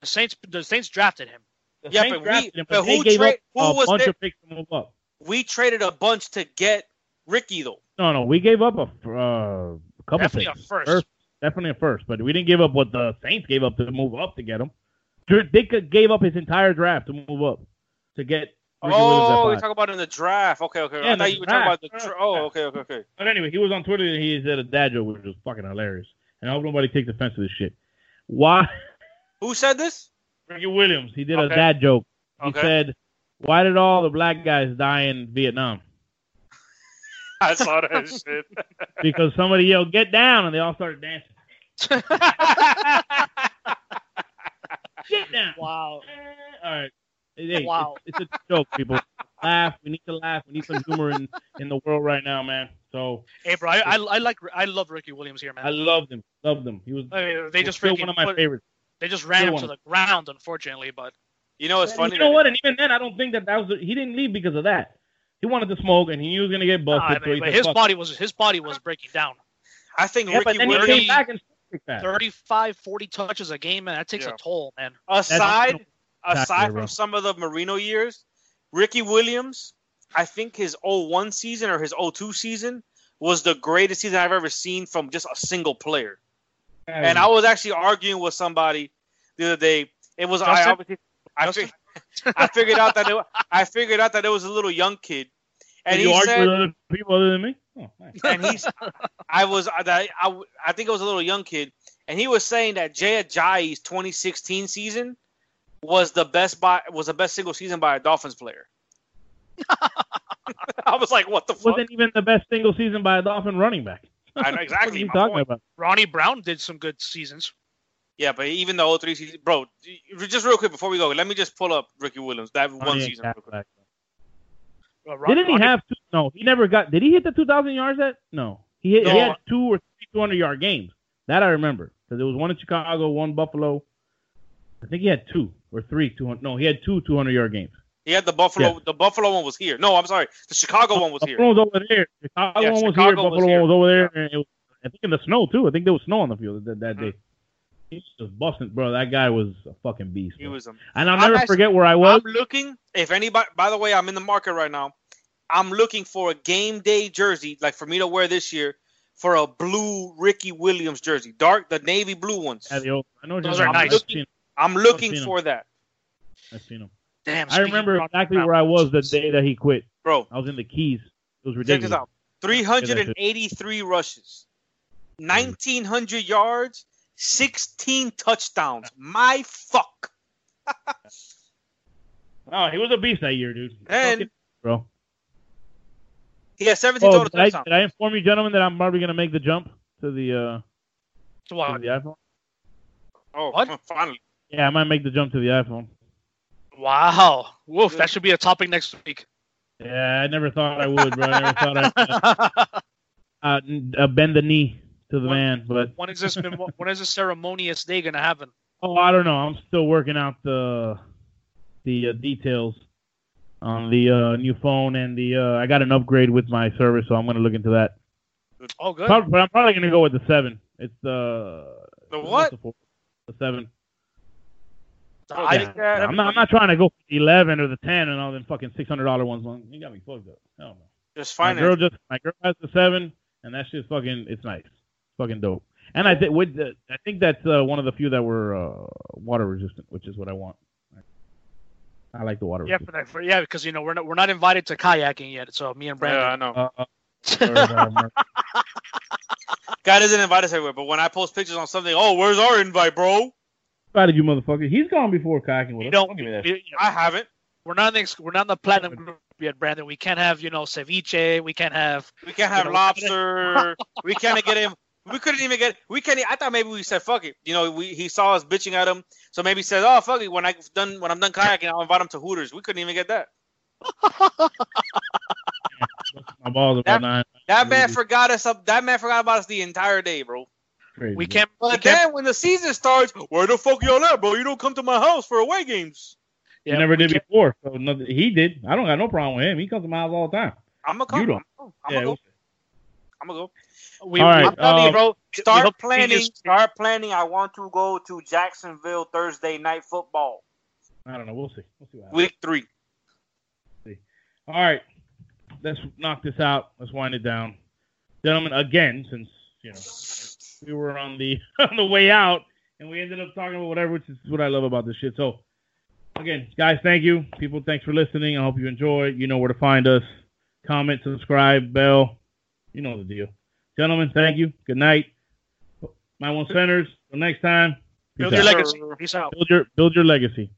Speaker 6: The Saints. The Saints drafted him.
Speaker 5: The
Speaker 7: Yeah,
Speaker 5: Saints
Speaker 7: but we-
Speaker 5: drafted him,
Speaker 7: but
Speaker 5: they
Speaker 7: who
Speaker 5: gave
Speaker 7: tra-
Speaker 5: up
Speaker 7: who
Speaker 5: a
Speaker 7: was
Speaker 5: bunch
Speaker 7: there?
Speaker 5: of picks to move up.
Speaker 7: We traded a bunch to get Ricky though.
Speaker 5: No, no, we gave up a f- uh, a couple
Speaker 6: Definitely a
Speaker 5: picks.
Speaker 6: first.
Speaker 5: definitely a first, but we didn't give up what the Saints gave up to move up to get him. Dr- They could- gave up his entire draft to move up to get. Ricky
Speaker 7: Oh,
Speaker 5: Williams
Speaker 7: you're
Speaker 5: at five.
Speaker 7: talking about in the draft. Okay, okay.
Speaker 5: Yeah,
Speaker 7: I
Speaker 5: the
Speaker 7: thought you were talking
Speaker 5: draft.
Speaker 7: about the. Tra- oh, okay, okay, okay.
Speaker 5: But anyway, he was on Twitter and he said a dad joke, which was fucking hilarious. And I hope nobody takes offense to this shit. Why
Speaker 7: Who said this?
Speaker 5: Ricky Williams? He did
Speaker 7: Okay.
Speaker 5: a dad joke. He
Speaker 7: Okay.
Speaker 5: said, "Why did all the black guys die in Vietnam?"
Speaker 7: I saw that shit.
Speaker 5: Because somebody yelled, "Get down!" and they all started dancing. Get down!
Speaker 6: Wow.
Speaker 5: Eh, All right. Hey,
Speaker 6: Wow.
Speaker 5: It's, it's a joke, people. laugh. We need to laugh. We need some humor in, in the world right now, man. So
Speaker 6: Hey, bro, I, I, I like I love Ricky Williams here, man.
Speaker 5: I loved him. Loved him. He was
Speaker 6: I mean, they
Speaker 5: was
Speaker 6: just
Speaker 5: still
Speaker 6: freaking
Speaker 5: one of my
Speaker 6: put-
Speaker 5: favorites.
Speaker 6: they just ran
Speaker 5: still
Speaker 6: him
Speaker 5: one
Speaker 6: to
Speaker 5: of-
Speaker 6: the ground, unfortunately. But
Speaker 7: You know, it's
Speaker 5: And
Speaker 7: funny.
Speaker 5: you know
Speaker 7: that-
Speaker 5: what? And even then, I don't think that that was. The, he didn't leave because of that. He wanted to smoke, and he knew he was gonna get
Speaker 6: Nah, I
Speaker 5: busted. so
Speaker 6: mean,
Speaker 5: he
Speaker 6: but
Speaker 5: said,
Speaker 6: his
Speaker 5: "Fuck
Speaker 6: body was his body was breaking down.
Speaker 7: I think
Speaker 5: it." Yeah, but
Speaker 7: Ricky
Speaker 5: then he
Speaker 7: Williams,
Speaker 5: came back and smoked like that.
Speaker 6: 35, 40 touches a game, man. That takes
Speaker 7: Yeah.
Speaker 6: a toll, man.
Speaker 7: aside
Speaker 5: That's-
Speaker 7: aside
Speaker 5: bro.
Speaker 7: from some of the Marino years, Ricky Williams, I think his 01 season or his 02 season was the greatest season I've ever seen from just a single player. And I was actually arguing with somebody the other day. It was I
Speaker 6: Justin?
Speaker 7: obviously I, fig- I figured out that it, I figured out that it was a little young kid, and
Speaker 5: Did you
Speaker 7: he
Speaker 5: argue
Speaker 7: said
Speaker 5: with other people other than me? Oh, nice.
Speaker 7: and he's I was I, I, I think I was a little young kid, and he was saying that Jay Ajayi's 2016 season was the best by was the best single season by a Dolphins player. I was like, what the fuck?
Speaker 5: wasn't even the best single season by a Dolphin running back.
Speaker 7: I know
Speaker 5: What are
Speaker 7: exactly
Speaker 5: you
Speaker 7: my
Speaker 5: talking
Speaker 7: point.
Speaker 5: about?
Speaker 6: Ronnie Brown did some good seasons.
Speaker 7: Yeah, but even the 03 season, bro. Just real quick before we go, let me just pull up Ricky Williams that one
Speaker 5: Ronnie
Speaker 7: season.
Speaker 5: ain't
Speaker 7: real quick.
Speaker 5: back.
Speaker 6: Uh, Ron-
Speaker 5: Didn't he
Speaker 6: Ronnie-
Speaker 5: have two? No, he never got. Did he hit the 2,000 yards? That no, he hit, he
Speaker 6: No.
Speaker 5: had two or three 200 yard games. That I remember because it was one in Chicago, one Buffalo. I think he had two or three 200. No, he had two 200 yard games.
Speaker 7: He had the Buffalo.
Speaker 5: Yeah.
Speaker 7: The Buffalo one was here. No, I'm sorry. The Chicago one was here.
Speaker 5: Buffalo was over there. Chicago
Speaker 7: Yeah,
Speaker 5: one was here.
Speaker 7: Chicago was
Speaker 5: Buffalo
Speaker 7: here.
Speaker 5: one was over there. And it was, I think in the snow too. I think there was snow on the field that,
Speaker 7: Mm-hmm.
Speaker 5: that day. He was just busting, bro. That guy was a fucking beast.
Speaker 7: He
Speaker 5: bro.
Speaker 7: was um,
Speaker 5: and I'll
Speaker 7: I'm
Speaker 5: never
Speaker 7: actually-
Speaker 5: forget where I was.
Speaker 7: I'm looking. If anybody, by the way, I'm in the market right now. I'm looking for a game day jersey, like for me to wear this year, for a blue Ricky Williams jersey, dark, the navy blue ones.
Speaker 5: at the old- I know what you're
Speaker 6: Those
Speaker 5: talking
Speaker 6: are
Speaker 5: about.
Speaker 6: nice.
Speaker 5: I've seen him.
Speaker 7: I'm looking
Speaker 5: seen 'em.
Speaker 7: for that,
Speaker 5: I've seen him.
Speaker 6: Damn.
Speaker 5: I remember exactly where I was the day that he quit.
Speaker 7: bro.
Speaker 5: I was in the Keys. It was
Speaker 7: Check this
Speaker 5: ridiculous.
Speaker 7: out: 383 rushes, 1900 yards, 16 touchdowns. My fuck.
Speaker 5: Oh, he was a beast that year, dude.
Speaker 7: And-
Speaker 5: Fucking- bro.
Speaker 7: He had 17
Speaker 5: Oh,
Speaker 7: total
Speaker 5: did, I,
Speaker 7: touchdowns.
Speaker 5: did I inform you, gentlemen, that I'm probably gonna make the jump to the uh, to
Speaker 6: Wow.
Speaker 5: the iPhone?
Speaker 7: Oh,
Speaker 6: What?
Speaker 7: finally.
Speaker 5: Yeah, I might make the jump to the iPhone.
Speaker 6: wow. Woof. That should be a topic next week.
Speaker 5: Yeah, I never thought I would, bro. I never thought I'd uh, n- uh, bend the knee to the
Speaker 6: One-
Speaker 5: man. But
Speaker 6: when is this? memo- When is this ceremonious day gonna happen?
Speaker 5: oh, I don't know. I'm still working out the the uh, details on the uh, new phone and the. Uh, I got an upgrade with my server, so I'm gonna look into that.
Speaker 6: Oh, good.
Speaker 5: Prob- but I'm probably gonna go with the seven. It's the
Speaker 7: The
Speaker 5: what's
Speaker 7: what?
Speaker 5: The, four? The seven.
Speaker 6: I
Speaker 5: Yeah. Yeah, I'm not. I'm not trying to go for the eleven or the ten and all them fucking six hundred dollar ones. Man. You got me fucked up. Hell no.
Speaker 7: Just
Speaker 5: My girl
Speaker 7: finally.
Speaker 5: just my girl has the seven, and that shit's fucking. It's nice, fucking dope. And I think with the, I think that's uh, one of the few that were uh, water resistant, which is what I want. I like the water.
Speaker 6: Yeah, for that, for, yeah, because you know we're not we're not invited to kayaking yet. So me and
Speaker 7: Yeah, I
Speaker 6: Brandon.
Speaker 7: know.
Speaker 5: resistant. Uh, uh,
Speaker 7: God doesn't invite us everywhere, but when I post pictures on something, oh, where's our invite, bro?
Speaker 5: Invited you, motherfucker. He's gone before kayaking with
Speaker 6: we
Speaker 5: us.
Speaker 6: don't.
Speaker 5: Don't give me that.
Speaker 6: we-
Speaker 7: I haven't.
Speaker 6: we're not in the, we're not in the platinum group yet, Brandon. We can't have you know ceviche. We can't have
Speaker 7: We can't have
Speaker 6: You know,
Speaker 7: lobster. we can't get him. We couldn't even get. We can't. e, I thought maybe we said fuck it. You know, we he saw us bitching at him, so maybe he said, oh fuck it. When I done when I'm done kayaking, I'll invite him to Hooters. We couldn't even get that.
Speaker 5: My balls about
Speaker 7: That-
Speaker 5: nine.
Speaker 7: That man
Speaker 5: Really?
Speaker 7: forgot us up. That man forgot about us the entire day, bro.
Speaker 5: Crazy,
Speaker 6: we
Speaker 5: bro.
Speaker 6: can't. we can't-
Speaker 7: But then when the season starts, where the fuck y'all at, bro? You don't come to my house for away games.
Speaker 5: He
Speaker 6: yeah,
Speaker 5: never
Speaker 6: we
Speaker 5: did
Speaker 6: can't-
Speaker 5: before. So nothing, he did. I don't got no problem with him. He comes to my house all the time.
Speaker 7: I'm gonna come.
Speaker 5: You don't.
Speaker 7: I'm gonna
Speaker 5: Yeah,
Speaker 7: go.
Speaker 5: it
Speaker 7: I'm gonna go.
Speaker 6: We,
Speaker 5: All right,
Speaker 7: I'm telling you,
Speaker 5: um,
Speaker 7: bro.
Speaker 6: we
Speaker 7: Start
Speaker 6: hope the
Speaker 7: planning.
Speaker 6: seniors-
Speaker 7: Start planning. I want to go to Jacksonville Thursday night football,
Speaker 5: I don't know. We'll see. We'll see what happens.
Speaker 7: week three.
Speaker 5: All right, let's knock this out. Let's wind it down, gentlemen. Again, since you know we were on the on the way out and we ended up talking about whatever, which is what I love about this shit. So, again, guys, thank you, people. Thanks for listening. I hope you enjoyed. You know where to find us. Comment, subscribe, bell. You know the deal, gentlemen. Thank you. Good night. My one centers. Till next time. Peace
Speaker 6: Build your
Speaker 5: out.
Speaker 6: legacy. Peace out.
Speaker 5: build your build your legacy.